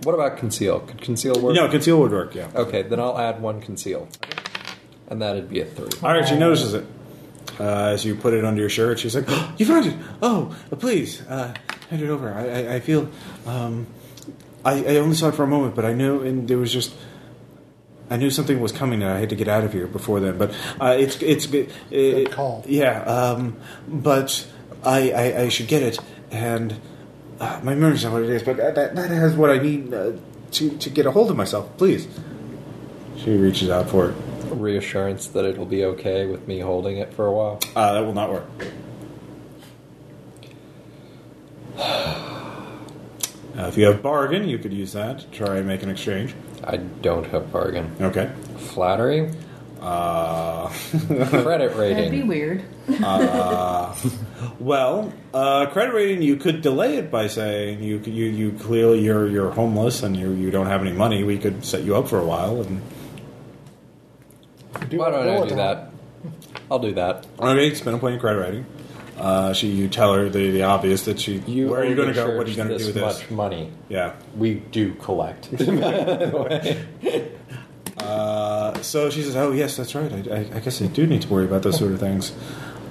S3: What about conceal? Could conceal work?
S1: No, conceal would work. Yeah.
S3: Okay, then I'll add one conceal, and that'd be a three.
S1: All right,
S2: Um,
S1: she notices it. Uh, as you put it under your shirt, she's like, [GASPS] oh, "You found it! Oh, please, uh, hand it over. I, I, I feel, um, I, I only saw it for a moment, but I knew, and there was just, I knew something was coming, and I had to get out of here before then. But uh, it's, it's, it,
S2: Good call.
S1: Yeah, um, but I, I, I should get it, and uh, my memory's not what it is, but that, that has what I need uh, to to get a hold of myself. Please." She reaches out for it.
S3: Reassurance that it'll be okay with me holding it for a while.
S1: Uh, that will not work. [SIGHS] Uh, if you have bargain, you could use that to try and make an exchange.
S3: I don't have bargain.
S1: Okay.
S3: Flattery,
S1: Uh, [LAUGHS]
S3: credit
S5: That'd be
S3: rating.
S5: weird.
S1: well, uh, credit rating, you could delay it by saying you you you clearly you're you're homeless and you you don't have any money. We could set you up for a while and
S2: Do
S3: Why
S2: what
S3: don't
S2: Will
S3: I do
S2: done.
S3: that? I'll do that.
S1: okay, spend a point in credit rating. Uh, she you tell her the, the obvious that she
S3: You
S1: where are you
S3: owe
S1: going to
S3: the
S1: go? What are you
S3: church
S1: going to do with this?
S3: Much money.
S1: Yeah.
S3: We do collect.
S1: [LAUGHS] Uh, so she says, "Oh yes, that's right. I, I, I guess I do need to worry about those sort of things.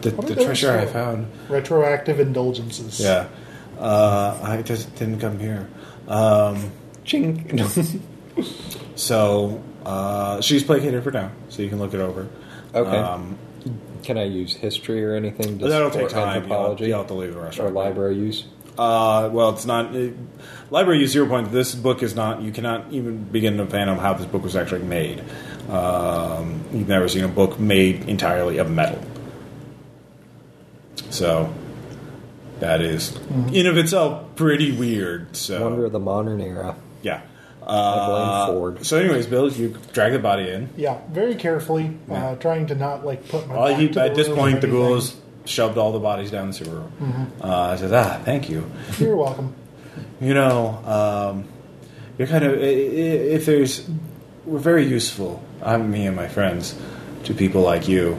S1: The,
S2: What
S1: the
S2: are those
S1: treasure I
S2: for?
S1: found.
S2: Retroactive indulgences.
S1: Yeah, uh, I just didn't come here. Um, [LAUGHS]
S3: Chink.
S1: so uh, she's placated for now, so you can look it over.
S3: Okay.
S1: Um,
S3: Can I use history or anything? to
S1: that'll take
S3: support
S1: time. You'll,
S3: Anthropology
S1: you'll have to leave the
S3: or
S1: restaurant.
S3: library use.
S1: Uh, well, it's not. It, library use zero point. This book is not. You cannot even begin to fathom how this book was actually made. Um, you've never seen a book made entirely of metal. So that is in of itself pretty weird. So
S3: Mm-hmm. Wonder of the modern era.
S1: yeah.
S3: blame
S1: Uh,
S3: Ford.
S1: So, anyways, Bill, you drag the body in.
S2: Yeah, very carefully, uh, trying to not like put my.
S1: Well,
S2: back
S1: he,
S2: to the
S1: at this
S2: room or
S1: point, the ghoul
S2: anything.
S1: has shoved all the bodies down the sewer room.
S2: Mm-hmm.
S1: Uh, says, "Ah, thank you.
S2: [LAUGHS] You're
S1: [LAUGHS]
S2: welcome.
S1: You know, um, you're kind of i- i- if there's we're very useful. I'm me and my friends to people like you.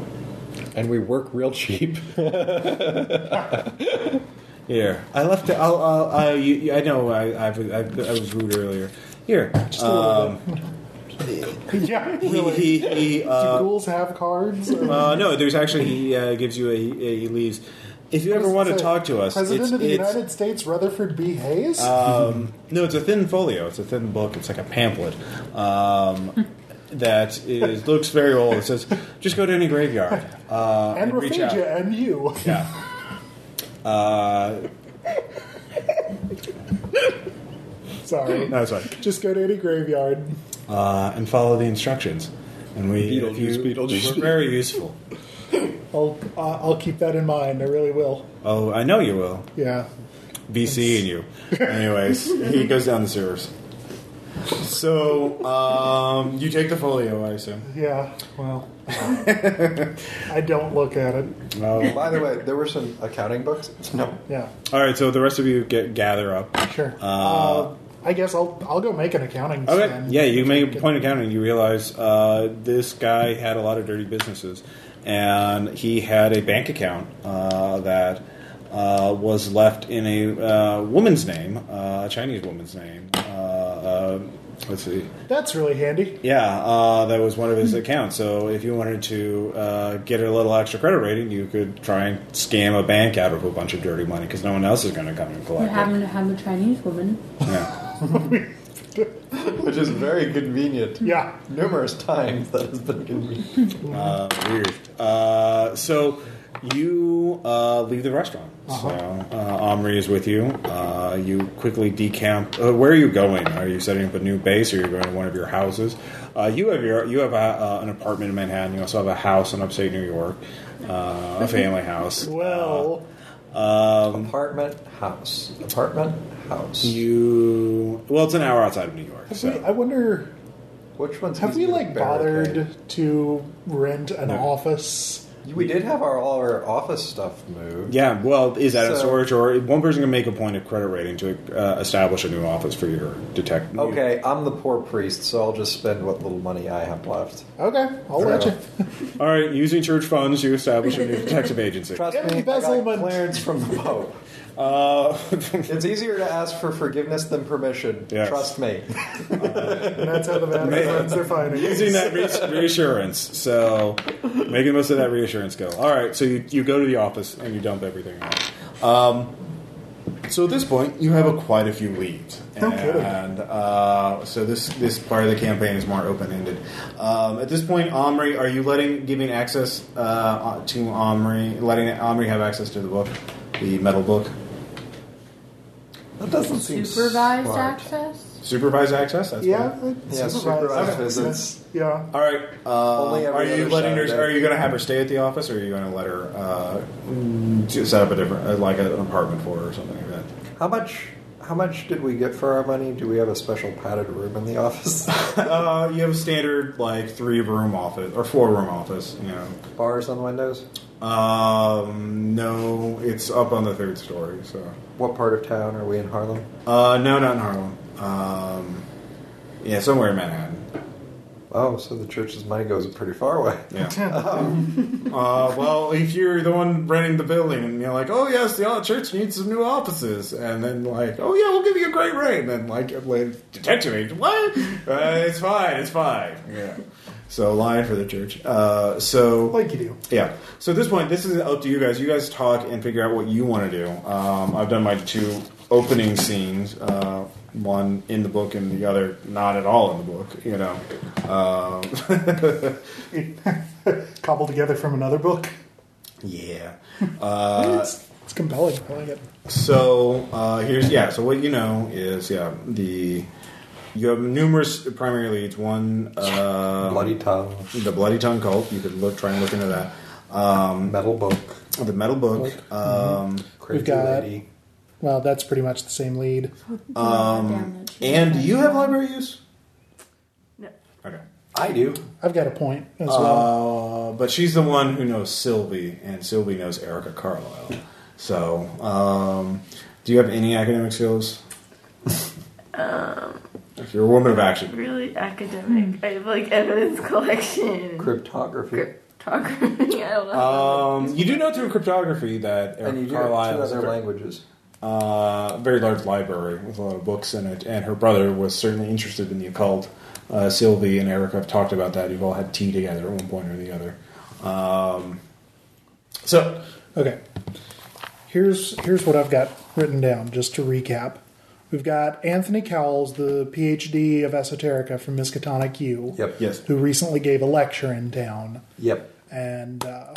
S3: And we work real
S1: [LAUGHS]
S3: cheap.
S1: Here, I left. It, I'll, I'll, I, you, you- I know. I, I, was- I, I was rude earlier. Here, um,
S2: yeah,
S1: he,
S2: really.
S1: he, he
S2: Do
S1: uh,
S2: ghouls have cards?
S1: Uh, no, there's actually he uh, gives you a, a he leaves. If you ever want to talk to us,
S2: President
S1: it's,
S2: of the
S1: it's
S2: United States, Rutherford B. Hayes.
S1: um, no, it's a thin folio. It's a thin book. It's like a pamphlet um, that is looks very old. It says, "Just go to any graveyard uh,
S2: and
S1: reach out."
S2: Rafaja and you. [LAUGHS]
S1: Yeah. Uh,
S2: Sorry.
S1: no, it's fine.
S2: Just go to any graveyard.
S1: Uh, and follow the instructions. And we
S3: Beetlejuice,
S1: if
S3: Beetlejuice.
S1: We're very useful.
S2: I'll uh, I'll keep that in mind. I really will.
S1: Oh, I know you will.
S2: Yeah.
S1: BC and you. Anyways, he goes down the sewers. So, um, you take the folio, I assume.
S2: Yeah. Well. I don't look at it.
S3: By the way, there were some accounting books. No.
S2: Yeah.
S1: All right, so the rest of you get gather up.
S2: Sure. Uh,
S1: Uh,
S2: I guess I'll I'll go make an accounting.
S1: okay,
S2: stand.
S1: yeah, you make a point of counting. You realize uh, this guy had a lot of dirty businesses, and he had a bank account uh, that uh, was left in a uh, woman's name, uh, a Chinese woman's name. Uh, uh, let's see.
S2: That's really handy.
S1: Yeah, uh, that was one of his accounts. So if you wanted to uh, get a little extra credit rating, you could try and scam a bank out of a bunch of dirty money because no one else is going to come and
S6: What
S1: collect it.
S6: happened to have a Chinese woman?
S1: Yeah.
S3: Which is very convenient.
S2: Yeah.
S3: Numerous times that has been convenient.
S1: Uh, weird. Uh, so you uh, leave the restaurant.
S2: Uh-huh.
S1: So uh, Omri is with you. Uh, you quickly decamp. Uh, where are you going? Are you setting up a new base? Or are you going to one of your houses? Uh, you have your you have a, uh, an apartment in Manhattan. You also have a house in upstate New York, uh, a family house.
S2: [LAUGHS]
S1: Uh,
S2: Well.
S1: Um,
S3: Apartment house. Apartment house.
S1: you well, it's an hour outside of New York.
S2: have we,
S1: So
S2: I wonder.
S3: Which one's
S2: Have we
S3: easier to
S2: like
S3: barricade?
S2: bothered to rent an office?
S3: We did have our all our office stuff moved.
S1: yeah, well, is that a
S3: So-
S1: storage or one person can make a point of credit rating to uh, establish a new office for your detective?
S3: Okay, I'm the poor priest, so I'll just spend what little money I have left.
S2: Okay, I'll let you.
S1: All right, using church funds, you establish a new
S2: [LAUGHS]
S1: detective agency.
S3: Trust me, I got
S2: Embezzlement.
S3: clearance from the [LAUGHS] Pope.
S1: Uh,
S3: It's easier to ask for forgiveness than permission.
S1: Yes.
S3: Trust me.
S2: And that's how the Vatican runs their finances.
S1: using that re- reassurance, so making most of that reassurance go. All right, so you, you go to the office and you dump everything out. Um, so at this point, you have a, quite a few leads,
S2: No kidding.
S1: and uh, so this this part of the campaign is more open ended. Um, at this point, Omri, are you letting giving access uh, to Omri, letting Omri have access to the book, the metal book?
S3: That doesn't seem
S6: Supervised
S3: smart.
S6: access?
S1: Supervised access? That's
S2: Yeah.
S3: Yeah,
S2: supervised
S3: supervised
S2: access.
S3: visits.
S2: Yeah.
S1: All right. Uh,
S3: Only every
S1: are you
S3: other
S1: letting her?
S3: Saturday.
S1: Are you going to have her stay at the office, or are you going to let her uh, mm, to set up a different, uh, like an apartment for her or something like that?
S3: How much? How much did we get for our money? Do we have a special padded room in the [LAUGHS] office?
S1: uh, you have a standard like three room office or four room office. You know,
S3: Bars on windows.
S1: um, no, it's up on the third story. So,
S3: What part of town are we in Harlem?
S1: uh, no, not in Harlem. Um, yeah, somewhere in Manhattan.
S3: Oh, so the church's money goes pretty far away.
S1: Yeah. [LAUGHS] uh, well, if you're the one renting the building and you're like, oh, yes, the church needs some new offices, and then, like, oh, yeah, we'll give you a great rate, and then, like, like, detective agent, what? Uh, it's fine, it's fine. Yeah. So, lying for the church. Uh, so.
S2: Like you do.
S1: Yeah. So at this point, this is up to you guys. You guys talk and figure out what you want to do. Um, I've done my two opening scenes, uh, one in the book and the other not at all in the book. You know. [LAUGHS] Um,
S2: [LAUGHS] Cobbled together from another book.
S1: yeah. Uh,
S2: it's, it's compelling. I like it.
S1: so uh, here's yeah. So what you know is yeah the you have numerous primary leads. One uh,
S3: Bloody tongue,
S1: the bloody tongue cult. You could look try and look into that. Um,
S3: metal book.
S1: The metal book. Um,
S3: Crazy
S2: got-
S3: lady.
S2: Well, that's pretty much the same lead.
S4: Um,
S2: Mm-hmm.
S7: And do you have library use?
S5: No.
S7: Okay.
S3: I do.
S2: I've got a point as well.
S1: Uh, but she's the one who knows Sylvie, and Sylvie knows Erica Carlisle. So, um, do you have any academic skills? if you're a woman of action,
S5: [LAUGHS] Really academic. I have like evidence collection.
S3: Cryptography.
S5: Cryptography. I don't know.
S3: Uh,
S1: um, you do know through cryptography that
S3: And you
S1: Erica
S3: do have two
S1: Carlisle is a
S3: other
S1: ver-
S3: languages.
S1: uh, very large library with a lot of books in it, and her brother was certainly interested in the occult. Uh, Sylvie and Erica have talked about that. You've all had tea together at one point or the other. Um, so,
S2: Okay. Here's here's what I've got written down just to recap. We've got Anthony Cowles, the PhD of esoterica from Miskatonic U,
S3: Yep.
S1: yes.
S2: who recently gave a lecture in town,
S3: Yep.
S2: and uh,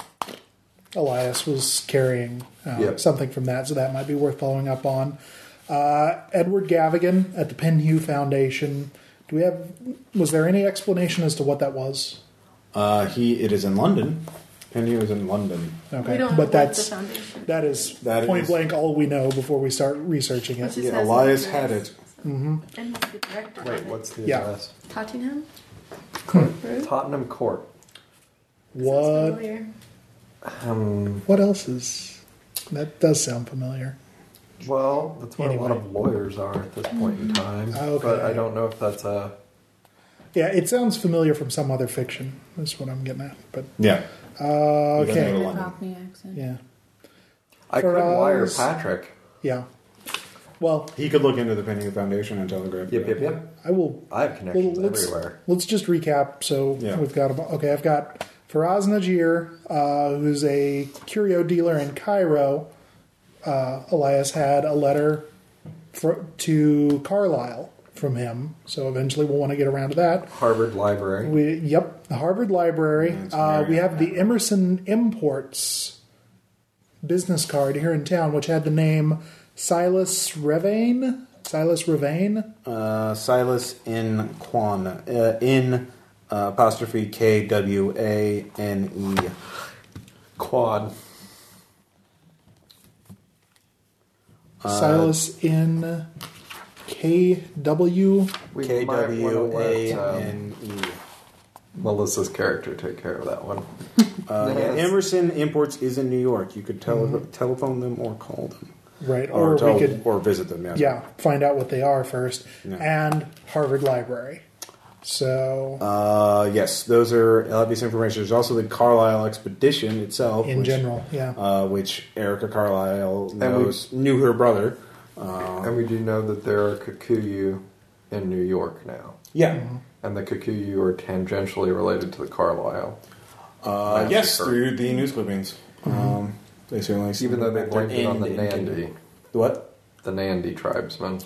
S2: Elias was carrying uh,
S3: Yep.
S2: something from that, so that might be worth following up on. Uh, Edward Gavigan at the Penhue Foundation. Do we have? Was there any explanation as to what that was?
S1: Uh, he it is in London, and he was in London.
S2: Okay,
S5: we don't know
S2: but
S5: what
S2: that's
S5: the foundation.
S2: that is
S1: That
S2: point
S1: is-
S2: blank all we know before we start researching
S5: Which
S2: it.
S5: is-
S1: Yeah,
S5: has
S1: Elias
S5: an
S1: had
S5: address.
S1: it.
S5: And the director.
S3: Mm-hmm. Wait, what's Hmm. the
S2: Yeah.
S3: address?
S5: Tottenham?
S3: Tottenham Court.
S5: Sounds
S2: What
S5: familiar.
S3: Um,
S2: what else is that does sound familiar.
S3: well, that's where a lot
S2: Anyway.
S3: of lawyers are at this point in time.
S2: Okay.
S3: But I don't know if that's a.
S2: Yeah, it sounds familiar from some other fiction. Is what I'm getting at. But
S1: Yeah.
S2: uh,
S1: He doesn't go to
S2: okay,
S1: London.
S6: Cockney accent.
S2: yeah,
S3: I could
S2: Faraz.
S3: wire Patrick.
S2: yeah. Well,
S1: He could look into the Penny Foundation and telegraph.
S3: Yep, yep, yep.
S2: I will
S3: I have connections
S2: Well, let's-
S3: everywhere.
S2: Let's just recap. So
S1: Yeah.
S2: we've got okay. I've got Faraz Najir, uh, who's a curio dealer in Cairo. Uh, Elias had a letter fr to Carlisle from him, so eventually we'll want to get around to that.
S3: Harvard Library.
S2: We yep, the Harvard Library.
S1: Yeah, it's
S2: uh, we
S1: very-
S2: have the Emerson Imports business card here in town, which had the name Silas Revane. Silas Revane.
S1: Uh, Silas in Quan uh, in uh, apostrophe K W A N E.
S3: Quad.
S2: Uh, Silas in KW.
S3: We
S1: K
S3: might wanna
S1: W A
S3: let, um,
S1: N E.
S3: Melissa's character take care of that one.
S1: Uh, yeah,
S3: Yes.
S1: Emerson Imports is in New York. You could tele- telephone them or call them,
S2: Right,
S1: or,
S2: Mm-hmm. or,
S1: tele-
S2: we could
S1: or visit them. Yeah.
S2: yeah find out what they are first,
S1: Yeah.
S2: and Harvard Library. So
S1: Uh, yes, those are obvious information. There's also the Carlisle expedition itself.
S2: in
S1: which-
S2: general, yeah,
S1: uh, which Erica Carlisle
S3: we-
S1: knows knew her brother. Uh,
S3: And we do know that there are Kikuyu in New York now.
S1: yeah.
S3: And the Kikuyu are tangentially related to the Carlisle.
S1: Uh,
S3: Massacre.
S1: yes, through the news clippings. Um, they certainly
S3: Even though they
S1: their
S3: blamed it on
S1: end
S3: Mm-hmm. the
S1: in-
S3: Nandi.
S1: The what?
S3: The Nandi tribesmen.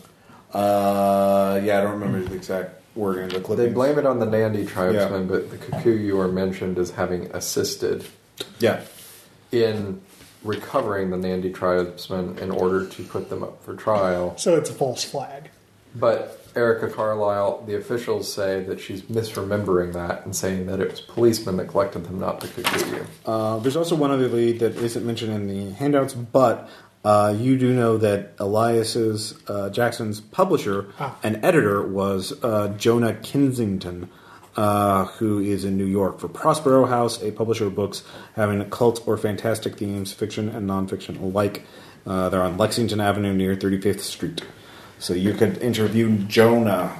S1: Uh, yeah, I don't remember the exact wording of the clippings.
S3: They blame it on the Nandi tribesmen, but the Kikuyu are mentioned as having assisted
S1: Yeah.
S3: in recovering the Nandi tribesmen in order to put them up for trial.
S2: so it's a false flag.
S3: But Erica Carlisle, the officials say that she's misremembering that and saying that it was policemen that collected them, not the Kikuyu.
S1: Uh, there's also one other lead that isn't mentioned in the handouts, but uh, you do know that Elias's uh, Jackson's publisher
S2: Ah.
S1: and editor was uh, Jonah Kensington, uh, who is in New York for Prospero House, a publisher of books having occult or fantastic themes, fiction and nonfiction alike. Uh, they're on Lexington Avenue near 35th Street. So you could interview Jonah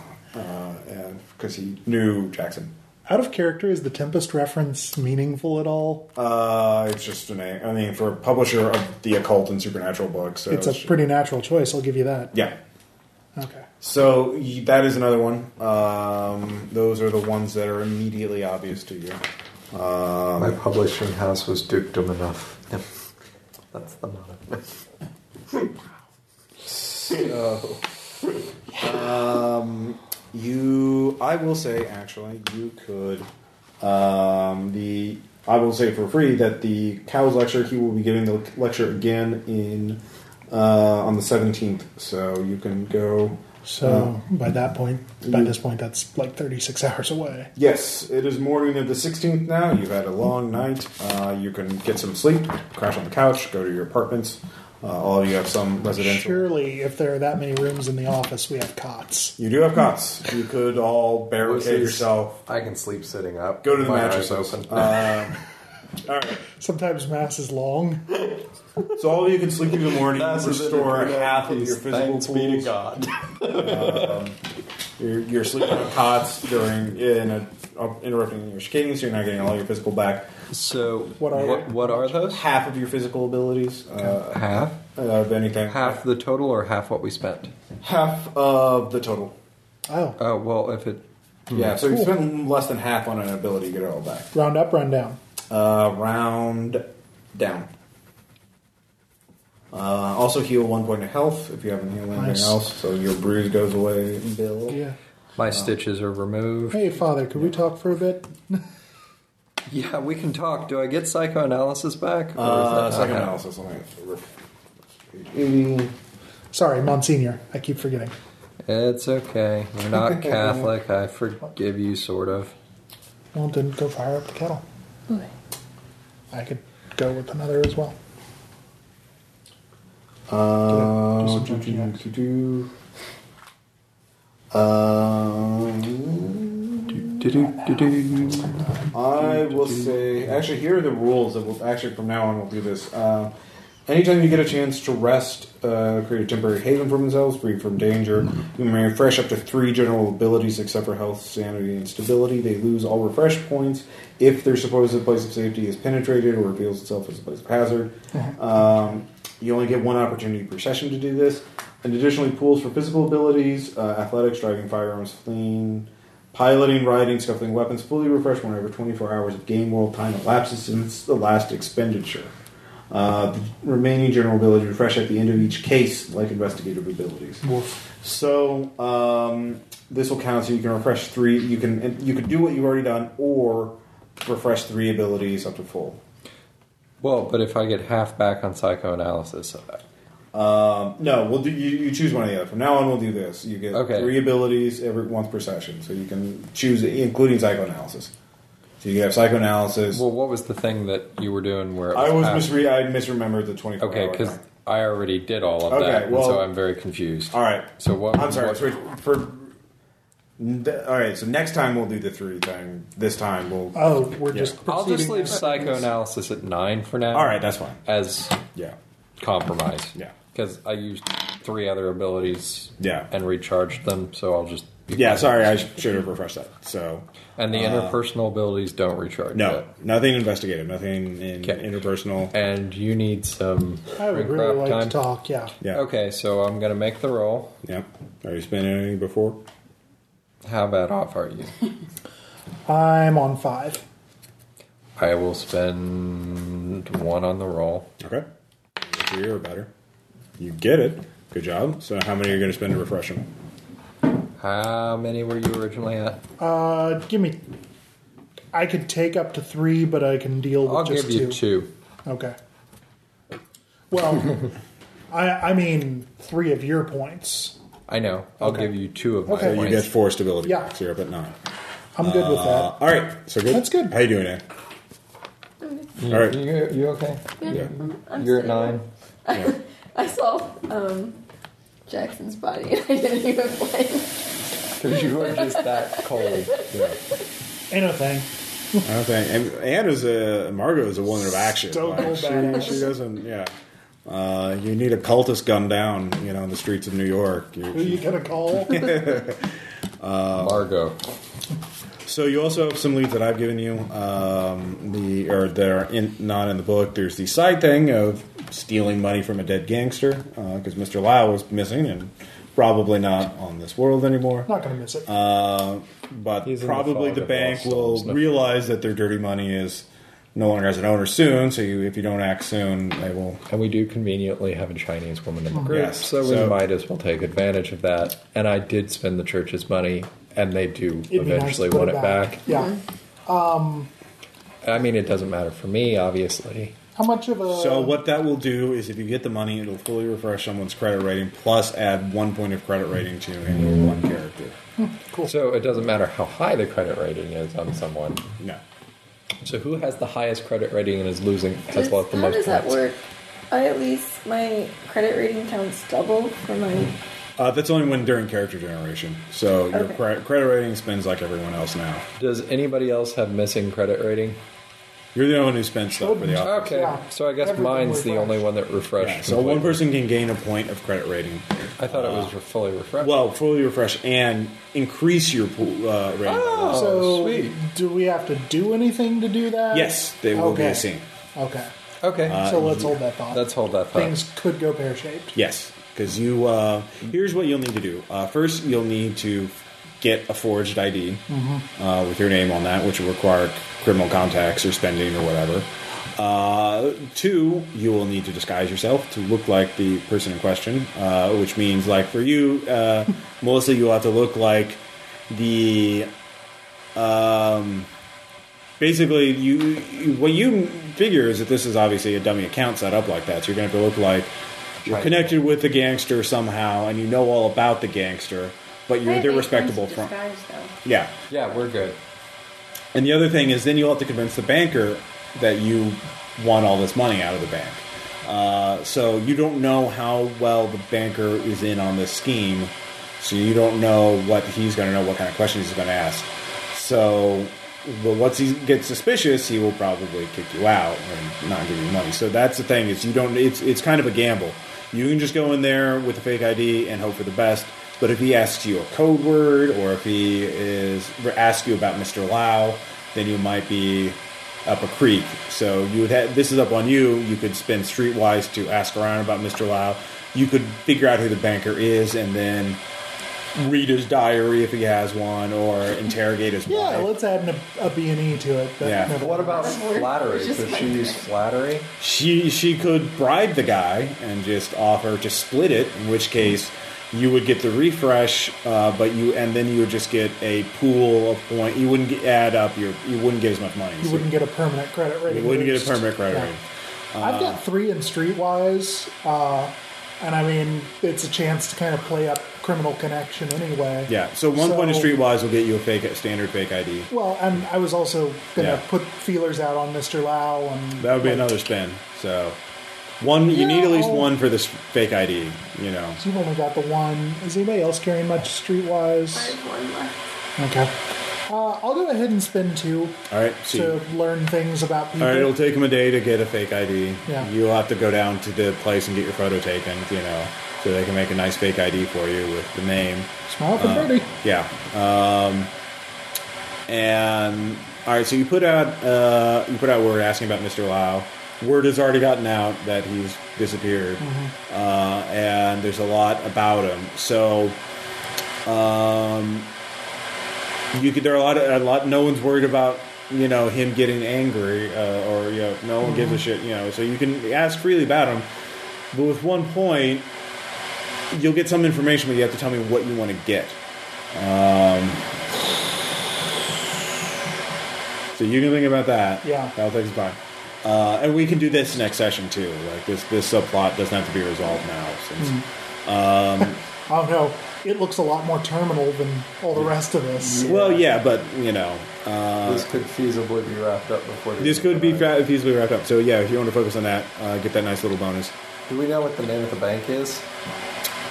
S1: because he knew Jackson.
S2: Out of character, is the Tempest reference meaningful at all?
S1: Uh, it's just a name. I mean, for a publisher of the occult and supernatural books, so
S2: it's a pretty natural choice. I'll give you that.
S1: yeah.
S2: Okay.
S1: So y- that is another one. Um, those are the ones that are immediately obvious to you. Um,
S3: My publishing house was dukedom enough. That's the motto.
S1: so, um, you, I will say, actually, you could. Um, the I will say for free that the Cow's lecture he will be giving the lecture again in uh, on the 17th, so you can go.
S2: So by that point, by this point, that's like 36 hours away.
S1: Yes, it is morning of the 16th now. You've had a long night. Uh, you can get some sleep, crash on the couch, go to your apartments. Uh, all of you have some residential.
S2: Surely, if there are that many rooms in the office, we have cots.
S1: You do have cots. You could all
S3: This
S1: barricade
S3: is-
S1: yourself.
S3: I can sleep sitting up.
S1: Go to the
S3: My
S1: mattress.
S3: eyes open.
S1: Uh, all right.
S2: Sometimes mass is long.
S1: So all of you can sleep through the morning,
S3: That's a
S1: restore
S3: bit
S1: half of your
S3: peace.
S1: physical
S3: Thanks be to
S1: pools.
S3: God.
S1: You're, you're sleeping on cots during in a, up- interrupting your skating, so you're not getting all your physical back.
S3: So
S2: What are
S3: what, what are those?
S1: Half of your physical abilities uh,
S3: Half,
S1: of anything.
S3: half the total, or half what we spent?
S1: half of the total.
S2: Oh,
S3: Oh well, if it
S1: Yeah, so you spend less than half on an ability to get it all back.
S2: round up, round down.
S1: Uh, round down. Uh, also heal one point of health if you haven't healed anything
S2: Nice.
S1: else, so your bruise goes away, Bill.
S2: Yeah.
S3: my stitches are removed,
S2: Hey, father, could we talk for a bit?
S3: yeah, we can talk. Do I get psychoanalysis back? or is that Uh-huh.
S1: Uh,
S3: not
S1: second
S3: happening?
S1: analysis. Let me-
S2: Mm. Sorry, Monsignor. I keep forgetting.
S3: It's okay. You're [LAUGHS] not Catholic. I forgive you, sort of.
S2: Well, didn't go fire up the kettle. I could go with another as well.
S1: Uh,
S2: Do some jumping jacks.
S1: Um, I will say, actually, here are the rules that will actually from now on we'll do this. Uh, anytime you get a chance to rest, uh, create a temporary haven for themselves, free from danger. You may refresh up to three general abilities except for health, sanity, and stability. They lose all refresh points if their supposed place of safety is penetrated or reveals itself as a place of hazard. Um, you only get one opportunity per session to do this. And additionally, pools for physical abilities, uh, athletics, driving firearms, fleeing, piloting, riding, scuffling weapons, fully refresh whenever 24 hours of game world time elapses since the last expenditure. Uh, the remaining general ability refresh at the end of each case, like investigative abilities. So um, this will count. So you can refresh three. You can you can do what you've already done, or refresh three abilities up to full.
S3: Well, but if I get half back on psychoanalysis,
S1: Um, no, we'll do. You, you choose one or the other. From now on, we'll do this. You get
S3: Okay.
S1: three abilities every once per session, so you can choose, including psychoanalysis. So you can have psychoanalysis.
S3: well, what was the thing that you were doing where it
S1: I was
S3: half-
S1: misre- I misremembered the twenty-four.
S3: Okay,
S1: hour
S3: because
S1: time.
S3: I already did all of
S1: Okay,
S3: that, and
S1: well-
S3: so I'm very confused.
S1: all right.
S3: So what?
S1: I'm sorry.
S3: what-
S1: switch- for all right. So next time we'll do the three thing. This time we'll.
S2: Oh, we're
S1: Yeah.
S2: just.
S3: I'll just
S2: proceeding
S3: leave
S2: as-
S3: psychoanalysis at nine for now.
S1: all right, that's fine.
S3: as
S1: Yeah.
S3: compromise.
S1: Yeah.
S3: because I used three other abilities.
S1: Yeah.
S3: and recharged them, so I'll just.
S1: Yeah. Sorry, I should have refreshed that. So
S3: And the interpersonal abilities don't recharge.
S1: Uh, no,
S3: yet.
S1: nothing investigative, nothing in
S3: Okay.
S1: interpersonal.
S3: And you need some.
S2: I would
S3: shrink
S2: really
S3: wrap
S2: like
S3: time.
S2: to talk. Yeah.
S1: Yeah.
S3: Okay, so I'm gonna make the roll.
S1: Yeah. Are you spending anything before?
S3: How bad off are you?
S2: I'm on five.
S3: I will spend one on the roll.
S1: Okay. Three or better. You get it. Good job. So how many are you going to spend to refresh them?
S3: How many were you originally at?
S2: Uh, give me. I could take up to three, but I can deal with
S3: I'll
S2: just
S3: give you two.
S2: Okay. Well, [LAUGHS] I I mean three of your points.
S3: I know. I'll
S2: Okay.
S3: give you two of my
S2: Okay.
S1: You
S3: points.
S1: get four stability.
S2: Yeah.
S1: So you're up at nine.
S2: I'm good with
S1: Uh,
S2: that.
S1: all right. So good.
S2: That's good.
S1: How you doing, Ann? All right.
S3: You, you okay?
S1: Yeah.
S5: I'm
S3: You're at
S5: stable.
S3: nine.
S5: I saw um, Jackson's body and I didn't even blink.
S3: Because you were just that cold.
S1: Yeah.
S2: Ain't no thing.
S1: I don't think. And Ann is a Margot is a woman of action.
S2: So
S1: Like,
S2: cool
S1: she,
S2: badass.
S1: she doesn't. Yeah. Uh, you need a cultist gunned down. You know, in the streets of New York. You-
S2: Who you gonna
S3: [LAUGHS]
S2: call?
S3: Uh, Margot.
S1: So you also have some leads that I've given you, um, the or that are in, not in the book. There's the side thing of stealing money from a dead gangster uh, because Mr. Lau was missing and probably not on this world anymore.
S2: Not gonna miss it.
S1: Uh, but
S3: He's in the
S1: probably
S3: fog
S1: the,
S3: of
S1: bank
S3: lost
S1: will
S3: souls, no?
S1: realize that their dirty money is no longer has an owner soon. So you, if you don't act soon, they will.
S3: And we do conveniently have a Chinese woman in the group,
S1: Yes,
S3: so we
S1: so-
S3: might as well take advantage of that. And I did spend the church's money, and they do
S2: It'd be nice
S3: eventually
S2: to put
S3: want it back.
S2: Yeah.
S3: I mean, it doesn't matter for me, obviously.
S2: How much of a
S7: So what that will do is, if you get the money, it'll fully refresh someone's credit rating, plus add one point of credit rating to any one character.
S3: So it doesn't matter how high the credit rating is on someone.
S7: No,
S3: So who has the highest credit rating and is losing has
S5: Does-
S3: lost the
S5: how
S3: most
S5: does that
S3: points?
S5: work? I at least my credit rating counts double for my.
S7: uh, that's only when during character generation. So your
S5: Okay.
S7: cre- credit rating spins like everyone else now.
S3: Does anybody else have missing credit rating?
S7: You're the only one who spends stuff for the office.
S3: Okay,
S2: Yeah.
S3: so I guess
S2: Everything
S3: mine's the
S2: refreshed.
S3: only one that refreshed.
S7: Yeah, so one
S3: completely.
S7: person can gain a point of credit rating. Uh,
S3: I thought it was re- fully refreshed.
S7: Well, fully refresh and increase your pool, uh, rating.
S3: Oh,
S2: so
S3: sweet.
S2: do we have to do anything to do that?
S7: Yes, they will be the same.
S2: Okay.
S3: Okay,
S7: Uh,
S2: so let's hold that thought.
S3: Uh, let's hold that thought.
S2: Things could go pear shaped.
S7: Yes, because you. Uh, here's what you'll need to do. Uh, first, you'll need to get a forged ID uh, with your name on that, which will require criminal contacts or spending or whatever. Uh, two, you will need to disguise yourself to look like the person in question, uh, which means, like for you, uh, [LAUGHS] Melissa, you'll have to look like the basically you you- what you figure is that this is obviously a dummy account set up like that so you're going to have to look like you're connected with the gangster somehow and you know all about the gangster but you're the respectable front yeah
S3: yeah, we're good.
S7: and the other thing is then you'll have to convince the banker that you want all this money out of the bank uh, so you don't know how well the banker is in on this scheme so you don't know what he's going to know what kind of questions he's going to ask so but once he gets suspicious, he will probably kick you out and not give you money. So that's the thing is you don't. It's it's kind of a gamble. You can just go in there with a fake ID and hope for the best. But if he asks you a code word, or if he is asks you about Mr. Lau, then you might be up a creek. So you would have, this is up on you. You could spin streetwise to ask around about Mr. Lau. You could figure out who the banker is, and then read his diary if he has one, or interrogate his
S2: Yeah,
S7: wife.
S2: let's add an, a B and E to it. but
S7: Yeah.
S2: never-
S11: What about flattery?
S5: Just
S11: Could
S5: like
S11: she use flattery?
S7: She she could bribe the guy and just offer to split it, in which case you would get the refresh, uh, but you and then you would just get a pool of point. You wouldn't get, add up your you wouldn't get as much money.
S2: you
S7: So
S2: wouldn't get a permanent credit rating.
S7: you wouldn't get a
S2: boost.
S7: permanent credit
S2: Yeah.
S7: rating. Uh,
S2: I've got three in Streetwise, uh, and I mean it's a chance to kind of play up criminal connection anyway.
S7: Yeah, so one point of streetwise will get you a fake standard fake ID.
S2: Well, and I was also gonna
S7: Yeah.
S2: put feelers out on Mr. Lau, and
S7: That would be
S2: like,
S7: another spin. So one you need at least
S2: No.
S7: one for this fake ID. You know.
S2: You've only got the one. Is anybody else carrying much
S5: I
S2: Streetwise?
S5: have one left.
S2: Okay. Uh, I'll go ahead and spin two
S7: All right. See.
S2: to learn things about people.
S7: All right, it'll take him a day to get a fake ID.
S2: Yeah.
S7: You'll have to go down to the place and get your photo taken, you know, so they can make a nice fake ID for you with the name.
S2: Smile for
S7: Uh.
S2: Freddy.
S7: Yeah. Um, and all right, so you put out uh, you put out a word asking about Mr. Lau. Word has already gotten out that he's disappeared, uh, and there's a lot about him. So um, you could, there are a lot of a lot. No one's worried about you know him getting angry uh, or you know no one gives a shit. You know, so you can ask freely about him. But with one point, you'll get some information, but you have to tell me what you want to get. Um, so you can think about that.
S2: Yeah.
S7: that'll take some time. Uh, and we can do this next session too. Like this, this subplot doesn't have to be resolved now. Since
S2: Oh no, it looks a lot more terminal than all the rest of this.
S7: well, yeah, but you know,
S11: [LAUGHS]
S7: uh,
S11: this could feasibly be wrapped up before the
S7: This
S11: end of
S7: could be
S11: the night.
S7: fa- easily wrapped up. So yeah, if you want to focus on that, uh, get that nice little bonus.
S11: Do we know what the name of the bank is?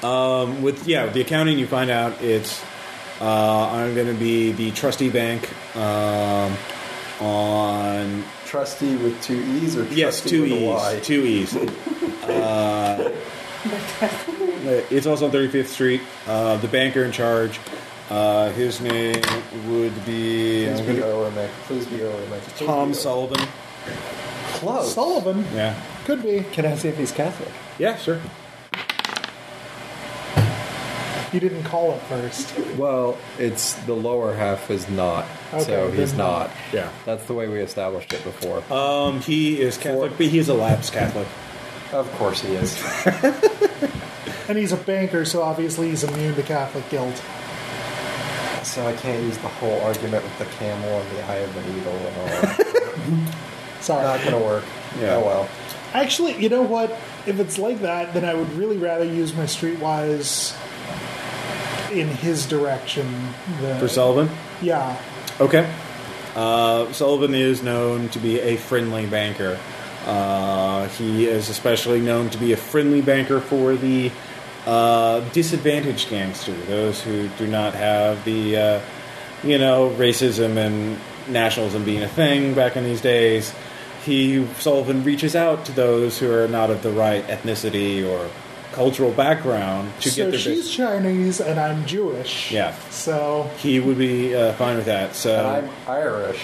S7: Um, with yeah, with the accounting, you find out it's uh, I'm going to be the trustee bank um, on
S11: Trustee with two E's or trustee
S7: yes two
S11: with a
S7: E's
S11: Y?
S7: two
S11: [LAUGHS]
S7: E's. uh, it's also on 35th Street. Uh, the banker in charge. Uh, his name would be
S11: Please
S7: I'm
S11: be
S7: gonna-
S11: Olympic. Please be Olympic. Please
S7: Tom
S11: be
S7: Sullivan.
S11: Close.
S2: Sullivan
S7: Yeah,
S2: could be.
S11: Can I see if he's Catholic?
S7: yeah, sure.
S2: He didn't call it first.
S3: Well, it's the lower half is not, so
S2: Okay,
S3: he's
S2: then-
S3: not.
S7: Yeah.
S3: That's the way we established it before.
S7: Um, he is Catholic, but he is a lapsed Catholic.
S11: Of course he is. [LAUGHS]
S2: And he's a banker, so obviously he's immune to Catholic guilt.
S11: so I can't use
S3: [LAUGHS]
S11: the whole argument with the camel and the eye of the needle and all that.
S2: Sorry.
S11: Not gonna work.
S1: Yeah.
S11: Oh well.
S2: Actually, you know what? If it's like that, then I would really rather use my streetwise in his direction. Than,
S7: For Sullivan?
S2: yeah,
S7: Okay. Uh, Sullivan is known to be a friendly banker. Uh, he is especially known to be a friendly banker for the uh, disadvantaged gangster, those who do not have the, uh, you know, racism and nationalism being a thing back in these days. He Sullivan reaches out to those who are not of the right ethnicity or cultural background to
S2: so
S7: get their.
S2: she's
S7: business.
S2: Chinese and I'm Jewish.
S7: Yeah.
S2: So
S7: He would be uh, fine with that. So
S11: And
S3: Um,
S11: I'm Irish.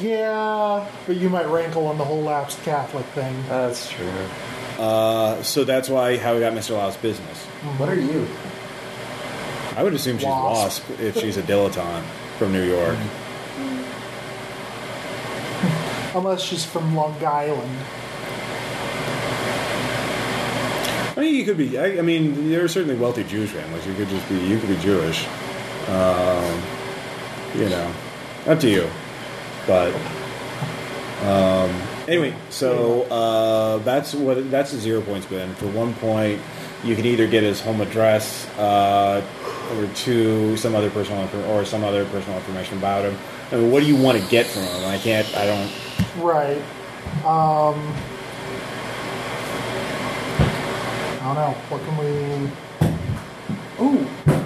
S2: yeah, but you might rankle on the whole lapsed Catholic thing.
S11: That's true.
S7: Uh, so that's why how we got Mr. Lau's business.
S11: What are you?
S7: I would assume she's
S2: Wasp.
S7: Wasp if she's a dilettante from New York.
S2: Unless she's from Long Island.
S7: I mean, you could be. I, I mean, there are certainly wealthy Jewish families. You could just be. You could be Jewish. Um, you know, up to you. But um, anyway, so uh, that's what that's a zero point spin. For one point, you can either get his home address uh, or to some other personal infor- or some other personal information about him. I mean, what do you want to get from him? I can't. I don't.
S2: Right. Um, I don't know. What can we? Oh,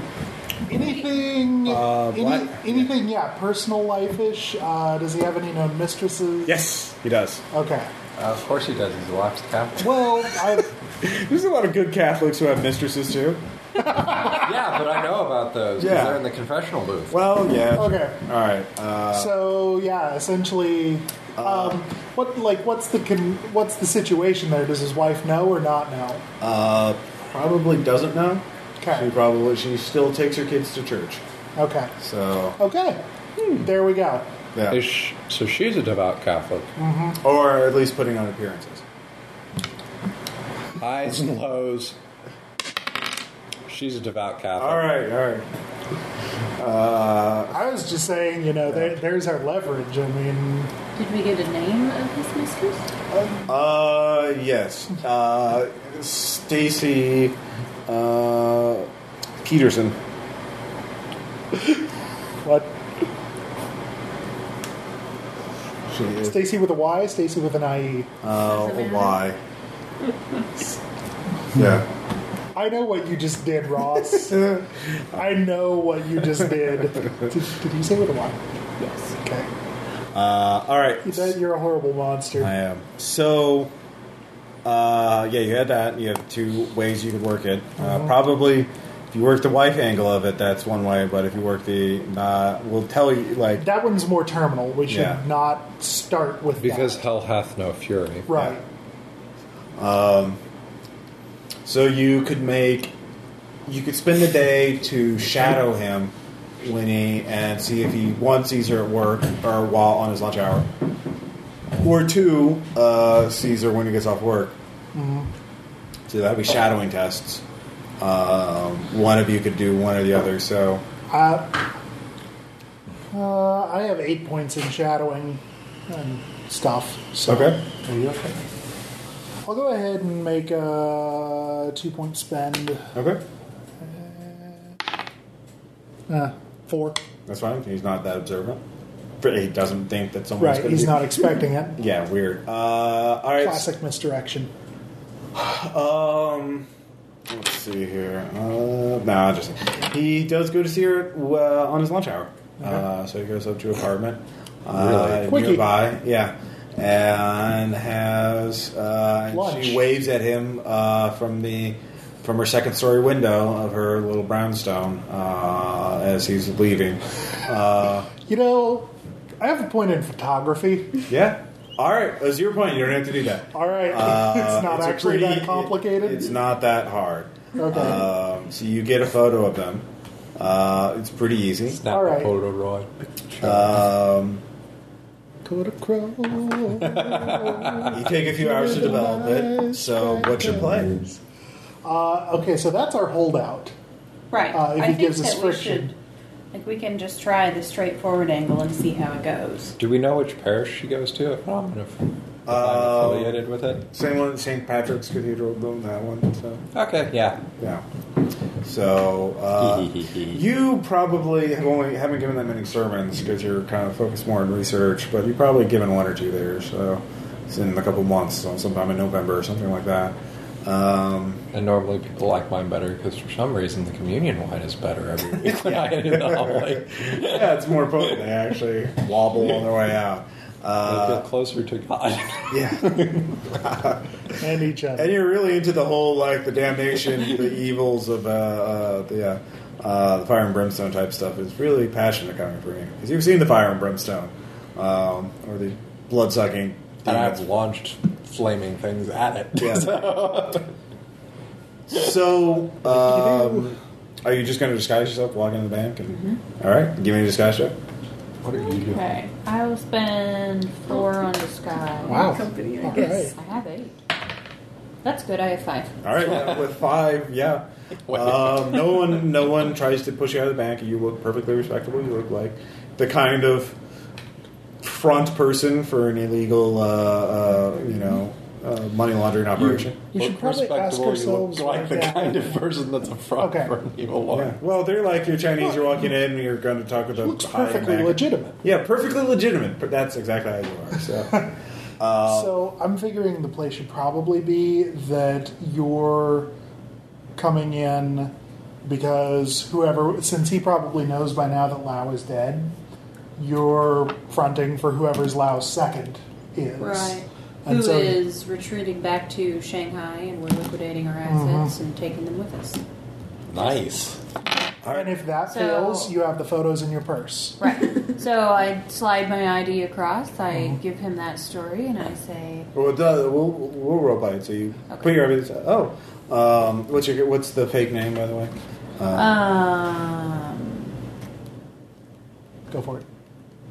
S2: anything?
S7: Uh,
S2: any-
S7: black-
S2: anything? Yeah, personal life ish. Uh, does he have any known mistresses?
S7: Yes, he does.
S2: Okay.
S11: Uh, of course he does. He's a lapsed Catholic.
S2: Well, I,
S7: There's a lot of good Catholics who have mistresses too.
S11: [LAUGHS] yeah, but I know about those. 'cause
S7: Yeah.
S11: They're in the confessional booth.
S7: Well, yeah.
S2: okay.
S7: All right. [LAUGHS] Uh,
S2: So yeah, essentially, um, what like what's the con- what's the situation there? Does his wife know or not know?
S7: uh, probably doesn't know.
S2: Okay.
S7: She probably she still takes her kids to church.
S2: Okay.
S7: So
S2: Okay.
S7: Hmm.
S2: There we go.
S7: yeah,
S3: Is sh so she's a devout Catholic.
S7: or at least putting on appearances.
S3: Highs and lows. She's a devout Catholic.
S7: All right. All right. Uh,
S2: I was just saying, you know, there, there's our leverage. I mean,
S4: Did we get a name of his mistress?
S7: uh, yes. Uh, Stacy uh, Peterson.
S2: what?
S7: She is.
S2: Stacy with a Y, Stacy with an E. IE.
S3: Oh,
S7: Uh,
S4: Does it matter?
S7: why? yeah.
S2: I know what you just did,
S7: [LAUGHS]
S2: Ross. I know what you just did. Did, did you say with a Y? Yes. Okay.
S7: Uh, all right.
S2: You bet you're a horrible monster.
S7: I am. So, uh, yeah, you had that. You have two ways you could work it. Uh, probably, if you work the wife angle of it, that's one way. But if you work the, uh, we'll tell you like
S2: that one's more terminal. We should
S7: Yeah.
S2: not start with
S3: Because
S7: [LAUGHS]
S2: that.
S3: hell hath no fury.
S2: Right.
S7: So you could make, you could spend the day to shadow him when he and see if he one sees her at work or while on his lunch hour, or two uh, sees her when he gets off work.
S2: Mm-hmm.
S7: So that'd be shadowing tests. Um, one of you could do one or the other. So
S2: I, uh, I have eight points in shadowing and stuff. So
S11: Are you okay?
S2: I'll go ahead and make a two point spend.
S7: okay,
S2: Uh, four.
S7: that's fine. He's not that observant. He doesn't think that someone's
S2: Right,
S7: gonna
S2: he's
S7: do-
S2: not expecting it.
S7: Yeah, weird. Uh, all right.
S2: Classic misdirection.
S7: Um, let's see here. Uh, nah, just he does go to see her uh, on his lunch hour. Uh, so he goes up to her apartment uh,
S2: Quickie.
S7: nearby, yeah, and has uh, and
S2: Lunch.
S7: she waves at him uh, from the from her second story window of her little brownstone uh, as he's leaving. Uh,
S2: You know, I have a point in photography.
S7: yeah. All right, that's your point. You don't have to do that.
S2: All right,
S7: Uh,
S2: [LAUGHS] it's not
S7: a
S2: actually
S7: pretty-
S2: that complicated.
S7: it's not that hard.
S2: Okay.
S7: Um, so you get a photo of them. Uh, it's pretty easy.
S3: Snap
S2: All
S3: a
S2: right.
S3: Polaroid.
S7: Um,
S2: Go to crow.
S7: you take a few hours to develop it. So what's your play?
S2: uh, okay, so that's our holdout.
S4: Right.
S2: Uh, if
S4: I
S2: he
S4: think
S2: gives us
S4: that
S2: friction.
S4: we should, like, we can just try the straightforward angle and see how it goes.
S3: Do we know which parish she goes to? If not, I'm gonna-
S7: Uh,
S11: affiliated with it.
S7: Same one, St. Patrick's Cathedral, built that one. So
S11: Okay, yeah.
S7: yeah. So uh, you probably have only haven't given that many sermons because you're kind of focused more on research, but you've probably given one or two there. So it's in a couple months, so sometime in November or something like that. Um,
S3: And normally people like mine better because for some reason the communion wine is better every week
S7: [LAUGHS]
S3: when I hit it all. Like,
S7: yeah, it's more potent. They actually wobble on their way out.
S3: I
S7: Uh,
S3: feel closer to God.
S7: yeah.
S2: and each other.
S7: And you're really into the whole like the damnation, the evils of uh, uh, the uh, uh, the fire and brimstone type stuff. It's really passionate coming from you because you've seen the fire and brimstone, um, or the blood sucking.
S3: and I've launched flaming things at it.
S11: [LAUGHS]
S7: Yeah. So, um, are you just going to disguise yourself, walk into the bank, and All right, give me a disguise check.
S3: What are you doing?
S12: Okay, I will spend four on disguise.
S3: Oh.
S5: Company, I
S2: All
S5: guess.
S2: right.
S12: I have eight. That's good. I have five.
S7: All right, yeah, with five, [LAUGHS] yeah.
S3: Wait.
S7: Um, no one, no one tries to push you out of the bank. You look perfectly respectable. You look like the kind of front person for an illegal, uh, uh, you know, uh, money laundering operation.
S2: You
S3: Look
S2: should probably ask
S3: respectable,
S2: ourselves
S3: You look like
S2: why
S3: the
S2: that
S3: kind of person that's a front
S2: Okay.
S3: for an evil
S7: yeah.
S3: one.
S7: Well, they're like you're Chinese. You're walking in, and you're going to talk with a
S2: looks
S7: high
S2: perfectly
S7: Mac.
S2: legitimate.
S7: Yeah, perfectly legitimate. But that's exactly how you are. [LAUGHS] So, Uh,
S2: so I'm figuring the play should probably be that you're coming in because whoever, since he probably knows by now that Lao is dead, you're fronting for whoever's Lao's second is.
S4: Right.
S2: And
S4: Who is
S2: so-
S4: retreating back to Shanghai and we're liquidating our
S2: Uh-huh.
S4: assets and taking them with us.
S3: Nice.
S2: And if that
S4: So-
S2: fails, you have the photos in your purse.
S4: Right. so I slide my ID across, I give him that story, and I say,
S7: well, it does- we'll we'll roll by it. So you
S4: Okay.
S7: put your evidence. Oh, um, what's your what's the fake name by the way?
S4: um,
S2: Go for it.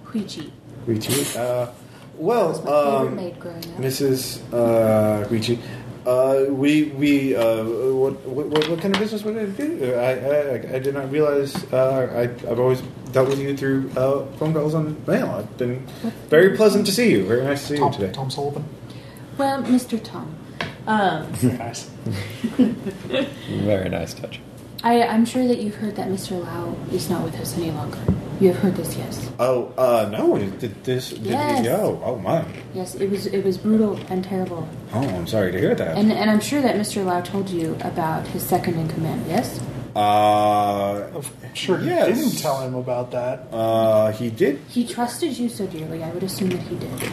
S4: Huichi.
S7: Guichi. Uh,
S4: That's
S7: well,
S1: oh,
S4: my favorite
S7: um,
S4: maid growing up.
S7: Mrs. Uh, Guichi, uh, we we uh, what, what what kind of business would I do? Uh, I I, I did not realize uh, I I've always dealt with you through uh, phone calls on mail. It's been very pleasant to see you. Very nice to see
S2: Tom,
S7: you today.
S2: Tom
S7: [LAUGHS]
S2: Sullivan.
S4: Well, Mr. Tom, um,
S2: Nice.
S3: Very nice touch.
S4: I, I'm sure that you've heard that Mr. Lau is not with us any longer. You have heard this, yes.
S7: Oh uh, no, did this did
S4: Yes.
S7: he go? Oh my.
S4: Yes, it was it was brutal and terrible.
S7: Oh, I'm sorry to hear that.
S4: And, and I'm sure that Mr. Lau told you about his second in command, yes?
S7: Uh,
S2: I'm sure you
S7: Yes.
S2: didn't tell him about that.
S7: uh, he did
S4: He trusted you so dearly, I would assume that he did.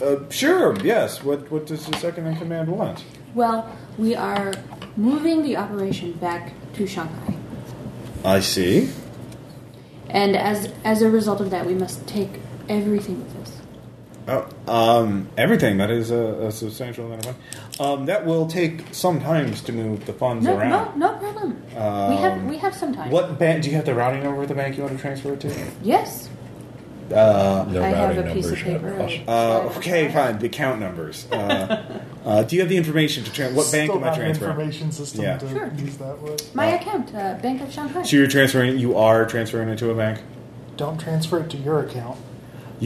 S7: Uh, sure. Yes. What What does the second in command want?
S4: Well, we are moving the operation back to Shanghai.
S7: I see.
S4: And as as a result of that, we must take everything with us.
S7: Oh, um, everything that is a, a substantial amount of money. Um, that will take some times to move the funds
S4: No, no,
S7: around. Um,
S4: no problem. we have we have some time.
S7: What bank? Do you have the routing number of the bank you want to transfer it to?
S4: Yes,
S7: Uh,
S3: No
S4: I have
S3: routing
S4: a piece of
S3: numbers yet,
S4: paper.
S3: Ross.
S7: uh, okay, fine. The account numbers. [LAUGHS] Uh, uh, do you have the information to transfer? What bank
S2: Still
S7: am I
S2: not an
S7: transferring?
S2: information system
S7: Yeah.
S2: to
S4: Sure.
S2: use that with.
S4: My account, uh, Bank of Shanghai.
S7: So you're transferring. You are transferring it to a bank.
S2: Don't transfer it to your account.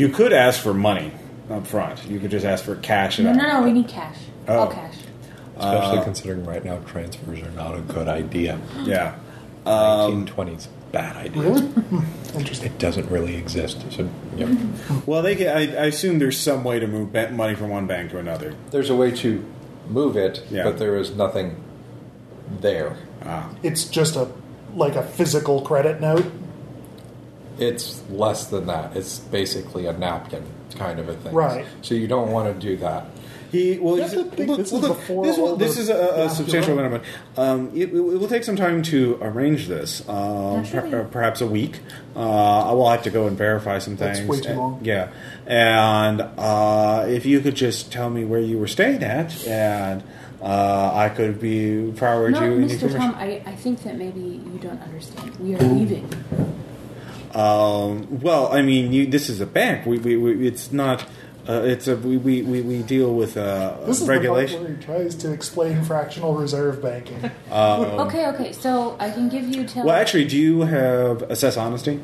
S7: You could ask for money up front. You could just ask for cash.
S4: No,
S7: and
S4: no, no. We need cash.
S7: Oh.
S4: All cash.
S3: Especially
S7: Uh,
S3: considering right now transfers are not a good idea.
S7: Yeah.
S3: 1920s, bad idea.
S2: Interesting.
S3: It doesn't really exist. So, yeah.
S7: Well, they can, I, I assume there's some way to move ba- money from one bank to another.
S11: There's a way to move it,
S7: Yeah.
S11: but there is nothing there.
S2: It's just a like a physical credit note.
S11: It's less than that. It's basically a napkin kind of a thing.
S2: Right.
S11: So you don't want to do that.
S7: He well,
S2: That's
S7: he said-
S2: the thing,
S7: look,
S2: this is
S7: look,
S2: before
S7: this, will,
S2: all the-
S7: this is a,
S2: Yeah.
S7: a substantial amount of money. Um, it, it will take some time to arrange this, um,
S4: sure.
S7: per- perhaps a week. Uh, I will have to go and verify some
S2: That's
S7: things.
S2: way too
S7: And-
S2: long.
S7: Yeah, and uh, if you could just tell me where you were staying at, and uh, I could be forward
S4: No,
S7: you any
S4: Mr.
S7: information.
S4: Tom, I, I think that maybe you don't understand. We are leaving.
S7: Um, well, I mean, you, this is a bank. We, we, we it's not. Uh, it's a we, we, we, we deal with uh,
S2: This is
S7: regulation.
S2: the part where he tries to explain fractional reserve
S6: [LAUGHS]
S2: banking.
S4: okay, okay. So I can give you till.
S7: well, actually, do you have assess honesty?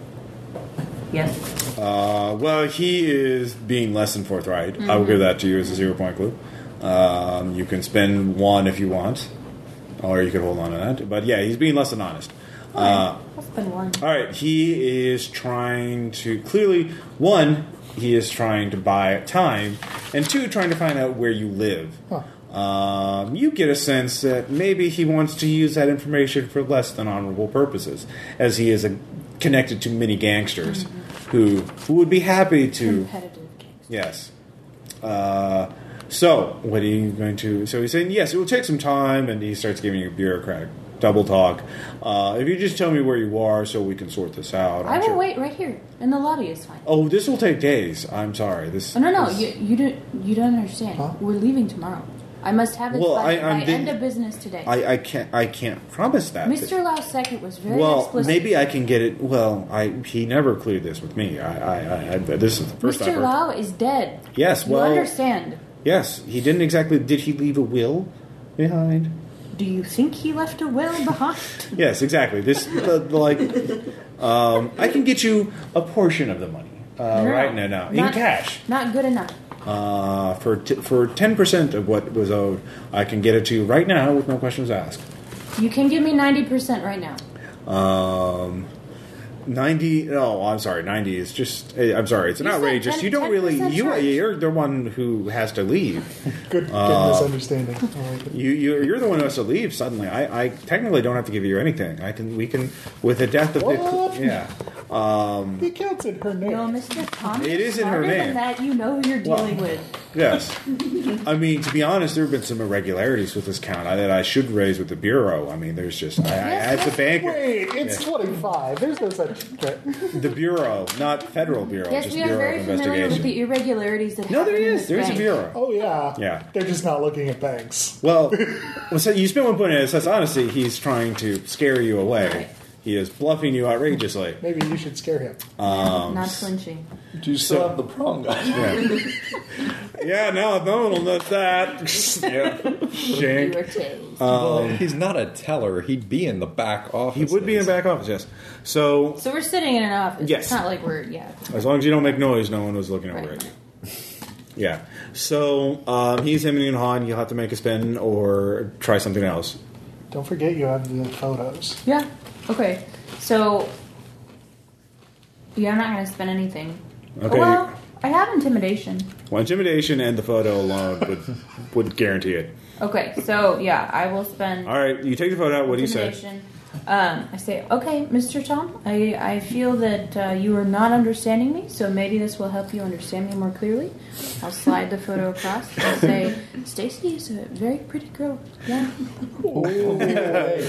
S6: Yes.
S7: Uh, well, he is being less than forthright. I will give that to you as a zero point clue. Um, you can spend one if you want, or you could hold on to that. But yeah, he's being less than honest. Uh,
S6: That's been one.
S7: all right, he is trying to clearly one, he is trying to buy time, and two, trying to find out where you live. Um, you get a sense that maybe he wants to use that information for less than honorable purposes, as he is a, connected to many gangsters who who would be happy to.
S6: Competitive games.
S7: Yes. Uh, so, what are you going to? So he's saying, yes, it will take some time, and he starts giving you bureaucratic double talk. Uh, if you just tell me where you are, so we can sort this out.
S6: I
S7: I'm
S6: will
S7: sure-
S6: wait right here in the lobby. It's fine.
S7: Oh, this will take days. I'm sorry. This.
S6: Oh, no, no,
S7: this-
S6: you you don't you don't understand. We're leaving tomorrow. I must have it
S7: Well,
S6: by,
S7: I- I'm
S6: by
S7: being-
S6: end of business today.
S7: I, I can't. I can't promise that.
S6: Mr. Laus second was very
S7: well,
S6: explicit.
S7: maybe I can get it. Well, I he never cleared this with me. I, I, I, I this is the first I've
S6: Mr.
S7: heard-
S6: Lau is dead.
S7: Yes, well-
S6: you understand.
S7: Yes, he didn't exactly. Did he leave a will behind?
S6: Do you think he left a will behind?
S7: Yes, exactly. This the, the, like um, I can get you a portion of the money uh, right now, now in
S6: Not-
S7: cash
S6: Not good enough.
S7: uh, for t- for ten percent of what was owed. I can get it to you right now with no questions asked.
S6: You can give me ninety percent right now.
S7: Um, ninety? No, I'm sorry. Ninety is just. eh, I'm sorry. It's an
S6: You said
S7: outrageous.
S6: 10
S7: you don't really.
S6: 10%
S7: You
S6: charge.
S7: you're the one who has to leave.
S2: Good, good
S7: Uh.
S2: misunderstanding. I like it.
S7: You, you you're the one who has to leave suddenly. I, I technically don't have to give you anything. I can we can with the death of
S2: What?
S7: the yeah.
S2: He counts in her name.
S6: No, Mr. Thomas.
S7: It is in her
S6: smarter
S7: name.
S6: Than that you know who you're
S7: Well-
S6: dealing with.
S7: Yes.
S6: [LAUGHS]
S7: I mean, to be honest, there have been some irregularities with this count I, that I should raise with the Bureau. I mean, there's just, I, I, as a banker,
S2: Wait, it's 25. There's no such thing.
S7: the Bureau, not Federal Bureau,
S6: Yes,
S7: just
S6: we are
S7: Bureau
S6: very
S7: of
S6: familiar with
S7: Investigation.
S6: the irregularities that
S7: No, there
S6: happen in
S7: is.
S6: this
S7: There's a
S6: bank.
S7: Bureau.
S2: Oh, yeah.
S7: Yeah.
S2: They're just not looking at banks.
S7: Well, well, so you spent one point in it. That's honestly, he's trying to scare you away. He is bluffing you outrageously.
S2: Maybe you should scare him.
S6: Not flinching.
S3: Do you still have the prong gun?
S7: Yeah, yeah no, no one will know that. [LAUGHS]
S6: [LAUGHS]
S7: yeah. Shank.
S6: You are too.
S3: [LAUGHS] well, he's not a teller. He'd be in the back office.
S7: Um, He would be in the back office, yes. So
S6: So we're sitting in an office.
S7: Yes.
S6: It's not like we're yeah.
S7: As long as you don't make noise, no one was looking over at
S6: Right.
S7: you. Yeah. So um, he's hemming and hawing. You'll have to make a spin or try something else.
S2: Don't forget you have the
S6: [LAUGHS]
S2: photos.
S6: Yeah. Okay. So yeah, I'm not gonna spend anything.
S7: Okay.
S6: Well, I have intimidation.
S7: Well, intimidation and the photo alone would would guarantee it.
S6: Okay. So yeah, I will spend.
S7: All right, you take the photo out. What do you say?
S6: intimidation. Um, I say, okay, Mr. Tom, I, I feel that uh, you are not understanding me, so maybe this will help you understand me more clearly. I'll slide the photo across and say, Stacy is a very pretty girl. Yeah.
S2: Yeah.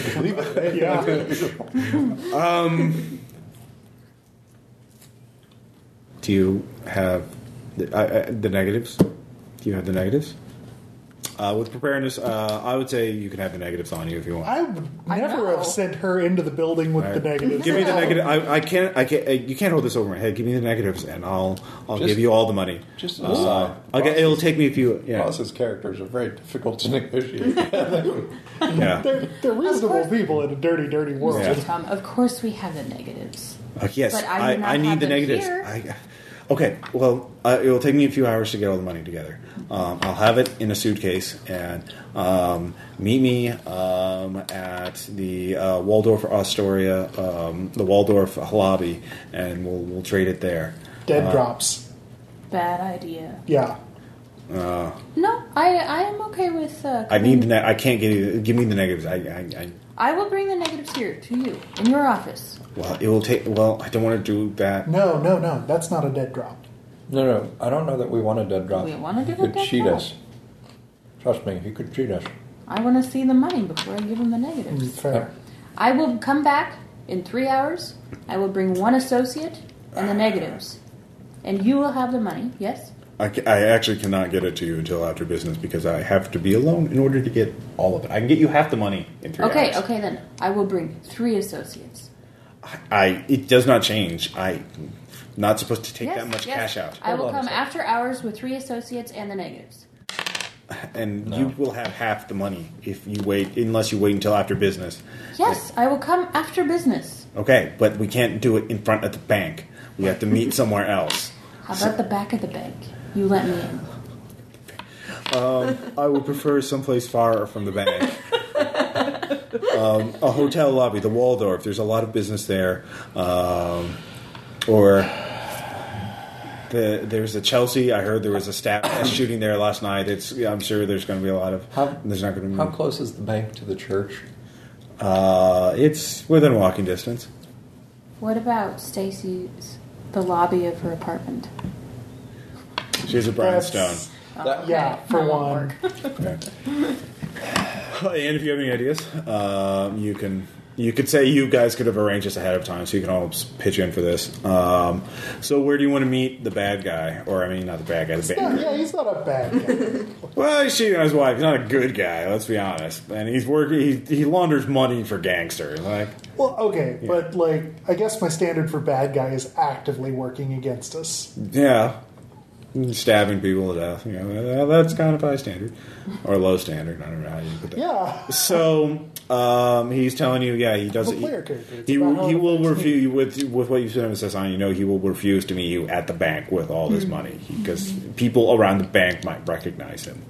S7: Do you have the, I, I, the negatives? Do you have the negatives? Uh, with preparedness, uh, I would say you can have the negatives on you if you want.
S2: I would
S6: I
S2: never
S6: know.
S2: have sent her into the building with
S7: All
S2: the
S7: right.
S2: negatives.
S7: Give me the negative. I, I can't. I can't. uh, You can't hold this over my head. Give me the negatives, and I'll. I'll
S3: Just-
S7: give you all the money.
S3: just an aside.
S7: uh, okay. It'll take me a few. Yeah.
S3: Boss's characters are very difficult
S11: [LAUGHS]
S3: to negotiate.
S2: [LAUGHS]
S7: Yeah.
S2: They're, they're reasonable people in a dirty, dirty world.
S7: Yeah.
S6: Tom, of course we have the negatives.
S7: Uh, yes.
S6: But I
S7: I,
S6: do not
S7: I need
S6: have
S7: the
S6: it
S7: negatives.
S6: here.
S7: I, okay. Well, uh, it will take me a few hours to get all the money together. Um, I'll have it in a suitcase and um, meet me um, at the uh, Waldorf Astoria, um, the Waldorf lobby, and we'll we'll trade it there.
S2: Dead
S7: Uh.
S2: drops.
S6: Bad idea.
S2: Yeah.
S6: No, I, I am okay with. Uh,
S7: I need the. Ne- I can't give you. Give me the negatives. I. I, I
S6: I will bring the negatives here to you in your office.
S7: Well, it will take. Well, I don't want to do that.
S2: No, no, no. That's not a dead drop.
S3: No, no, I don't know that we want a dead
S7: Uh,
S3: drop.
S6: We want a
S3: he
S6: dead
S3: could
S6: drop.
S3: cheat us. Trust me, he could cheat us.
S6: I want to see the money before I give him the negatives.
S2: Mm,
S3: Mm.
S7: Uh,
S2: Fair.
S6: I will come back in three hours. I will bring one associate and the negatives. And you will have the money, yes?
S7: I, ca- I actually cannot get it to you until after business because I have to be alone in order to get all of it. I can get you half the money in three
S6: okay,
S7: hours.
S6: okay then. I will bring three associates.
S7: I. It does not change. I. Not supposed to take
S6: yes,
S7: that much
S6: yes.
S7: cash out.
S6: I will
S3: Hold on a
S6: come
S3: second.
S6: after hours with three associates and the negatives.
S7: and you will have half the money if you wait, unless you wait until after business.
S6: Yes, I will come after business.
S7: Okay, but we can't do it in front of the bank. We have to
S6: [LAUGHS]
S7: meet somewhere else.
S6: How about the back of the bank? You let me in.
S7: I would prefer someplace far from the bank. um, a hotel lobby, the Waldorf. There's a lot of business there, um, or the, there's a Chelsea. I heard there was a staff [COUGHS] shooting there last night. It's I'm sure there's going to be a lot of.
S11: How-
S7: there's not going to be.
S11: How close is the bank to the church?
S7: Uh, it's within walking distance.
S6: What about Stacy's, the lobby of her apartment?
S7: She has a brownstone.
S2: That's-
S6: Uh,
S3: That-
S2: Yeah, for one.
S7: [LAUGHS] And if you have any ideas, um, you can. You could say you guys could have arranged this ahead of time, so you can all s- pitch in for this. Um, so, where do you want to meet the bad guy? Or, I mean, not the bad guy, the
S2: [LAUGHS] Yeah,
S7: bad
S2: yeah, he's not a bad guy.
S7: Well, he's cheating on his wife. He's not a good guy. Let's be honest. And he's working. He, he launders money for gangsters. Like,
S2: well, okay, but like, I guess my standard for bad guy is actively working against us.
S7: yeah, stabbing people to death. You know, that's kind of high standard or low standard. I don't know how you put that.
S2: Yeah,
S7: So um, he's telling you, yeah, he doesn't.
S2: I'm a player character. It's
S7: He, he
S2: about how it
S7: will
S2: affects
S7: refuse you with with what you said, Mrs. Hassan, You know, he will refuse to meet you at the bank with all
S2: Hmm.
S7: this money because people around the bank might recognize him.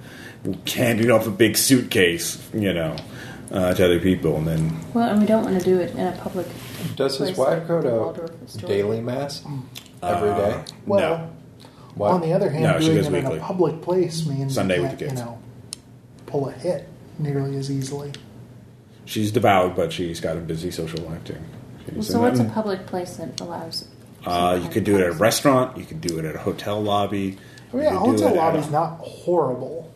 S7: Handing off a big suitcase, you know, uh, to other people, and then
S6: Well, and we don't want to do it in a public.
S3: Does his
S6: Place
S3: wife
S6: like
S3: go
S6: the Waldorf
S3: to
S6: Astoria.
S3: daily mass every day?
S2: Well,
S7: no.
S3: Why?
S2: on the other hand,
S7: No, she
S2: doing
S7: goes
S2: it in
S7: weekly.
S2: a public place means
S7: Sunday
S2: you
S7: with
S2: can't,
S7: the kids.
S2: you know, pull a hit nearly as easily.
S7: She's devout, but she's got a busy social life too. She's
S6: so, what's a
S7: in-
S6: public place that allows?
S7: uh, you could do it at a restaurant. You could do it at a hotel lobby.
S2: I mean, a
S7: you could Oh, do
S2: Oh, hotel
S7: it at
S2: lobby's
S7: a-
S2: not horrible.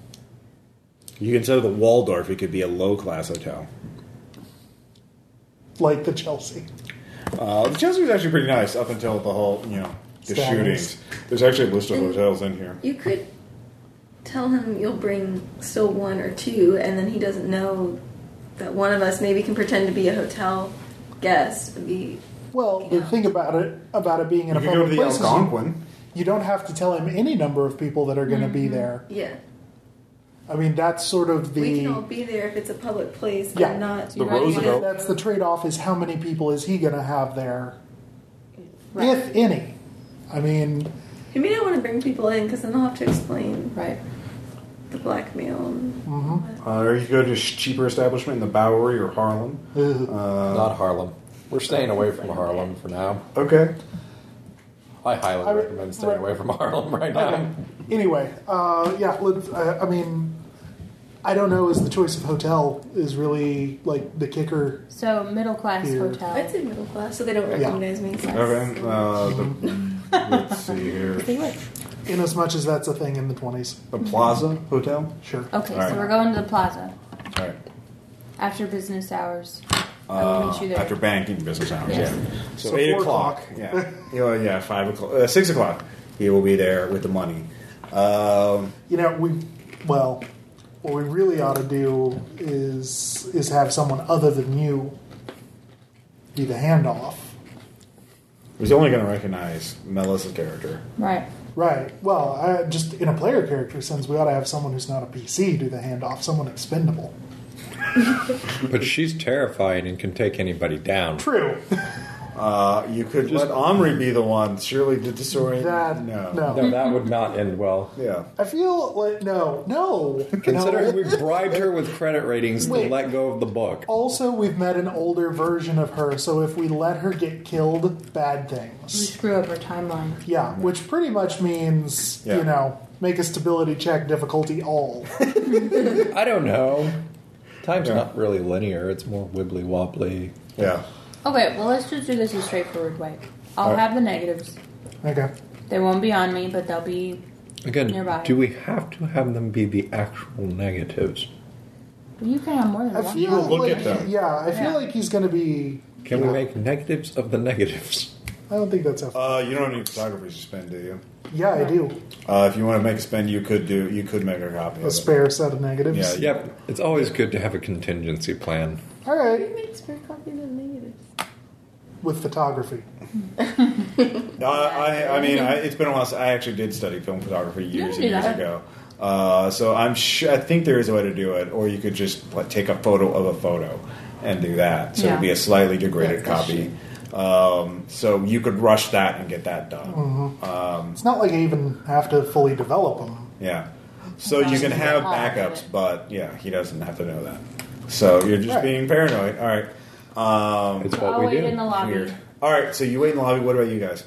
S7: You can set up the Waldorf. It could be a low class hotel.
S2: Like the Chelsea.
S7: Uh, the Chelsea was actually pretty nice up until the whole, you know, the
S2: Stabbings.
S7: shootings. There's actually a list of hotels in here.
S5: You could tell him you'll bring still one or two, and then he doesn't know that one of us maybe can pretend to be a hotel guest. and Be
S2: Well, the thing about it about it being in a
S7: You could go
S2: public
S7: to the
S2: place is you,
S7: Algonquin.
S2: you don't have to tell him any number of people that are going to be there.
S5: yeah,
S2: I mean, that's sort of the
S5: Mm-hmm. we can all be there if it's a public place.
S2: Yeah.
S5: and not
S11: The Roosevelt.
S2: That's the trade off is how many people is he going to have there?
S6: Right.
S2: If any. I mean,
S5: He may not want to bring people in because then they'll have to explain
S6: Right.
S5: the blackmail. And
S7: Uh, or you go to a cheaper establishment in the Bowery or Harlem.
S3: Not Harlem. We're staying away from Harlem for now.
S7: Okay.
S3: I highly
S2: I re-
S3: recommend staying
S2: re-
S3: away
S11: [LAUGHS]
S3: from Harlem right now.
S2: anyway, uh, yeah, let's, I, I mean, I don't know, is the choice of hotel is really like the kicker.
S6: So, middle class
S2: Here.
S5: I'd
S6: hotel.
S5: say middle class, so they don't
S2: Yeah.
S5: recognize me. so
S7: Okay. Uh, the, let's see here.
S2: In as much as that's a thing in the 20s.
S7: The Plaza Hotel?
S2: Sure.
S6: Okay,
S7: Alright.
S6: so we're going to the plaza
S7: All right.
S6: after business hours. I will meet you there.
S7: Uh, After banking business hours,
S6: Yes.
S7: yeah. So,
S2: So
S7: eight
S2: four
S7: o'clock.
S2: o'clock.
S7: Yeah. yeah, well, yeah, five o'clock, uh, six o'clock. He will be there with the money. Um,
S2: You know, we, well, what we really ought to do is is have someone other than you be the handoff.
S7: he's only going to recognize Melissa's character.
S6: Right.
S2: Right. Well, I, just in a player character sense, we ought to have someone who's not a PC do the handoff, someone expendable.
S11: But she's terrifying and can take anybody down.
S2: True.
S7: Uh, you could let Omri be the one. Surely to disorient.
S2: That, no.
S11: No, that would not end well.
S7: Yeah.
S2: I feel like no, no.
S11: Consider
S2: no.
S11: we bribed her with credit ratings
S2: Wait. Oh.
S11: to let go of the book.
S2: Also, we've met an older version of her, so if we let her get killed, bad
S6: We
S2: things.
S6: screw up our timeline.
S2: Yeah, which pretty much means
S7: Yeah.
S2: you know make a stability check difficulty all.
S11: I don't know. Time's
S7: Yeah.
S11: not really linear. It's more wibbly wobbly.
S7: Yeah.
S6: Okay, well, let's just do this a straightforward way. I'll
S7: Alright.
S6: have the negatives.
S2: Okay.
S6: They won't be on me, but they'll be.
S11: Again,
S6: Nearby.
S11: do we have to have them be the actual negatives?
S6: You can have more than
S2: I
S6: one.
S2: feel
S7: will look
S2: like,
S7: at them.
S2: Yeah, I feel
S6: Yeah.
S2: like he's going to be.
S11: Can
S2: yeah.
S11: we make negatives of
S2: [LAUGHS]
S11: the negatives?
S2: I don't think that's a.
S7: Uh, you don't need photographers to spend, do you?
S2: yeah, I do.
S7: Uh, if you want to make a spend, you could do. You could make a
S2: A
S7: copy. of it.
S2: spare set of negatives.
S7: Yeah, yeah.
S11: Yep. It's always good to have a contingency plan.
S2: All
S5: Who
S2: right,
S5: makes spare copies of negatives?
S2: with photography.
S7: Uh, I, I, I mean, I, it's been a while. Since I actually did study film photography years and
S6: did
S7: years
S6: I?
S7: ago. Uh, so I'm sure. I think there is a way to do it, or you could just like, take a photo of a photo and do that. So
S6: Yeah.
S7: it'd be a slightly degraded
S6: That's the
S7: copy. Um, so you could rush that and get that done.
S2: It's not like I even have to fully develop them.
S7: Yeah. So you can have backups, but yeah, he doesn't have to know that. So you're just
S2: Right.
S7: being paranoid. All right. Um,
S3: It's
S6: I'll
S3: what we
S6: wait in
S3: do.
S6: the lobby.
S7: weird. All right. So you wait in the lobby. What about you guys?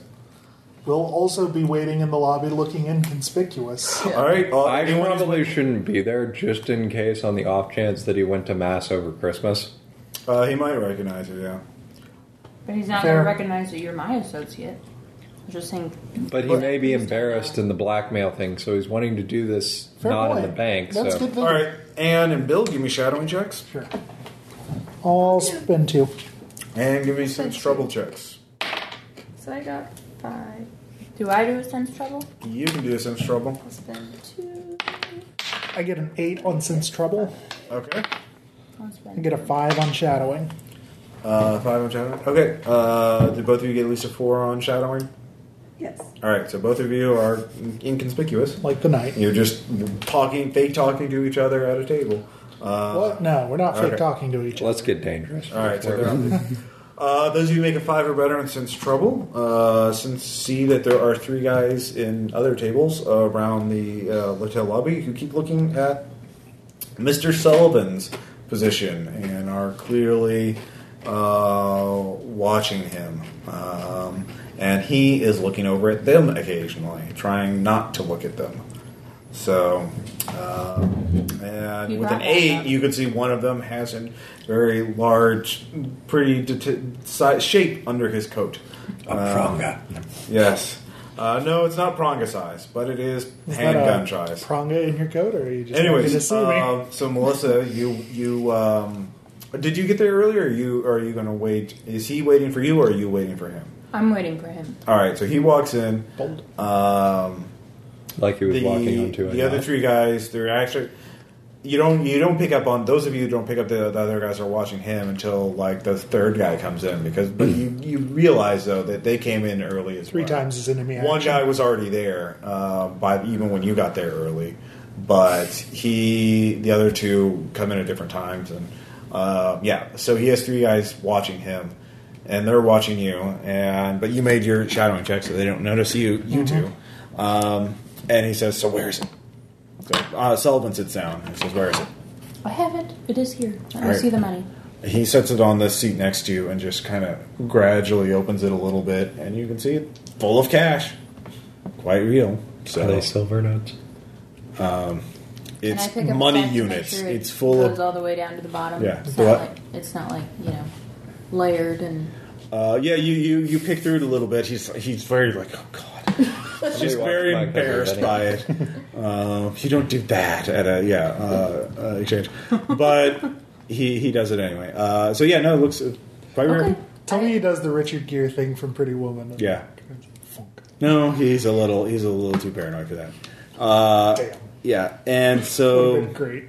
S2: We'll also be waiting in the lobby looking inconspicuous.
S7: All right. Well,
S3: I
S7: anyone who's-
S3: probably shouldn't be there just in case on the off chance that he went to mass over Christmas.
S7: uh, he might recognize you. Yeah.
S6: Mm-hmm. But he's not
S2: Fair.
S6: gonna recognize that you're my associate. I'm just saying
S3: But he may be embarrassed in the blackmail thing, so he's wanting to do this
S2: Fair
S3: not
S2: point.
S3: in the bank.
S2: That's
S3: so
S2: good thinking.
S7: All right. Anne and Bill, give me shadowing checks
S2: Sure. I'll spend two.
S7: and give me some trouble checks.
S5: So I got five.
S6: do I do a sense trouble?
S7: You can do some trouble.
S5: I'll spend two.
S2: I get an eight on sense trouble.
S7: Okay.
S6: I'll
S2: I
S6: spend-
S2: get a five on shadowing.
S7: Uh, five on shadowing. Okay. Uh, did both of you get at least a four on shadowing?
S5: Yes.
S7: All right. So both of you are inconspicuous.
S2: Like the night.
S7: You're just talking, fake talking to each other at a table. Uh,
S2: What? No, we're not fake
S7: okay.
S2: talking to each other.
S3: let's get dangerous.
S7: All right, so they're out there. [LAUGHS] Uh, those of you who make a five or better and sense trouble, uh, since see that there are three guys in other tables uh, around the uh, hotel lobby who keep looking at Mr. Sullivan's position and are clearly uh, watching him. Um, and he is looking over at them occasionally, trying not to look at them. So, uh, and
S6: You
S7: with
S6: brought
S7: an
S6: that
S7: eight,
S6: up.
S7: you can see one of them has a very large, pretty det- si- shape under his coat. Um,
S3: Pronga.
S7: Yes. Uh, no, it's not pronga size, but it is
S2: Is that a
S7: handgun size.
S2: Pronga in your coat, or are you just happy to
S7: Anyways,
S2: see me?
S7: um, so Melissa, you you um, did you get there earlier? Or you or are you going to wait? Is he waiting for you, or are you waiting for him?
S6: I'm waiting for him.
S7: All right, so he walks in.
S2: Bold.
S7: Um,
S3: Like he was walking onto
S7: the other three guys they're actually you don't you don't pick up on those of you who don't pick up the, the other guys are watching him until like the third guy comes in because but
S3: Hmm.
S7: you you realize though that they came in early as
S2: Three
S7: well.
S2: times his enemy
S7: one
S2: action.
S7: guy was already there uh, by even when you got there early but he the other two come in at different times and uh, yeah so he has three guys watching him and they're watching you and but you made your shadowing check so they don't notice you you two um, and he says so where is it so, uh, Sullivan sits down and says where is it
S6: I have it. It is here. I
S7: All right.
S6: see the money.
S7: he sets it on the seat next to you and just kind of gradually opens it a little bit, and you can see it full of cash. Quite real. So
S3: Are they silver notes?
S6: And I
S7: it's
S6: pick up the
S7: money
S6: back to make
S7: units.
S6: sure it
S7: It's full
S6: goes
S7: of.
S6: all the way down to the bottom.
S7: Yeah.
S6: It's
S7: Do
S6: not,
S7: I-
S6: like, it's not like you know layered and
S7: Uh, yeah, you, you you pick through it a little bit. He's he's very like oh
S6: [LAUGHS]
S7: god, just
S3: walks
S7: very
S3: back over,
S7: embarrassed
S3: doesn't he?
S7: by it. Uh, you don't do that at a yeah uh, uh, exchange, but he he does it anyway. Uh, so yeah, no, it looks uh, quite real.
S6: okay.
S2: Tell me he does the Richard Gere thing from Pretty Woman.
S7: Yeah.
S2: Funk.
S7: No, he's a little he's a little too paranoid for that. Uh,
S2: Damn.
S7: Yeah,
S6: [LAUGHS]
S7: and
S2: Would've
S7: so
S2: been great.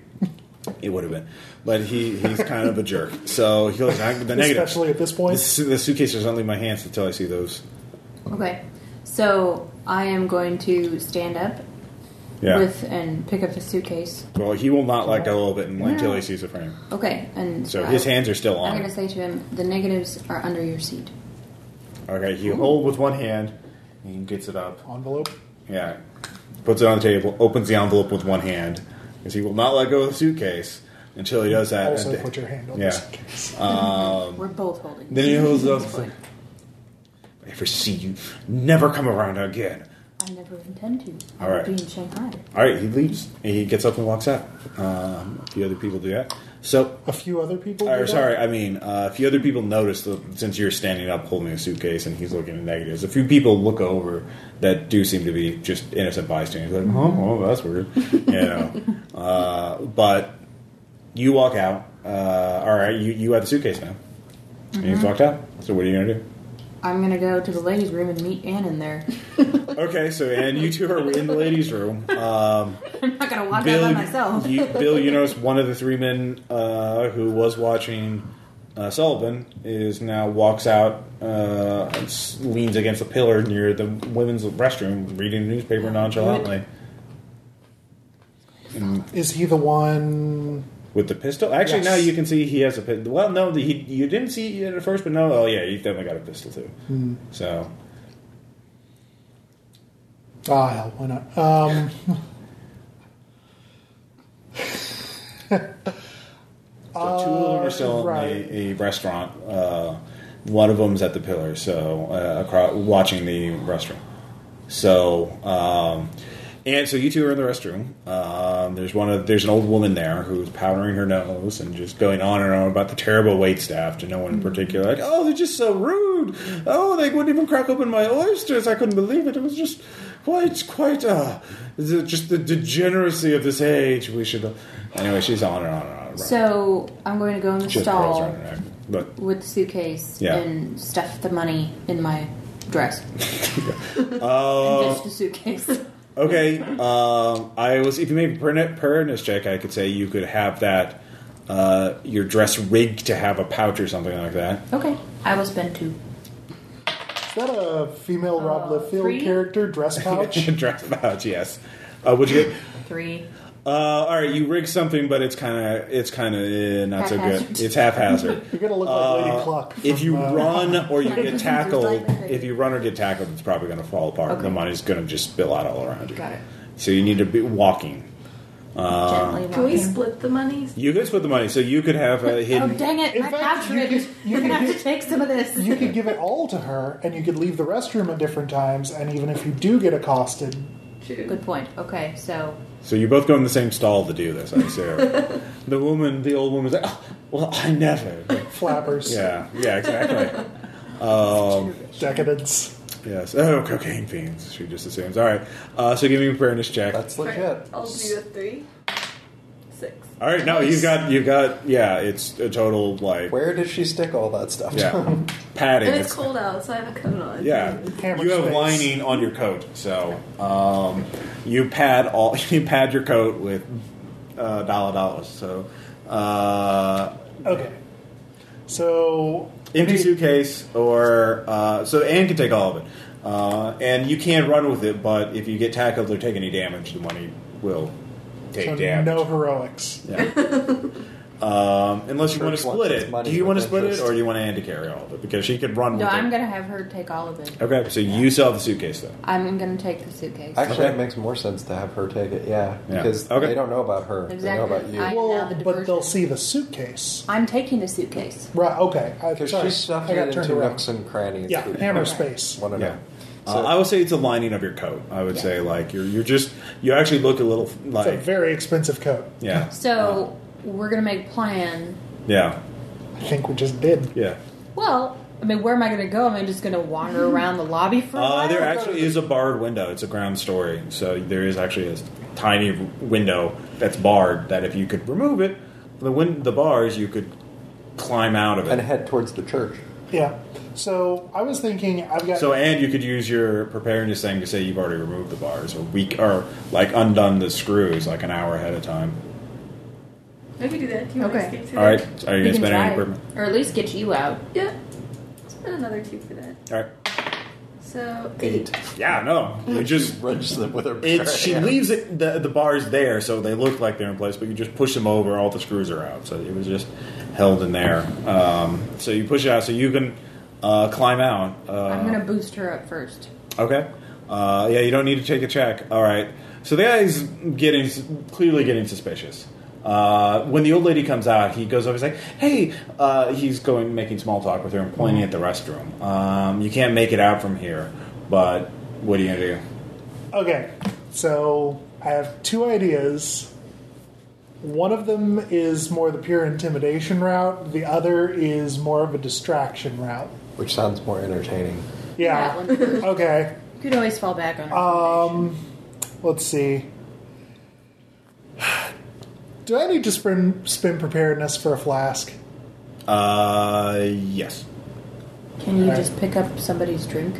S7: it would have been, but he he's kind of a jerk. So he goes,
S3: [LAUGHS]
S7: I, the negative.
S2: Especially at this point.
S7: the, su- the suitcase doesn't leave my hands until I see those.
S6: Okay. So I am going to stand up
S7: Yeah.
S6: with and pick up the suitcase.
S7: well, he will not let go of it and- until he sees the frame.
S6: Okay. And
S7: So his hands are still
S6: I'm
S7: on.
S6: going to
S7: it.
S6: say to him, the negatives are under your seat.
S7: Okay, he hold with one hand and gets it up.
S2: Envelope.
S7: Yeah. Puts it on the table, opens the envelope with one hand, because he will not let go of the suitcase until he does that.
S2: Also
S7: And-
S2: put your hand on
S7: Yeah.
S2: this case.
S6: We're both holding.
S7: Then he holds up.
S6: That's fine.
S7: I ever see you, never come around again.
S6: I never intend to.
S7: All right.
S6: I'll be in Shanghai.
S7: All right, he leaves. He gets up and walks out. Um, a few other people do that. So,
S2: A few other people. do
S7: or,
S2: that?
S7: sorry, I mean, uh, a few other people notice that since you're standing up holding a suitcase and he's looking at negatives, a few people look over that do seem to be just innocent bystanders. Like, oh, oh that's weird. [LAUGHS] you know. Uh, but you walk out. Uh, all right, you, you have the suitcase now. And he's walked out. So, what are you going to do?
S6: I'm going to go to the ladies' room and meet Anne in there. [LAUGHS]
S7: Okay, so, and you two are in the ladies' room. Um,
S6: I'm not going to walk
S7: Bill,
S6: out by myself.
S7: you, Bill, you notice one of the three men uh, who was watching uh, Sullivan is now walks out, uh, and s- leans against a pillar near the women's restroom, reading the newspaper nonchalantly.
S2: Is he the one?
S7: With the pistol? Actually,
S2: Yes.
S7: now you can see he has a pistol. Well, no, the, he, you didn't see it at first, but no. Oh, yeah, he definitely got a pistol, too. So,
S2: Ah, hell, why not? Um,
S7: so two of them are still
S2: right.
S7: in the, the restaurant. Uh, one of them's at the pillar, so uh, across, watching the restroom. So, um, and so you two are in the restroom. Um, there's one of there's an old woman there who's powdering her nose and just going on and on about the terrible wait staff to no one in particular. Like, oh, they're just so rude. Oh, they wouldn't even crack open my oysters. I couldn't believe it. It was just quite, quite, uh, the- just the degeneracy of this age. We should. Anyway, she's on and on and on.
S6: So I'm going to go in the
S7: Just girls
S6: stall
S7: running around. Look,
S6: with the suitcase
S7: Yeah.
S6: and stuff the money in my
S7: [LAUGHS]
S6: dress. [LAUGHS]
S7: Uh,
S6: Just the suitcase. [LAUGHS]
S7: okay. Um, I was. If you made a per- preparedness check, I could say you could have that. Uh, your dress rigged to have a pouch or something like that.
S6: Okay, I will spend two.
S2: is that a
S6: Uh,
S2: female Rob Liefeld
S6: three?
S2: character
S7: [LAUGHS]
S2: dress pouch?
S7: dress pouch, yes. Uh, would you? Get,
S6: Three.
S7: uh, all right, you rig something, but it's kind of it's kind of eh, not so good.
S6: Haphazard.
S7: It's
S6: [LAUGHS]
S7: haphazard.
S2: You're gonna look like Lady
S7: Uh,
S2: Cluck. From,
S7: if you
S2: uh,
S7: run or you get
S6: Just
S7: tackled,
S6: like that.
S7: if you run or get tackled, it's probably going to fall apart. The
S6: Okay.
S7: money's going to just spill out all around you.
S6: Got it.
S7: So you need to be walking. Uh,
S6: Gently
S5: Can we
S6: walking.
S5: split the monies?
S7: You guys put the money, so you could have a
S6: Oh
S7: hidden.
S6: dang it!
S2: In
S6: my
S2: fact,
S6: pouch
S2: you
S6: ripped. [LAUGHS]
S2: could- you
S6: You're gonna
S2: could
S6: have to
S2: get-
S6: take some of this.
S2: you could give it all to her, and you could leave the restroom at different times. And even if you do get accosted,
S6: Good point. Okay, so
S7: So you both go in the same stall to do this, I
S6: [LAUGHS]
S7: assume. the woman, the old woman's like, oh, well, I never.
S2: flappers,
S7: yeah, yeah, exactly.
S2: decadence.
S7: yes. Oh, cocaine fiends. She just assumes. All right. Uh, so give me a preparedness check.
S3: That's
S5: Right.
S3: legit.
S5: I'll do a three. Six.
S7: All right. No, you've got, you've got. Yeah, it's a total like.
S3: Where did she stick all [LAUGHS] that stuff?
S7: Yeah, padding.
S5: And it's cold out, so I have a coat on.
S7: Yeah,
S2: Hammer
S7: you have
S2: space.
S7: lining on your coat, so um, you pad all [LAUGHS] you pad your coat with uh, dollar dollars. So uh,
S2: Okay, so
S7: empty suitcase or uh, so Anne can take all of it, uh, and you can run with it. But if you get tackled or take any damage, the money will take
S2: so
S7: damage.
S2: no heroics.
S7: Um, unless you
S3: Church
S7: want to
S3: wants
S7: split
S3: its
S7: it.
S3: money
S7: Do you
S3: with
S7: want to split it,
S3: interest.
S7: or do you want Anne to carry all of it because she could run
S6: no,
S7: with
S6: I'm
S7: it?
S6: gonna have her take all of it.
S7: okay, so you sell the suitcase though.
S6: I'm gonna take the suitcase.
S3: Actually,
S7: Okay.
S3: it makes more sense to have her take it, yeah.
S7: Yeah.
S3: Because
S7: Okay.
S3: they don't know about her. They know
S6: Exactly.
S3: about you.
S6: I- now
S2: Well,
S6: the
S2: but they'll
S6: diversion.
S2: see the suitcase.
S6: I'm taking the suitcase.
S2: Right? Okay, I-
S3: Because
S2: sorry,
S3: she stuffed
S2: I got
S3: it
S2: turned
S3: into
S2: around.
S3: nooks and crannies.
S2: Yeah,
S3: that you
S2: hammer
S3: don't
S2: space.
S3: wanna
S7: Yeah.
S3: know.
S7: Uh, I would say it's a lining of your coat. I would say like you're you're just you actually look a little like
S2: It's a very expensive coat.
S7: yeah
S6: So we're gonna make plan.
S7: yeah
S2: I think we just did.
S7: yeah.
S6: Well, I mean, where am I gonna go? Am I just gonna wander around the lobby for a
S7: Uh,
S6: while?
S7: there actually is a barred window. It's a ground story, so there is actually a tiny window that's barred. That if you could remove it, the win- the bars you could climb out of
S3: And
S7: it.
S3: head towards the church.
S2: Yeah. So I was thinking, I've got
S7: So and you could use your preparedness thing to say you've already removed the bars or weak or like undone the screws like an hour ahead of time.
S5: I can do that. Do you want
S6: Okay.
S5: to escape
S7: All right, so are you gonna
S6: You can
S7: spend
S6: try,
S7: any equipment?
S6: or at least get you out.
S5: Yeah. Spend another two for that.
S7: All right.
S5: So eight.
S7: Yeah,
S6: [LAUGHS]
S7: no, you just
S3: Wrench them with her [LAUGHS]
S7: It's, she leaves it, the, the bars there, so they look like they're in place, but you just push them over, all the screws are out. So it was just held in there. Um, so you push it out so you can uh, climb out. Uh,
S6: I'm gonna boost her up first.
S7: okay. Uh, yeah, you don't need to take a check. All right. So the guy's getting clearly getting suspicious. Uh, when the old lady comes out, he goes over and says, "Hey," uh, he's going making small talk with her and pointing at the restroom. Um, you can't make it out from here, but what are you gonna do?
S2: Okay, so I have two ideas. One of them is more the pure intimidation route. The other is more of a distraction route.
S3: Which sounds more entertaining.
S6: That
S2: Yeah.
S6: one [LAUGHS] first.
S2: Okay.
S6: You could always fall back on. Her
S1: Uh,
S2: Um, let's see. Do I need to spin spin preparedness for a flask?
S7: Uh, yes.
S6: Can you
S2: Alright.
S6: just pick up somebody's drink?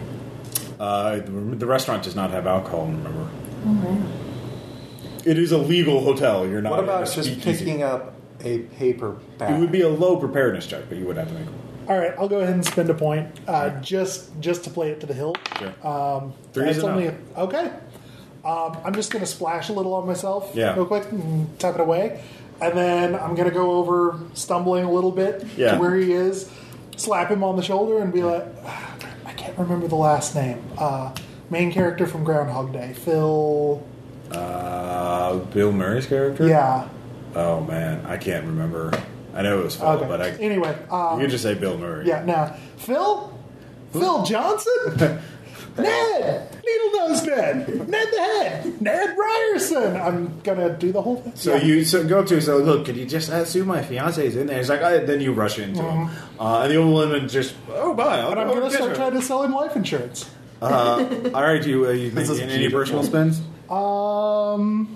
S7: Uh, the, the restaurant does not have alcohol. Remember,
S6: Oh man.
S7: it is a legal hotel. You're not.
S3: What about
S7: in a
S3: just
S7: speakeasy.
S3: picking up a paper bag?
S7: It would be a low preparedness check, but you would have to make. one.
S2: All right, I'll go ahead and spend a point uh, just just to play it to the hilt.
S7: Sure.
S2: Um,
S7: Three
S2: that's
S7: is
S2: only
S7: enough.
S2: okay. Um, I'm just going to splash a little on myself
S1: Yeah.
S2: real quick and tuck it away. And then I'm going to go over, stumbling a little bit
S1: Yeah.
S2: to where he is, slap him on the shoulder, and be like, "Ah, I can't remember the last name. Uh, main character from Groundhog Day, Phil.
S1: Uh, Bill Murray's character.
S2: Yeah.
S1: Oh man, I can't remember. I know it was Phil,
S2: Okay.
S1: but I you
S2: anyway, um,
S1: can just say Bill Murray.
S2: yeah. Now, Phil,
S1: [LAUGHS]
S2: Phil Johnson, Ned, Needle Nose Ned, Ned the Head, Ned Ryerson. I'm gonna do the whole thing.
S1: So
S2: Yeah.
S1: you so go up to him and say, "Look, could you just assume my fiance's in there?" He's like, I, "Then you rush into
S3: Mm-hmm.
S1: him, uh, and the old woman just, oh, bye." I'll
S2: and I'm
S1: go
S2: gonna
S1: get her."
S2: start trying to sell him life insurance.
S1: Uh, all right, you, uh, you
S8: This
S1: making
S8: is
S1: any
S8: beautiful.
S1: personal spends?
S2: Um.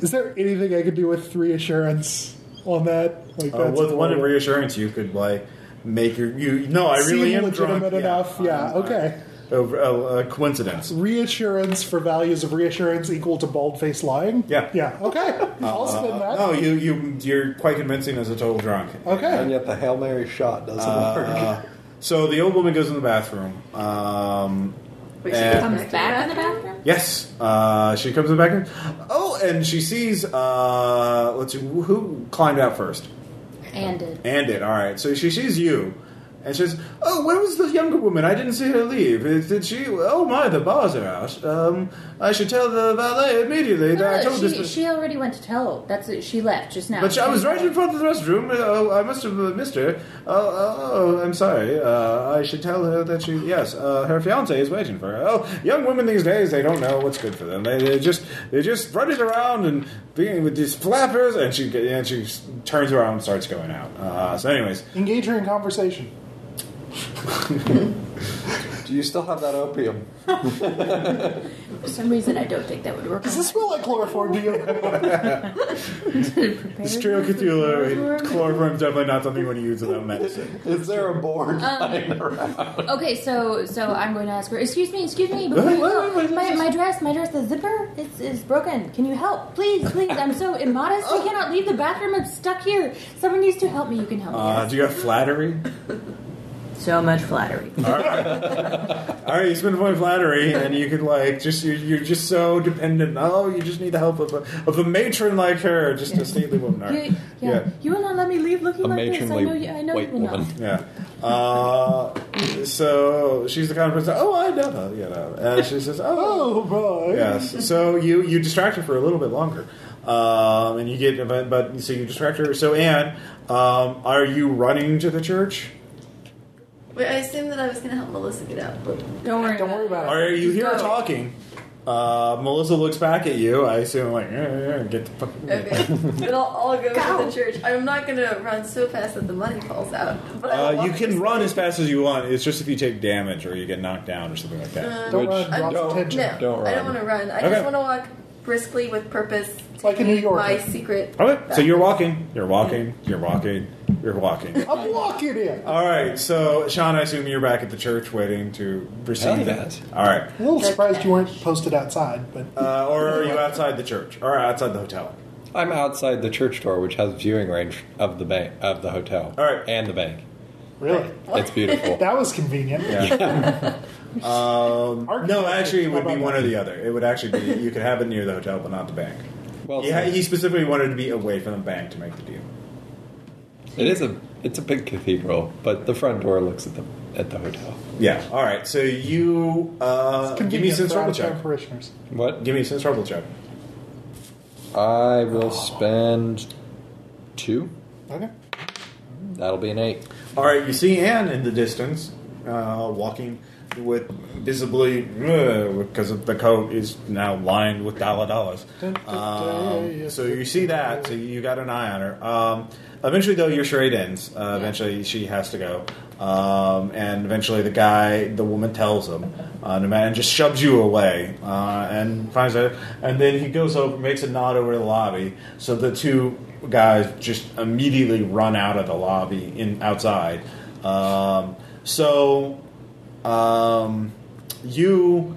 S2: Is there anything I could do with three assurance on that? Like
S1: Uh, with
S2: a
S1: one
S2: little-
S1: reassurance, you could like make your you. No, I really
S2: Seem
S1: am
S2: legitimate
S1: drunk.
S2: enough. Yeah,
S1: I'm-
S2: okay.
S1: I- oh, oh, uh, coincidence.
S2: reassurance for values of reassurance equal to bald face lying.
S1: Yeah.
S2: yeah, okay.
S1: [LAUGHS]
S2: I'll spin that.
S1: No, you you you're quite convincing as a total drunk.
S3: And
S2: Okay.
S3: yet the Hail Mary shot doesn't
S1: Uh, so the old woman goes in the bathroom. Um,
S5: Wait, she
S7: uh,
S1: and-
S5: comes
S6: Comes back in the bathroom?
S1: Yes, uh, she comes in the back room. Oh, and she sees. Uh, let's see, who climbed out first?
S6: And did.
S1: And it. All right. So she sees you, and she says, "Oh, where was the younger woman? I didn't see her leave. Uh, Did she? Oh my, the bars are out. Um, I should tell the valet immediately that I
S6: No,
S1: told
S6: she,
S1: this."
S6: she already went to tell. That's it. She left just now.
S1: but she- I was right in front of the restroom. Oh, I must have uh, missed her. Oh, oh, oh, I'm sorry. Uh, I should tell her that she. Yes, uh, her fiance is waiting for her. Oh, young women these days, they don't know what's good for them. They, they just they just running around and being with these flappers. And she and she turns around and starts going out. Uh, so, anyways, [LAUGHS]
S2: Engage her in conversation.
S3: work. Do you still have that opium?
S6: For some reason, I don't think that would work.
S2: Does this smell like chloroform to you?
S1: It's true, Cthulhu. Chloroform's definitely not something you want to use without medicine.
S3: Is there a born lying around?
S6: Okay, so so I'm going to ask her. Excuse me, excuse me.
S1: Wait,
S6: Before you
S1: wait,
S6: go,
S1: wait, wait,
S6: my,
S1: wait.
S6: my dress, my dress, the zipper, it's is broken. Can you
S11: [LAUGHS]
S6: help, please, please? I'm so immodest.
S11: Oh.
S6: I cannot leave the bathroom. I'm stuck here. Someone needs to help me. You can help me.
S1: Uh, do you have flattery?
S6: so much flattery.
S1: All right, you spend a point of [LAUGHS] flattery, and you could like just you're, you're just so dependent. Oh, you just need the help of a, of a matron like her, just a stately woman. All
S6: You,
S1: right.
S6: yeah, you will not let me leave looking
S11: A
S6: like this. I
S11: matronly
S6: know you. I know you
S11: white
S6: will not.
S11: woman.
S1: Yeah. Uh, so she's the kind of person. Oh, I know. her," You know, and she says,
S2: oh
S1: [LAUGHS] "Oh,
S2: boy.
S1: yes." So you you distract her for a little bit longer, um, and you get but, but so you distract her. So Anne, um, are you running to the church?
S5: Wait, I assumed that I was gonna help Melissa get out, but
S6: Don't worry.
S2: Don't worry about it.
S1: Or you hear her
S5: Go.
S1: talking. Uh, Melissa looks back at you. I assume like, "Eh, eh, get the fuck.
S5: okay. [LAUGHS] then I'll, I'll go to the church. I'm not gonna run so fast that the money falls out. But I will
S1: Uh, you
S5: walk
S1: can
S5: this
S1: run
S5: way.
S1: as fast as you want. It's just if you take damage or you get knocked down or something like
S5: Uh,
S1: that.
S2: Don't
S11: Which-
S2: run.
S5: I'm-
S2: Drop
S5: no,
S2: attention.
S11: Don't
S5: I
S11: run.
S5: don't want to run. I
S1: Okay.
S5: just want to walk briskly with purpose. to
S2: Like a New
S5: meet
S2: Yorker.
S5: My secret.
S1: Okay, so you're walking. You're walking. You're walking. You're walking.
S2: I'm walking in.
S1: [LAUGHS] All right, so Sean, I assume you're back at the church waiting to
S11: Hell
S1: receive that.
S11: yes.
S1: All right,
S2: A little surprised you weren't posted outside, but
S1: uh, or are you outside the church or outside the hotel?
S11: I'm outside the church door, which has viewing range of the bank of the hotel.
S1: All right.
S11: and the bank.
S2: really,
S11: It's
S6: [LAUGHS]
S11: beautiful.
S2: that was convenient.
S1: Um,
S2: Arc-
S1: no, actually, it would
S2: How
S1: be
S2: about
S1: one
S2: that?
S1: or the other. It would actually be you could have it near the hotel, but not the bank.
S11: well,
S1: Yeah, he specifically wanted to be away from the bank to make the deal.
S11: it is a it's a big cathedral, but the front door looks at the at the hotel.
S1: Yeah. All right. So you uh, give me
S2: Convenient
S1: some
S2: for
S1: trouble
S2: out-of-town
S1: check. Um,
S2: parishioners.
S11: What?
S1: Give me some trouble check.
S11: I will spend two.
S2: Okay.
S11: That'll be an eight.
S1: All right. You see Anne in the distance, uh, walking with visibly because of the coat is now lined with dollar dollars. Um, so you see that. So you got an eye on her. Um, eventually, though, your charade ends. Uh, eventually, she has to go. Um, and eventually, the guy, the woman tells him, uh, no matter, and just shoves you away, uh, and finds out. And then he goes over, makes a nod over to the lobby. So the two guys just immediately run out of the lobby in outside. Um, so um, you.
S7: oh,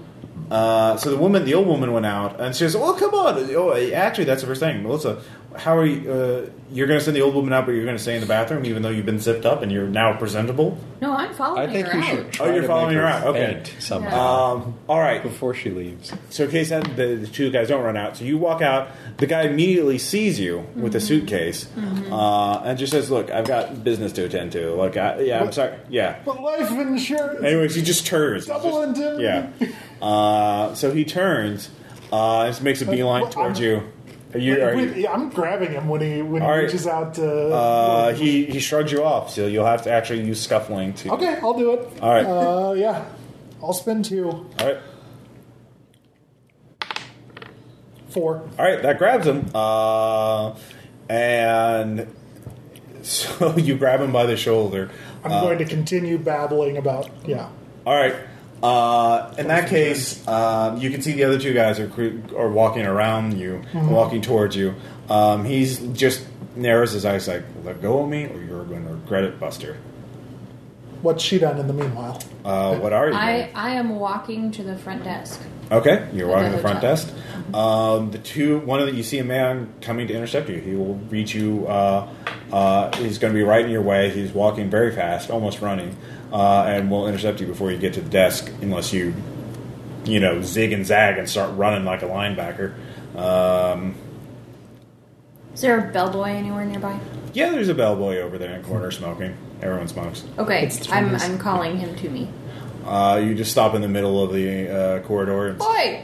S1: Uh, so the woman, the old woman, went out, and she says, "Well, come on. Oh, actually, that's the first thing, Melissa. how are you? Uh, you're going to send the old woman out, but you're going to stay in the bathroom, even though you've been zipped up and you're now presentable.
S6: No, I'm
S11: I
S6: following
S11: think
S6: her
S11: you
S6: out.
S11: should. Try
S1: Oh, you're
S11: to
S1: following
S11: make
S1: her out. Okay. Uh,
S11: faint somehow
S7: Um, all right.
S11: before she leaves.
S7: So in case that, the, the two guys don't run out, so you walk out. The guy immediately sees you with a suitcase uh, and just says, "Look, I've got business to attend to. Like, I, yeah, I'm sorry. Yeah."
S2: But life insurance.
S7: Anyways, he just turns. He's
S2: Double
S7: just-
S2: indemnity.
S7: Yeah. Uh, so he turns. Uh, just makes a beeline
S2: well,
S7: towards
S2: I'm-
S7: you. Are you? Are
S2: Wait,
S7: you
S2: I'm grabbing him when he when he
S7: All right.
S2: reaches out to.
S7: uh, he he shrugs you off, so you'll have to actually use scuffling to.
S2: okay, I'll do it.
S7: All right.
S2: Uh, yeah, I'll spend two,
S7: All right.
S2: four.
S7: All right, that grabs him. Uh, and [LAUGHS] so you grab him by the shoulder.
S2: I'm
S1: Uh,
S2: going to continue babbling about. Yeah,
S7: All right. Uh, in that case, um, you can see the other two guys are cre- are walking around you, walking towards you. Um, he's just narrows his eyes like, "Let go of me, or you're going to regret it, Buster."
S2: what's she done in the meanwhile?
S7: Uh, what are you?
S6: I, I am walking to the front desk.
S7: Okay, you're walking to the
S6: Another
S7: front
S6: job.
S7: desk. Um, the two, one of the, you see a man coming to intercept you. He will reach you. Uh, uh, he's going to be right in your way. He's walking very fast, almost running, uh, and will intercept you before you get to the desk, unless you, you know, zig and zag and start running like a linebacker. Um,
S6: Is there a bellboy anywhere nearby?
S7: yeah, there's a bellboy over there in the corner smoking. Everyone smokes.
S6: Okay,
S2: It's
S6: I'm,
S2: Thomas.
S6: I'm calling him to me.
S7: Uh, you just stop in the middle of the uh, corridor and
S6: Boy!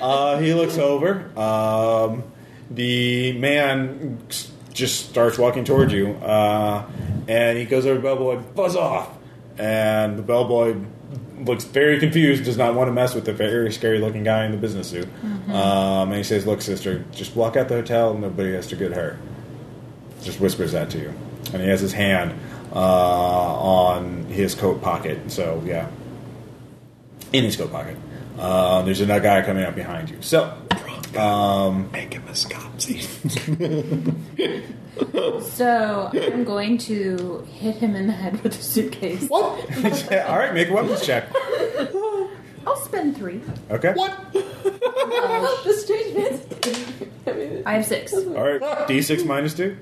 S7: Uh, he looks over. Um, the man s- just starts walking toward you, uh, [LAUGHS] and he goes over to Bellboy, buzz off! And the Bellboy looks very confused, does not want to mess with the very scary looking guy in the business suit. Um, and he says, Look, sister, just walk out the hotel, nobody has to get hurt. Just whispers that to you. And he has his hand uh, on his coat pocket, so yeah in his coat pocket. Uh, there's another guy coming up behind you. So,
S11: Make him a Scotsie.
S6: So I'm going to hit him in the head with a suitcase.
S2: What?
S7: yeah, all right, make a weapons check.
S6: I'll spend [LAUGHS] three.
S7: Okay.
S5: the strange man's. I mean,
S6: I have six.
S7: All right. D6 minus two.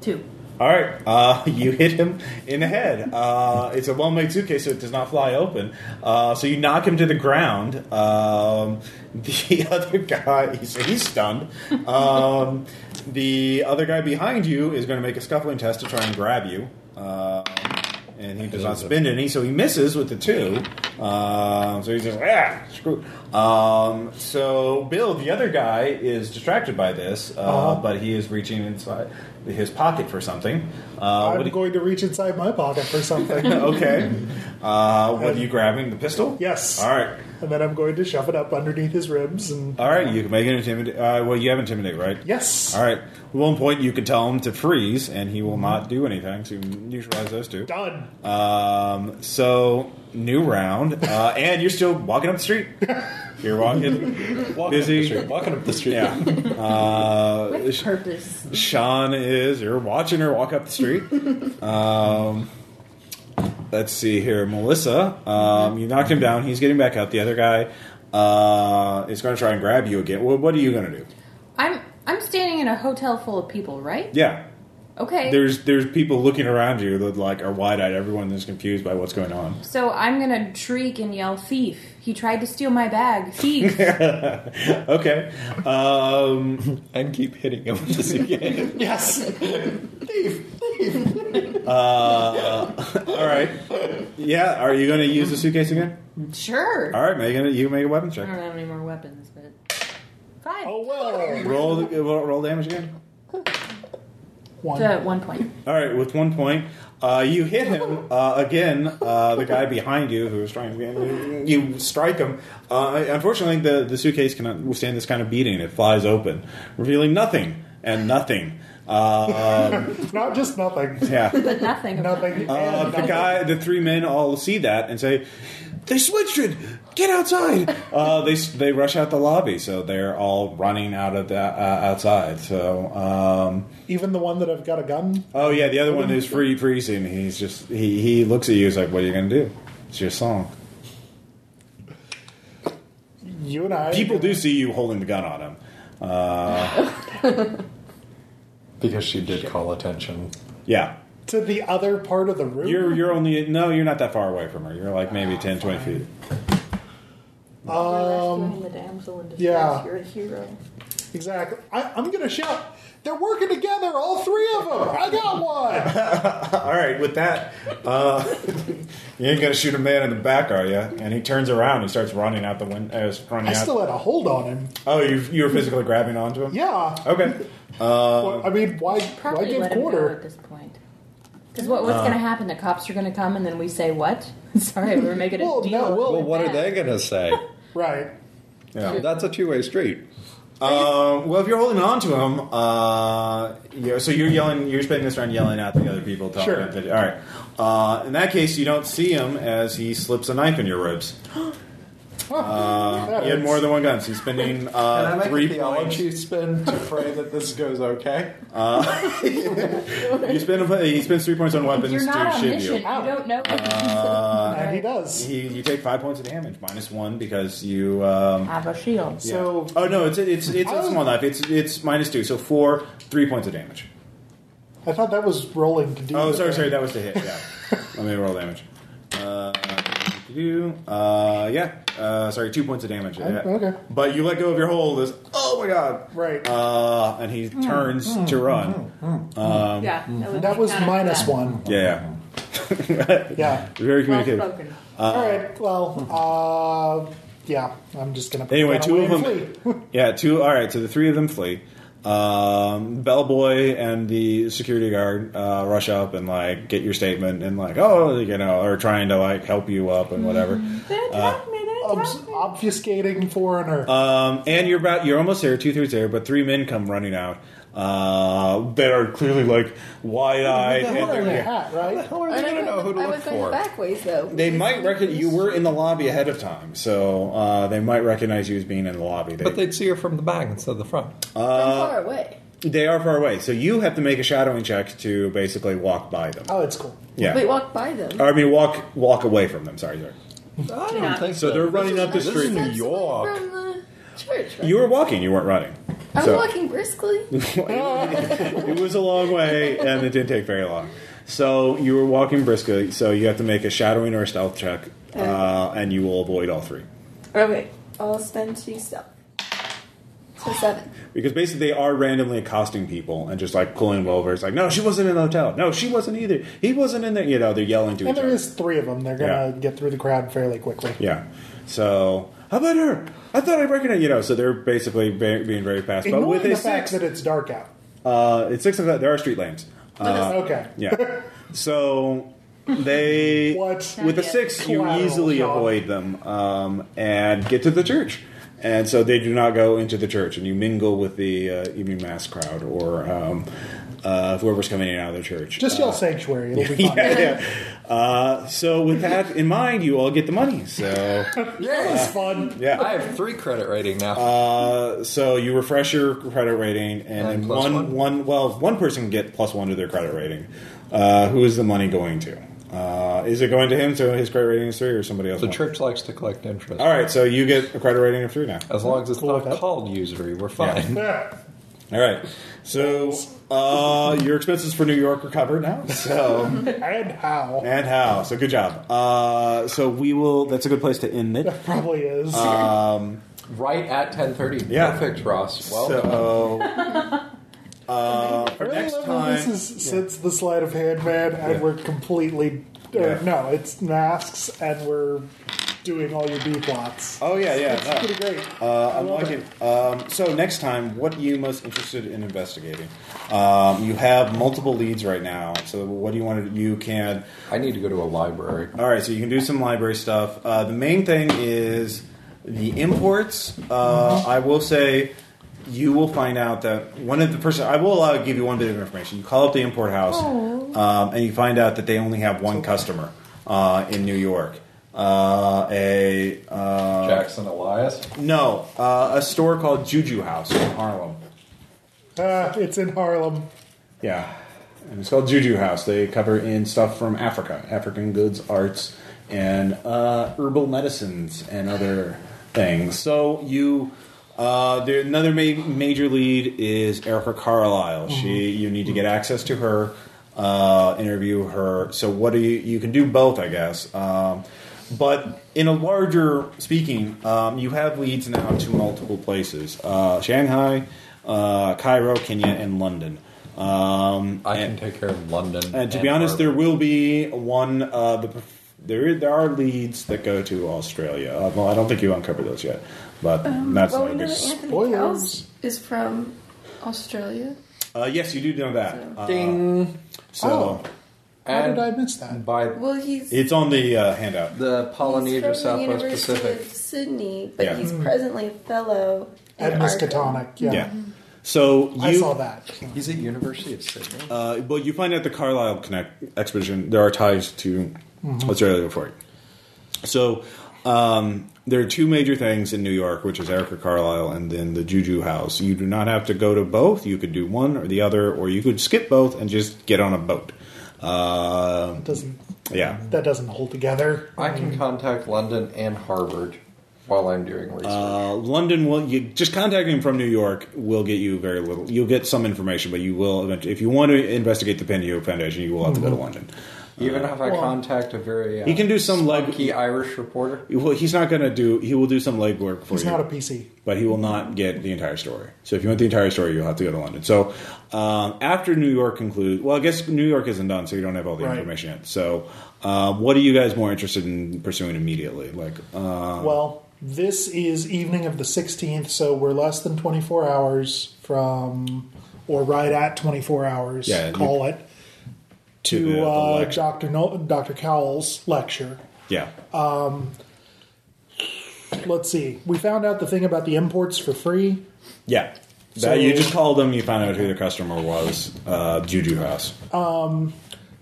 S6: Two.
S7: All right. Uh, [LAUGHS] you hit him in the head. Uh, it's a well-made suitcase, so it does not fly open. Uh, so you knock him to the ground. Um, the [LAUGHS] other guy, [LAUGHS] he's, he's stunned. Um, the other guy behind you is going to make a scuffling test to try and grab you. Uh, and he does not spend any, so he misses with the two. Um, so he's just ah, screw. Um, so Bill, the other guy, is distracted by this, uh,
S2: Uh-huh.
S7: but he is reaching inside his pocket for something. Uh, what
S2: I'm
S7: do-
S2: going to reach inside my pocket
S1: [LAUGHS]
S2: for something, [LAUGHS]
S7: [LAUGHS] okay. Uh, what are you grabbing? The pistol?
S2: Yes.
S7: All right.
S2: and then I'm going to shove it up underneath his ribs. And
S7: All right. You can make an intimidate. Uh, well, you have intimidate, right?
S2: yes,
S7: All right. At one point, you can tell him to freeze, and he will not do anything to neutralize those two.
S2: done.
S1: Uh,
S7: Um, so new round, uh, and you're still walking up the
S11: [LAUGHS]
S7: street. You're walking.
S11: Walking
S7: Busy.
S11: up the street. Walking up the street. [LAUGHS]
S7: Yeah. Uh,
S6: With
S7: Sh-
S6: purpose.
S7: Sean is. You're watching her walk up
S11: [LAUGHS]
S7: the street. Um, let's see here, Melissa. Um, you knocked him down. He's getting back up. The other guy uh, is going to try and grab you again. Well, what are you going to do?
S6: I'm I'm standing in a hotel full of people, right?
S7: Yeah.
S6: Okay.
S7: There's there's people looking around you that like are wide eyed. Everyone is confused by what's going on.
S6: so I'm gonna shriek and yell, "Thief! He tried to steal my bag! Thief!"
S7: Okay. Um,
S11: And keep hitting him with the suitcase.
S2: Yes,
S7: All right. Yeah. Are you going to use the suitcase again?
S6: sure.
S7: All right, Megan. You make a weapon
S6: I
S7: check.
S6: don't have any more weapons, but five
S2: Oh well.
S7: Roll the- roll roll damage again.
S2: One.
S6: to one point.
S7: All right, with one point, uh, you hit him uh, again. Uh, the guy behind you who was trying to get you strike him. Uh, unfortunately, the the suitcase cannot withstand this kind of beating. It flies open, revealing nothing and nothing. Uh, um,
S2: Not just nothing.
S7: yeah.
S6: But nothing.
S2: [LAUGHS] Nothing.
S7: Uh,
S2: and
S7: the guy, the three men all see that and say, "They switched it! Get outside!" uh, they they rush out the lobby, so they're all running out of the uh, outside. So, um,
S2: Even the one that I've got a gun.
S7: oh yeah, the other one is free freezing. He's just he he looks at you. He's like, "What are you gonna do? It's your song."
S2: you and I.
S7: People do see you holding the gun on him. Uh,
S3: Because she did call attention.
S7: yeah.
S2: To the other part of the room.
S7: You're you're only no, you're not that far away from her. You're like maybe 10, 20 feet.
S2: Um,
S13: the damsel in distress.
S2: yeah.
S13: You're a hero.
S2: exactly. I, I'm going to shout. They're working together, all three of them. I
S1: [LAUGHS]
S2: got one.
S1: All right, with that, uh, [LAUGHS] you ain't gonna shoot a man in the back, are you? And he turns around, he starts running out the window. Uh, running
S2: I
S1: out.
S2: still had a hold on him.
S1: oh, you you were physically grabbing onto him.
S2: Yeah.
S1: Okay.
S2: Well, I mean, why? Why
S6: Probably
S2: give
S6: let him go at
S2: quarter?
S6: this point. Because what, what's going to happen? The cops are going to come, and then we say what? [LAUGHS] Sorry, we're making a
S2: Well,
S6: deal.
S2: no.
S11: Well,
S2: Well,
S11: what are they going to say?
S2: right.
S1: [LAUGHS] Yeah.
S11: That's a two way street.
S1: Uh, well, if you're holding on to him, uh, yeah, so you're yelling, you're spending this round yelling at the other people. Talking
S2: Sure.
S1: All right. Uh, in that case, you don't see him as he slips a knife in your ribs.
S6: [LAUGHS]
S1: He
S2: That
S1: had
S2: hurts.
S1: more than one gun. So he's spending
S3: Can I
S1: uh,
S3: make
S1: three
S3: a
S1: points.
S3: theology spin to pray that this goes okay?
S1: You spend a, he spends three points on weapons
S6: You're not
S1: to
S6: on
S1: shoot
S6: mission. You
S1: you.
S6: don't know. What
S2: [LAUGHS] And Uh, he does.
S1: He, you take five points of damage, minus one because you. Um,
S6: I have a shield.
S1: yeah.
S2: So
S1: oh no, it's it's it's a small knife. It's it's minus two, so four, three points of damage.
S2: I thought that was rolling to do.
S1: Oh,
S2: the
S1: sorry,
S2: thing.
S1: sorry, that was the hit.
S2: [LAUGHS]
S1: Yeah, let me roll damage. Uh, do-do-do. uh, yeah, uh, sorry, two points of damage. Yeah.
S2: Oh, okay.
S1: But you let go of your hold. Is oh my god,
S2: Right. Hmm.
S1: Uh, and he turns to run.
S13: yeah. That was,
S2: that was
S13: counted for
S2: minus
S13: that.
S2: one.
S1: Yeah,
S2: Yeah.
S1: very
S13: Well
S1: communicative.
S13: spoken.
S2: All right. Well, uh, yeah. I'm just gonna. put
S1: Anyway,
S2: that
S1: two
S2: away
S1: of
S2: and
S1: them.
S2: flee.
S1: [LAUGHS] yeah, two. All right, so the three of them flee. Um, bellboy and the security guard uh, rush up and like get your statement and like oh you know or trying to like help you up and whatever.
S2: Hmm. Obs- obfuscating foreigner.
S1: Um, and you're about you're almost there, two thirds there, but three men come running out uh, that are clearly like wide eyed.
S2: They're wearing a hat, right?
S11: I don't know who to
S5: I
S11: look
S5: was going the
S11: for.
S5: back ways though.
S1: They might recognize you were in the lobby ahead of time, so uh, they might recognize you as being in the lobby. They,
S11: But they'd see her from the back instead of the front.
S5: From far away.
S1: they are far away, so you have to make a shadowing check to basically walk by them.
S2: Oh, it's cool.
S1: yeah,
S5: We walked by them.
S1: I mean walk walk away from them. Sorry, sorry.
S11: I don't think
S1: So they're running up the
S5: This is
S1: street.
S5: steps away From the church. right?
S1: You were walking, you weren't running.
S5: I'm
S1: so-
S5: walking briskly.
S1: it was a long way, and it didn't take very long. So you were walking briskly, so you have to make a shadowing or a stealth check, uh, and you will avoid all three.
S5: okay, I'll spend two stealth. So seven.
S1: Because basically, they are randomly accosting people and just like pulling them over. It's like, no, she wasn't in the hotel. No, she wasn't either. He wasn't in there. You know, they're yelling to
S2: And
S1: each
S2: there
S1: other.
S2: is three of them. They're gonna get through the crowd fairly quickly.
S1: Yeah. So, how about her? I thought I recognized. You know, so they're basically be- being very fast. But
S2: Ignoring
S1: with
S2: the
S1: a
S2: fact
S1: six,
S2: that it's dark out.
S1: uh, it's six of that. There are street lanes.
S2: okay.
S1: Uh, Yeah. So they
S2: What?
S1: with a six, you
S2: Collateral
S1: easily
S2: shot.
S1: avoid them um, and get to the church. And so they do not go into the church, and you mingle with the uh, evening mass crowd or um, uh, whoever's coming in and out of the church.
S2: [LAUGHS] Just yell sanctuary. It'll be
S1: Uh,
S2: fine.
S1: [LAUGHS] yeah, yeah. Uh, so with that in mind, you all get the money. So
S2: That was fun.
S1: yeah.
S11: I have three credit rating now.
S1: Uh, so you refresh your credit rating, and,
S11: And
S1: then
S11: plus
S1: one,
S11: one?
S1: one- well, one person can get plus one to their credit rating. Uh, who is the money going to? Uh, is it going to him? So his credit rating is three, or somebody else?
S11: the
S1: want-
S11: church likes to collect interest.
S1: All right, so you get a credit rating of three now.
S11: As long as it's
S2: Cool with
S11: not
S2: that.
S11: called usury, we're fine.
S2: Yeah.
S1: All right, so uh, your expenses for New York are covered now. So
S2: [LAUGHS] And how?
S1: and how? So good job. Uh, so we will. That's a good place to end it.
S2: That probably is.
S11: [LAUGHS]
S1: Uh,
S11: Right at 10.30.
S1: Yeah.
S11: Perfect, Ross. Well done.
S1: So uh,
S2: I
S1: for
S2: really
S1: next
S2: love how
S1: time.
S2: this is since the sleight of hand man, and we're completely. or
S1: Yeah.
S2: No, it's masks, and we're doing all your B plots.
S1: Oh yeah, yeah. no.
S2: Pretty great.
S1: Uh, I'm liking. Um, so next time, what are you most interested in investigating? Um, you have multiple leads right now. So what do you want to? You can.
S11: I need to go to a library.
S1: All right. So you can do some library stuff. Uh, the main thing is the imports. Uh, I will say. You will find out that one of the person I will allow give you one bit of information. You call up the import house, um, and you find out that they only have one customer uh, in New York. Uh, a uh,
S11: Jackson Elias.
S1: no, uh, a store called Juju House in Harlem.
S2: Uh, it's in Harlem.
S1: Yeah, and it's called Juju House. They cover in stuff from Africa, African goods, arts, and uh, herbal medicines and other thing. So you, uh, there, another ma- major lead is Erica Carlisle. She, you need to get access to her, uh, interview her. So what do you? You can do both, I guess. Um, but in a larger speaking, um, you have leads now to multiple places: uh, Shanghai, uh, Cairo, Kenya, and London. Um,
S14: I can take care of London.
S1: and to be honest, there will be one. Uh, the, there there are leads that go to Australia. Uh, well, I don't think you uncovered those yet, but
S5: Um,
S1: that's
S5: well,
S1: not
S5: we
S1: a
S5: know
S1: big.
S5: that Anthony Cows is from Australia.
S1: Uh, yes, you do know that. Uh,
S3: Ding.
S1: So
S2: Oh. How
S3: And
S2: did I miss that?
S3: by
S5: Well, he's
S1: it's on the uh, handout.
S3: the Polynesia
S5: he's from the
S3: Southwest
S5: University
S3: Pacific.
S5: of Sydney, but
S1: Yeah.
S5: he's presently a fellow
S2: Mm. At
S5: in Arkham.
S2: Miskatonic, yeah.
S1: Yeah. So you
S2: I saw that.
S3: He's at University of Sydney.
S1: Uh, well, you find out the Carlisle Connect expedition. There are ties to Australia for it. So um, there are two major things in New York, which is Erica Carlisle and then the Juju House. You do not have to go to both. You could do one or the other, or you could skip both and just get on a boat. Uh,
S2: Doesn't
S1: yeah.
S2: that doesn't hold together?
S3: I can contact London and Harvard while I'm doing research.
S1: Uh, London will you just contacting from New York will get you very little. You'll get some information, but you will eventually. If you want to investigate the Paneo Foundation, you will have to
S2: Mm-hmm.
S1: go to London.
S3: Even if I contact a very uh,
S1: He can do some leg-
S3: spunky Irish reporter.
S1: Well, he's not going to do. He will do some legwork for
S2: He's
S1: you.
S2: not a PC.
S1: but he will not get the entire story. So if you want the entire story, you'll have to go to London. So um, after New York concludes, well, I guess New York isn't done, so you don't have all the
S2: Right.
S1: information yet. So uh, what are you guys more interested in pursuing immediately? Like, uh,
S2: Well, this is evening of the 16th, so we're less than 24 hours from, or right at 24 hours,
S1: Yeah, you-
S2: call it,
S1: to
S2: to
S1: the- the
S2: uh,
S1: lecture.
S2: Dr. No- Dr. Cowell's lecture.
S1: yeah,
S2: Uh, Let's see. We found out the thing about the imports for free.
S1: yeah.
S2: So-
S1: That- you just called them. You found out who the customer was. Uh, Juju House.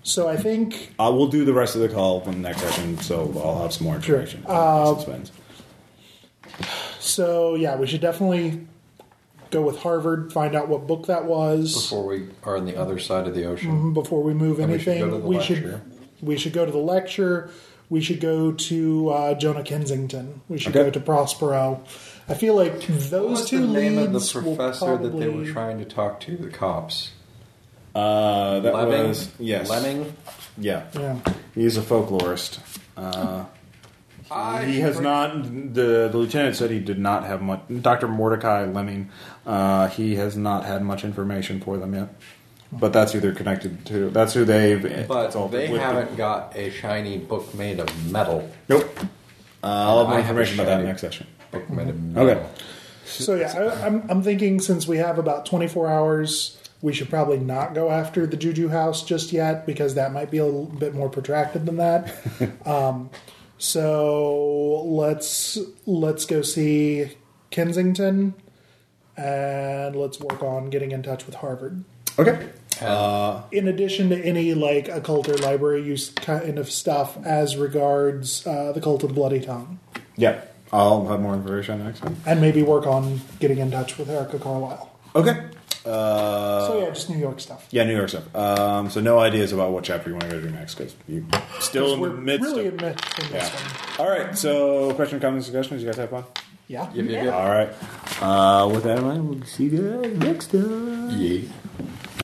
S2: So I think
S1: I will do the rest of the call in the next session, so I'll have some more
S2: Sure.
S1: information. Uh, Suspense.
S2: so. Yeah, we should definitely go with Harvard. Find out what book that was
S3: Before we are on the other side of the ocean.
S2: before we move
S3: And we should go to
S2: anything.
S3: the
S2: We
S3: lecture.
S2: should we should go to the lecture. We should go to uh, Jonah Kensington. We should
S1: Okay.
S2: go to Prospero. I feel like
S3: What
S2: those
S3: was
S2: two
S3: the name of the
S2: leads will
S3: professor that they were
S2: probably-
S3: trying to talk to? The cops.
S1: Uh, that
S3: Lemming.
S1: was yes.
S3: Lemming.
S1: Yeah.
S2: Yeah.
S1: He's a folklorist. Uh, he has not. The, the lieutenant said he did not have much. Doctor Mordecai Lemming. Uh, he has not had much information for them yet. But that's who they're connected to. That's who they've. it's all
S3: But they
S1: with the-
S3: haven't got a shiny book made of metal.
S1: nope. Uh, I'll have more
S3: I have a
S1: information about that
S3: shiny
S1: next session.
S3: Book made of metal.
S1: Okay.
S2: So yeah, I, I'm I'm thinking since we have about 24 hours, we should probably not go after the Juju House just yet because that might be a little bit more protracted than that. um, so let's let's go see Kensington, and let's work on getting in touch with Harvard.
S1: Okay.
S2: In addition to any like occult or library use kind of stuff as regards uh, the cult of the Bloody Tongue,
S1: Yeah. I'll have more information next time.
S2: and maybe work on getting in touch with Erica Carlisle.
S1: Okay. Uh,
S2: So yeah, just New York stuff.
S1: yeah, New York stuff. Um, so no ideas about what chapter you want to go to next because you still in the
S2: We're
S1: midst
S2: really
S1: of
S2: in, mid- in this one.
S1: Yeah. All right. So, question, comments, discussions. You guys have fun.
S2: Yeah.
S3: Yep, yep, yep.
S1: All right. Uh, with that in mind, we'll see you guys next time.
S3: Yeah.